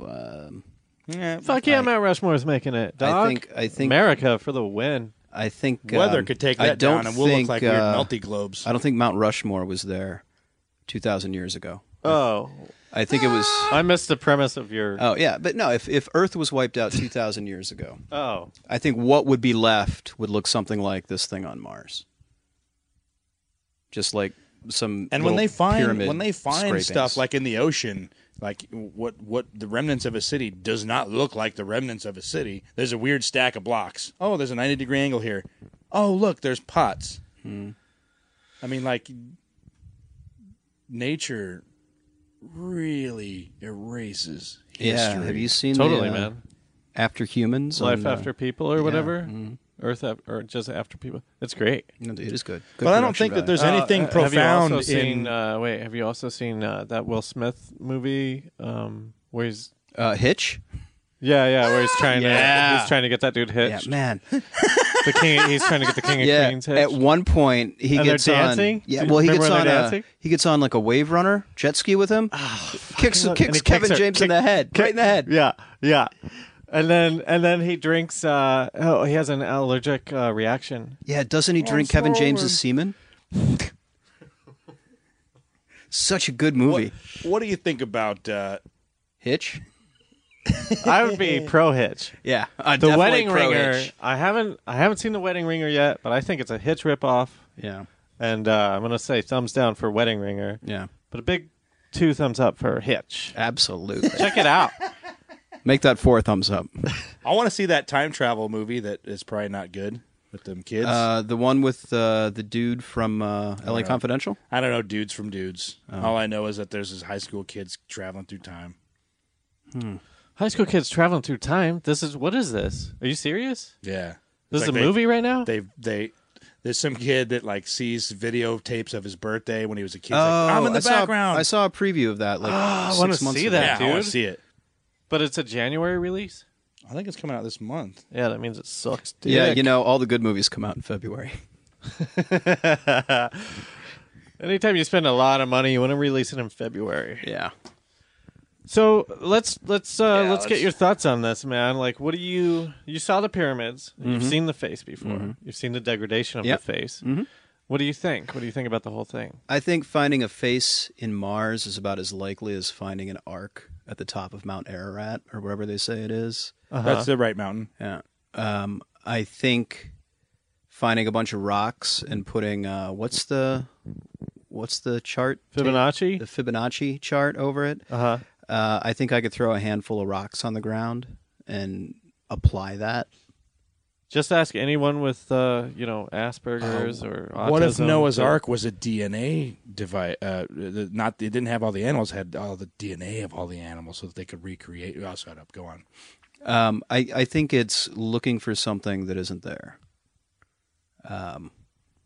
[SPEAKER 4] Um,
[SPEAKER 1] Fuck yeah, Mount Rushmore's making it.
[SPEAKER 4] I
[SPEAKER 1] dog.
[SPEAKER 4] think- I think-
[SPEAKER 1] America for the win.
[SPEAKER 4] I think
[SPEAKER 2] Weather
[SPEAKER 4] um,
[SPEAKER 2] could take
[SPEAKER 4] I
[SPEAKER 2] that
[SPEAKER 4] don't
[SPEAKER 2] down, and we'll
[SPEAKER 4] think,
[SPEAKER 2] look like weird
[SPEAKER 4] uh,
[SPEAKER 2] melty globes.
[SPEAKER 4] I don't think Mount Rushmore was there 2000 years ago.
[SPEAKER 1] Oh.
[SPEAKER 4] I think it was.
[SPEAKER 2] Ah.
[SPEAKER 1] I missed the premise of your
[SPEAKER 4] Oh yeah, but no. If if Earth was wiped out 2000 years ago,
[SPEAKER 1] Oh.
[SPEAKER 4] I think what would be left would look something like this thing on Mars. Just like some
[SPEAKER 2] and when
[SPEAKER 4] little
[SPEAKER 2] they find
[SPEAKER 4] pyramid
[SPEAKER 2] when they find
[SPEAKER 4] scrapings.
[SPEAKER 2] stuff like in the ocean like what what the remnants of a city does not look like the remnants of a city there's a weird stack of blocks oh there's a 90 degree angle here oh look there's pots
[SPEAKER 1] Hmm.
[SPEAKER 2] i mean like nature really erases
[SPEAKER 4] yeah,
[SPEAKER 2] history
[SPEAKER 4] have you seen the,
[SPEAKER 1] Totally,
[SPEAKER 4] uh,
[SPEAKER 1] man.
[SPEAKER 4] After humans,
[SPEAKER 1] Life
[SPEAKER 4] on, uh,
[SPEAKER 1] after people or whatever. Earth af- or just after people. It's great.
[SPEAKER 4] no, it Mm-hmm. is good. Good
[SPEAKER 2] but i don't
[SPEAKER 4] production
[SPEAKER 2] think that
[SPEAKER 4] value.
[SPEAKER 2] there's anything
[SPEAKER 1] Uh, have you
[SPEAKER 2] profound
[SPEAKER 1] also
[SPEAKER 2] in
[SPEAKER 1] seen, uh, wait, have you also seen uh, that Will Smith movie um, where he's
[SPEAKER 4] uh, Hitch.
[SPEAKER 1] yeah, yeah, where he's trying to
[SPEAKER 2] Yeah.
[SPEAKER 1] he's trying to get that dude
[SPEAKER 4] Yeah,
[SPEAKER 1] hitched.
[SPEAKER 4] man.
[SPEAKER 1] the king, he's trying to get the king of
[SPEAKER 4] yeah.
[SPEAKER 1] queens hitched.
[SPEAKER 4] At one point, he
[SPEAKER 1] And they're
[SPEAKER 4] gets on.
[SPEAKER 1] dancing?
[SPEAKER 4] Yeah.
[SPEAKER 1] Do you
[SPEAKER 4] Well, he
[SPEAKER 1] remember
[SPEAKER 4] gets
[SPEAKER 1] when
[SPEAKER 4] on
[SPEAKER 1] they're
[SPEAKER 4] a
[SPEAKER 1] dancing? Ah,
[SPEAKER 4] he gets on like a wave runner jet ski with him. kicks
[SPEAKER 1] love- and
[SPEAKER 4] kicks
[SPEAKER 1] he kicks
[SPEAKER 4] Kevin
[SPEAKER 1] her-
[SPEAKER 4] James in
[SPEAKER 1] kick-
[SPEAKER 4] the head, right in the head.
[SPEAKER 1] Yeah, yeah. And then and then he drinks. Uh, oh, he has an allergic uh, reaction.
[SPEAKER 4] Yeah, doesn't he drink Kevin James's semen? Such a good movie.
[SPEAKER 1] uh,
[SPEAKER 2] what, what do you think about uh,
[SPEAKER 4] Hitch?
[SPEAKER 1] I would be pro hitch.
[SPEAKER 4] Yeah. Uh,
[SPEAKER 1] The Wedding Ringer. I haven't I haven't seen the Wedding Ringer yet, but I think it's a hitch ripoff.
[SPEAKER 4] Yeah.
[SPEAKER 1] And uh, I'm gonna say thumbs down for Wedding Ringer,
[SPEAKER 4] Yeah.
[SPEAKER 1] but a big two thumbs up for Hitch.
[SPEAKER 4] Absolutely.
[SPEAKER 1] Check it out.
[SPEAKER 4] Make that four thumbs up.
[SPEAKER 2] i want to see that time travel movie that is probably not good with them kids
[SPEAKER 4] Uh, the one with uh, the dude from uh, LA Confidential?
[SPEAKER 2] I don't know dudes from dudes.
[SPEAKER 4] Oh.
[SPEAKER 2] All I know is that there's this high school kids traveling through time.
[SPEAKER 1] High school kids traveling through time. This is what is this? Are you serious?
[SPEAKER 2] Yeah,
[SPEAKER 1] This is
[SPEAKER 2] Like
[SPEAKER 1] a
[SPEAKER 2] they-
[SPEAKER 1] movie right now.
[SPEAKER 2] They they there's some kid that like sees videotapes of his birthday when he was a kid. He's
[SPEAKER 4] Oh,
[SPEAKER 2] like, I'm in the
[SPEAKER 4] I saw-
[SPEAKER 2] background.
[SPEAKER 4] I saw a preview of that like six
[SPEAKER 1] wanna
[SPEAKER 4] months
[SPEAKER 1] see
[SPEAKER 4] ago.
[SPEAKER 1] that.
[SPEAKER 2] yeah, Oh, I
[SPEAKER 1] dude.
[SPEAKER 2] want to see it.
[SPEAKER 1] but it's a January release.
[SPEAKER 2] I think it's coming out this month.
[SPEAKER 1] Yeah, that means it sucks. Dude.
[SPEAKER 4] Yeah, you know, all the good movies come out in February.
[SPEAKER 1] Anytime you spend a lot of money, you want to release it in February.
[SPEAKER 4] Yeah.
[SPEAKER 1] So let's let's uh, let's, get
[SPEAKER 4] let's-
[SPEAKER 1] your thoughts on this, man. Like, what do you you saw the pyramids? You've
[SPEAKER 2] Mm-hmm.
[SPEAKER 1] seen the face before. You've seen the degradation of
[SPEAKER 4] Yep.
[SPEAKER 1] the face. What do you think? What do you think about the whole thing?
[SPEAKER 4] I think finding a face in Mars is about as likely as finding an arc at the top of Mount Ararat or whatever they say it is.
[SPEAKER 2] That's the right mountain.
[SPEAKER 4] Yeah. Um, I think finding a bunch of rocks and putting uh, what's the what's the chart?
[SPEAKER 1] Fibonacci.
[SPEAKER 4] The Fibonacci chart over it.
[SPEAKER 1] Uh huh.
[SPEAKER 4] Uh, I think I could throw a handful of rocks on the ground and apply that.
[SPEAKER 1] Just ask anyone with uh, you know Asperger's or autism.
[SPEAKER 2] What if Oh, Noah's
[SPEAKER 1] to-
[SPEAKER 2] Ark was a DNA device? Uh, the- not it didn't have all the animals, had all the DNA of all the animals, so that they could recreate. Oh, shut up. Go on.
[SPEAKER 4] Um, I, I think it's looking for something that isn't there. Um,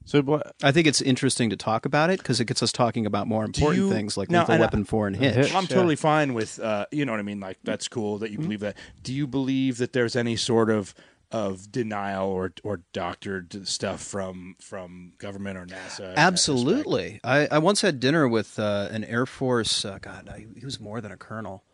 [SPEAKER 1] So what?
[SPEAKER 4] I think it's interesting to talk about it because it gets us talking about more important
[SPEAKER 2] you-
[SPEAKER 4] things like
[SPEAKER 2] No,
[SPEAKER 4] Lethal
[SPEAKER 2] and I-
[SPEAKER 4] Weapon 4 and Hitch.
[SPEAKER 1] Hitch.
[SPEAKER 2] I'm
[SPEAKER 1] Yeah.
[SPEAKER 2] totally fine with uh, you know what I mean. Like that's cool that you believe that. Do you believe that there's any sort of of denial or or doctored stuff from from government or NASA? in that respect?
[SPEAKER 4] Absolutely. I, I once had dinner with uh, an Air Force. Uh, God, I, he was more than a colonel.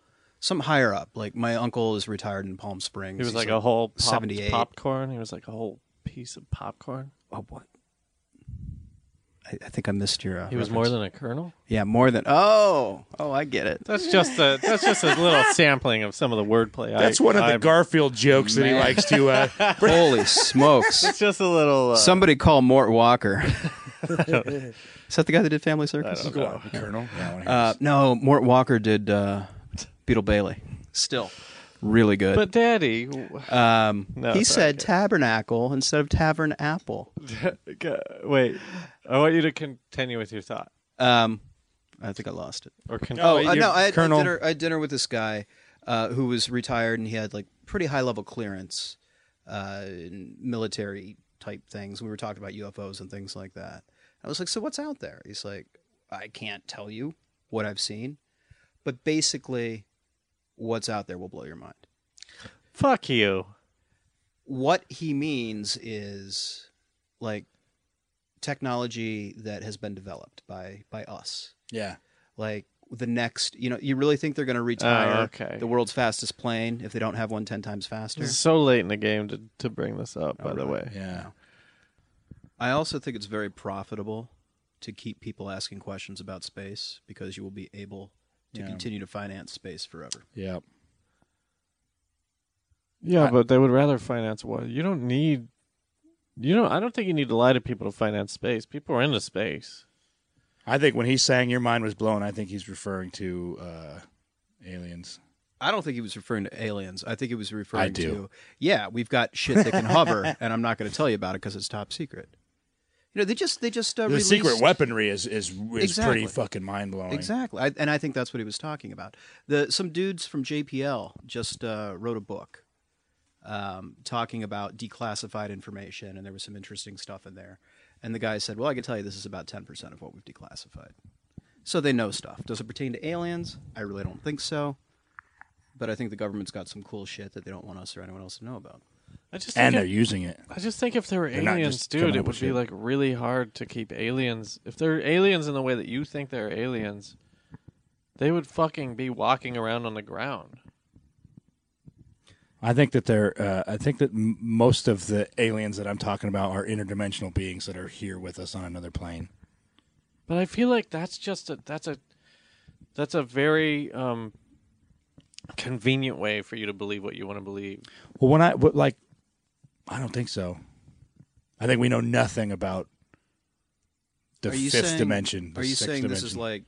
[SPEAKER 4] Some higher up. Like my uncle is retired in Palm Springs.
[SPEAKER 1] He was
[SPEAKER 4] He's
[SPEAKER 1] like a whole pop,
[SPEAKER 4] 78.
[SPEAKER 1] popcorn. He was like a whole piece of popcorn.
[SPEAKER 4] Oh, what? Oh, I, I think I missed your. Uh,
[SPEAKER 1] He was more than a colonel.
[SPEAKER 4] yeah, more than. Oh, oh, I get it.
[SPEAKER 1] That's just a that's just a little sampling of some of the wordplay.
[SPEAKER 2] That's
[SPEAKER 1] I,
[SPEAKER 2] one of the
[SPEAKER 1] I'm-
[SPEAKER 2] Garfield jokes that he likes to. Uh,
[SPEAKER 4] Holy smokes!
[SPEAKER 1] It's just a little. Uh,
[SPEAKER 4] Somebody call Mort Walker. Is that the guy that did Family Circus?
[SPEAKER 2] go on, Colonel. Yeah, I wanna hear
[SPEAKER 4] Uh, no, Mort Walker did uh, Beetle Bailey. Still, really good.
[SPEAKER 1] but Daddy, w-
[SPEAKER 4] um,
[SPEAKER 1] No,
[SPEAKER 4] he
[SPEAKER 1] it's
[SPEAKER 4] said
[SPEAKER 1] okay.
[SPEAKER 4] tabernacle instead of tavern apple.
[SPEAKER 1] g- wait, I want you to continue with your thought.
[SPEAKER 4] Um, I think I lost it.
[SPEAKER 1] Or con-
[SPEAKER 4] Oh,
[SPEAKER 1] wait,
[SPEAKER 4] uh,
[SPEAKER 1] you-
[SPEAKER 4] no, I had, I had
[SPEAKER 2] Colonel-
[SPEAKER 4] dinner, I had dinner with this guy uh, who was retired and he had like pretty high level clearance, uh, in military type things. We were talking about UFOs and things like that. I was like, so what's out there? He's like, I can't tell you what I've seen, but basically, what's out there will blow your mind.
[SPEAKER 1] fuck you.
[SPEAKER 4] What he means is like technology that has been developed by by us
[SPEAKER 2] yeah.
[SPEAKER 4] like the next you know you really think they're going to retire
[SPEAKER 1] okay.
[SPEAKER 4] the world's fastest plane if they don't have one 10 times faster
[SPEAKER 1] It's so late in the game to, to bring this up. by the
[SPEAKER 4] really?
[SPEAKER 1] way,
[SPEAKER 2] Yeah.
[SPEAKER 4] i also think it's very profitable to keep people asking questions about space because you will be able to
[SPEAKER 2] Yeah.
[SPEAKER 4] continue to finance space forever
[SPEAKER 2] Yeah.
[SPEAKER 1] yeah, but they would rather finance what you don't need. You know, I don't think you need to lie to people to finance space. People are into space.
[SPEAKER 2] I think when he's saying your mind was blown, I think he's referring to uh, aliens.
[SPEAKER 4] i don't think he was referring to aliens i think he was referring
[SPEAKER 2] do.
[SPEAKER 4] to yeah we've got shit that can hover and i'm not going to tell you about it because it's top secret you know they just they just uh,
[SPEAKER 2] The
[SPEAKER 4] released-
[SPEAKER 2] secret weaponry is is, is
[SPEAKER 4] Exactly.
[SPEAKER 2] pretty fucking mind blowing.
[SPEAKER 4] Exactly, I, and I think that's what he was talking about. The some dudes from JPL just uh, wrote a book um, talking about declassified information, and there was some interesting stuff in there. And the guy said, "Well, I can tell you this is about ten percent of what we've declassified." So they know stuff. Does it pertain to aliens? I really don't think so. But I think the government's got some cool shit that they don't want us or anyone else to know about.
[SPEAKER 1] I just think
[SPEAKER 2] And they're
[SPEAKER 1] if-
[SPEAKER 2] using it.
[SPEAKER 1] I just think if there were
[SPEAKER 2] not
[SPEAKER 1] aliens,
[SPEAKER 2] just coming
[SPEAKER 1] dude,
[SPEAKER 2] up
[SPEAKER 1] it would
[SPEAKER 2] with
[SPEAKER 1] be
[SPEAKER 2] shit.
[SPEAKER 1] like really hard to keep aliens. If they're aliens in the way that you think they're aliens, they would fucking be walking around on the ground.
[SPEAKER 2] I think that they're. Uh, I think that m- most of the aliens that I'm talking about are interdimensional beings that are here with us on another plane.
[SPEAKER 1] But I feel like that's just a that's a that's a very um convenient way for you to believe what you want to believe.
[SPEAKER 2] Well, when I what, like, I don't think so. I think we know nothing about the
[SPEAKER 4] are you
[SPEAKER 2] fifth
[SPEAKER 4] saying,
[SPEAKER 2] dimension. the
[SPEAKER 4] Are you
[SPEAKER 2] sixth
[SPEAKER 4] saying this
[SPEAKER 2] dimension.
[SPEAKER 4] is like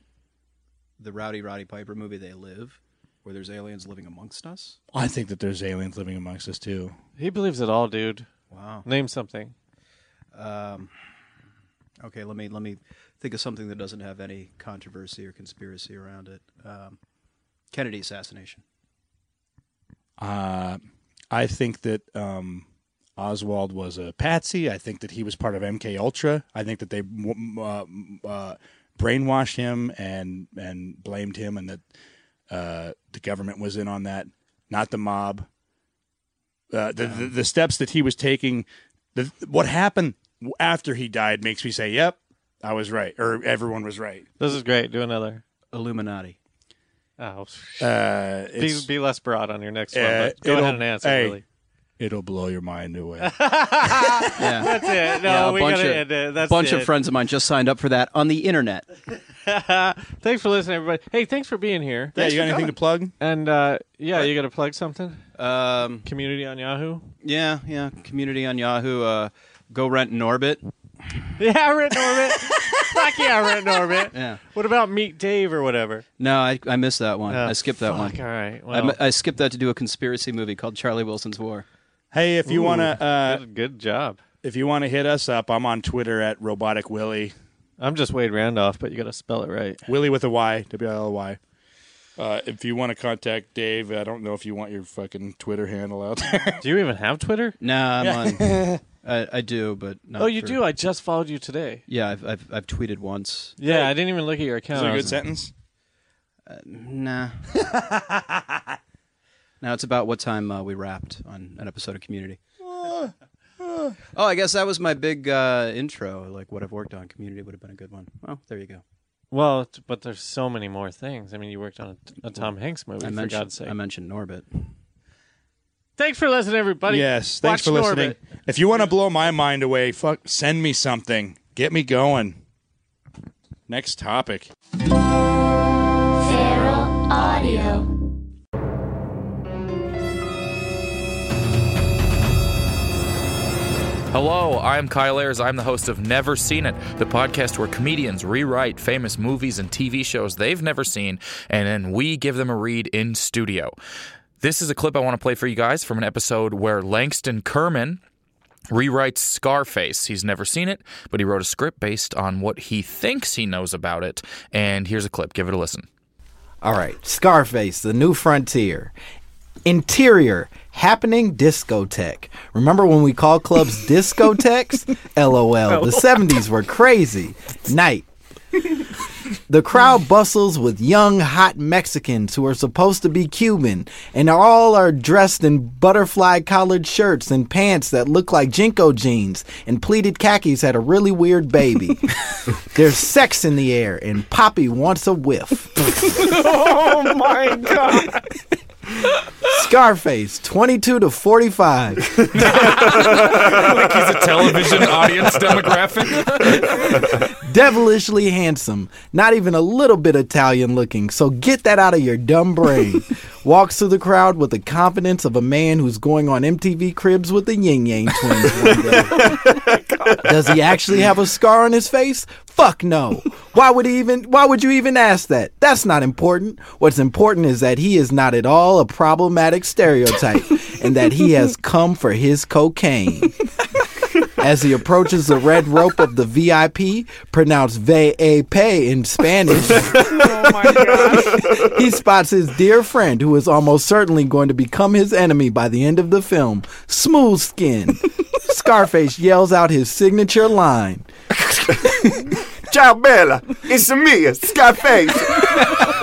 [SPEAKER 4] the Rowdy Roddy Piper movie, They Live, where there's aliens living amongst us?
[SPEAKER 2] I think that there's aliens living amongst us too.
[SPEAKER 1] He believes it all, dude.
[SPEAKER 4] Wow.
[SPEAKER 1] Name something.
[SPEAKER 4] Um, okay, let me let me think of something that doesn't have any controversy or conspiracy around it. Um, Kennedy assassination.
[SPEAKER 2] Uh, I think that um, Oswald was a patsy. I think that he was part of MK Ultra. I think that they mm, uh, mm, uh, brainwashed him and and blamed him, and that uh, the government was in on that, not the mob. Uh, the, the the steps that he was taking, the what happened after he died makes me say, "Yep, I was right," or everyone was right.
[SPEAKER 1] This is great. Do another.
[SPEAKER 4] Illuminati.
[SPEAKER 1] Oh,
[SPEAKER 2] Uh,
[SPEAKER 1] be,
[SPEAKER 2] it's-
[SPEAKER 1] be less broad on your next
[SPEAKER 2] Uh,
[SPEAKER 1] one. But go
[SPEAKER 2] it'll-
[SPEAKER 1] ahead and answer.
[SPEAKER 2] hey.
[SPEAKER 1] Really.
[SPEAKER 2] it'll blow your mind away.
[SPEAKER 4] Yeah.
[SPEAKER 1] That's it. No,
[SPEAKER 4] Yeah, a
[SPEAKER 1] Oh, we
[SPEAKER 4] bunch
[SPEAKER 1] gotta
[SPEAKER 4] of-
[SPEAKER 1] end it. That's
[SPEAKER 4] bunch
[SPEAKER 1] it.
[SPEAKER 4] of friends of mine just signed up for that on the internet.
[SPEAKER 1] thanks for listening, everybody. Hey, thanks for being here.
[SPEAKER 2] yeah, you got anything to plug?
[SPEAKER 1] And uh, yeah, you got to plug something.
[SPEAKER 4] Um,
[SPEAKER 1] Community on Yahoo.
[SPEAKER 4] yeah, yeah. Community on Yahoo. Uh, go rent Norbit.
[SPEAKER 1] Yeah, Rent Norbit. Fuck yeah, Rent Norbit.
[SPEAKER 4] Yeah.
[SPEAKER 1] What about Meet Dave or whatever?
[SPEAKER 4] No, I, I missed that one.
[SPEAKER 1] Oh,
[SPEAKER 4] I skipped that
[SPEAKER 1] fuck,
[SPEAKER 4] one.
[SPEAKER 1] All right. Well,
[SPEAKER 4] I, mi- I skipped that to do a conspiracy movie called Charlie Wilson's War.
[SPEAKER 2] Hey, if you wanna uh,
[SPEAKER 1] good, good job.
[SPEAKER 2] if you want to hit us up, I'm on Twitter at Robotic Willie.
[SPEAKER 1] I'm just Wade Randolph, but you got to spell it right.
[SPEAKER 2] Willie with a Y, W I L Y. Uh, if you want to contact Dave, I don't know if you want your fucking Twitter handle out there.
[SPEAKER 1] Do you even have Twitter?
[SPEAKER 4] Nah, I'm on. I, I do, but not
[SPEAKER 1] Oh, you
[SPEAKER 4] for-
[SPEAKER 1] do. I just followed you today.
[SPEAKER 4] yeah, I've, I've I've tweeted once.
[SPEAKER 1] Yeah, I didn't even look at your account. I was-
[SPEAKER 2] sentence?
[SPEAKER 4] Nah. now it's about what time uh, we wrapped on an episode of Community. oh, I guess that was my big uh, intro. Like what I've worked on. Community would have been a good one. Well, there you go.
[SPEAKER 1] Well, t- but there's so many more things. I mean, you worked on a, a Tom Hanks movie,
[SPEAKER 4] I
[SPEAKER 1] for
[SPEAKER 4] mentioned
[SPEAKER 1] God's sake.
[SPEAKER 4] I mentioned Norbit.
[SPEAKER 1] Thanks for listening, everybody.
[SPEAKER 2] Yes. Thanks for
[SPEAKER 1] Watch
[SPEAKER 2] listening.
[SPEAKER 1] Norbit.
[SPEAKER 2] If you want to blow my mind away, fuck, send me something. Get me going. Next topic.
[SPEAKER 7] Feral Audio.
[SPEAKER 8] Hello, I'm Kyle Ayers. I'm the host of Never Seen It, the podcast where comedians rewrite famous movies and TV shows they've never seen, and then we give them a read in studio. This is a clip I want to play for you guys from an episode where Langston Kerman rewrites Scarface. He's never seen it, but he wrote a script based on what he thinks he knows about it. And here's a clip. Give it a listen.
[SPEAKER 9] All right. Scarface, The New Frontier. Interior, Happening Discotheque. Remember when we call clubs discotheques? LOL. The 70s were crazy. Night. The crowd bustles with young, hot Mexicans who are supposed to be Cuban and all are dressed in butterfly collared shirts and pants that look like Jinko jeans and pleated khakis had a really weird baby. There's sex in the air and Poppy wants a whiff. Scarface, 22 to 45.
[SPEAKER 8] Like he's a television audience demographic.
[SPEAKER 9] Devilishly handsome. Not even a little bit Italian looking, so get that out of your dumb brain. Walks through the crowd with the confidence of a man who's going on MTV Cribs with the Yin Yang twins one day. Does he actually have a scar on his face? Fuck no. Why would he even why would you even ask that? That's not important. What's important is that he is not at all a problematic stereotype and that he has come for his cocaine. As he approaches the red rope of the VIP, pronounced VAP in Spanish, he spots his dear friend who is almost certainly going to become his enemy by the end of the film, Smooth Skin. Scarface yells out his signature line.
[SPEAKER 10] Ciao, Bella. It's me, Scarface.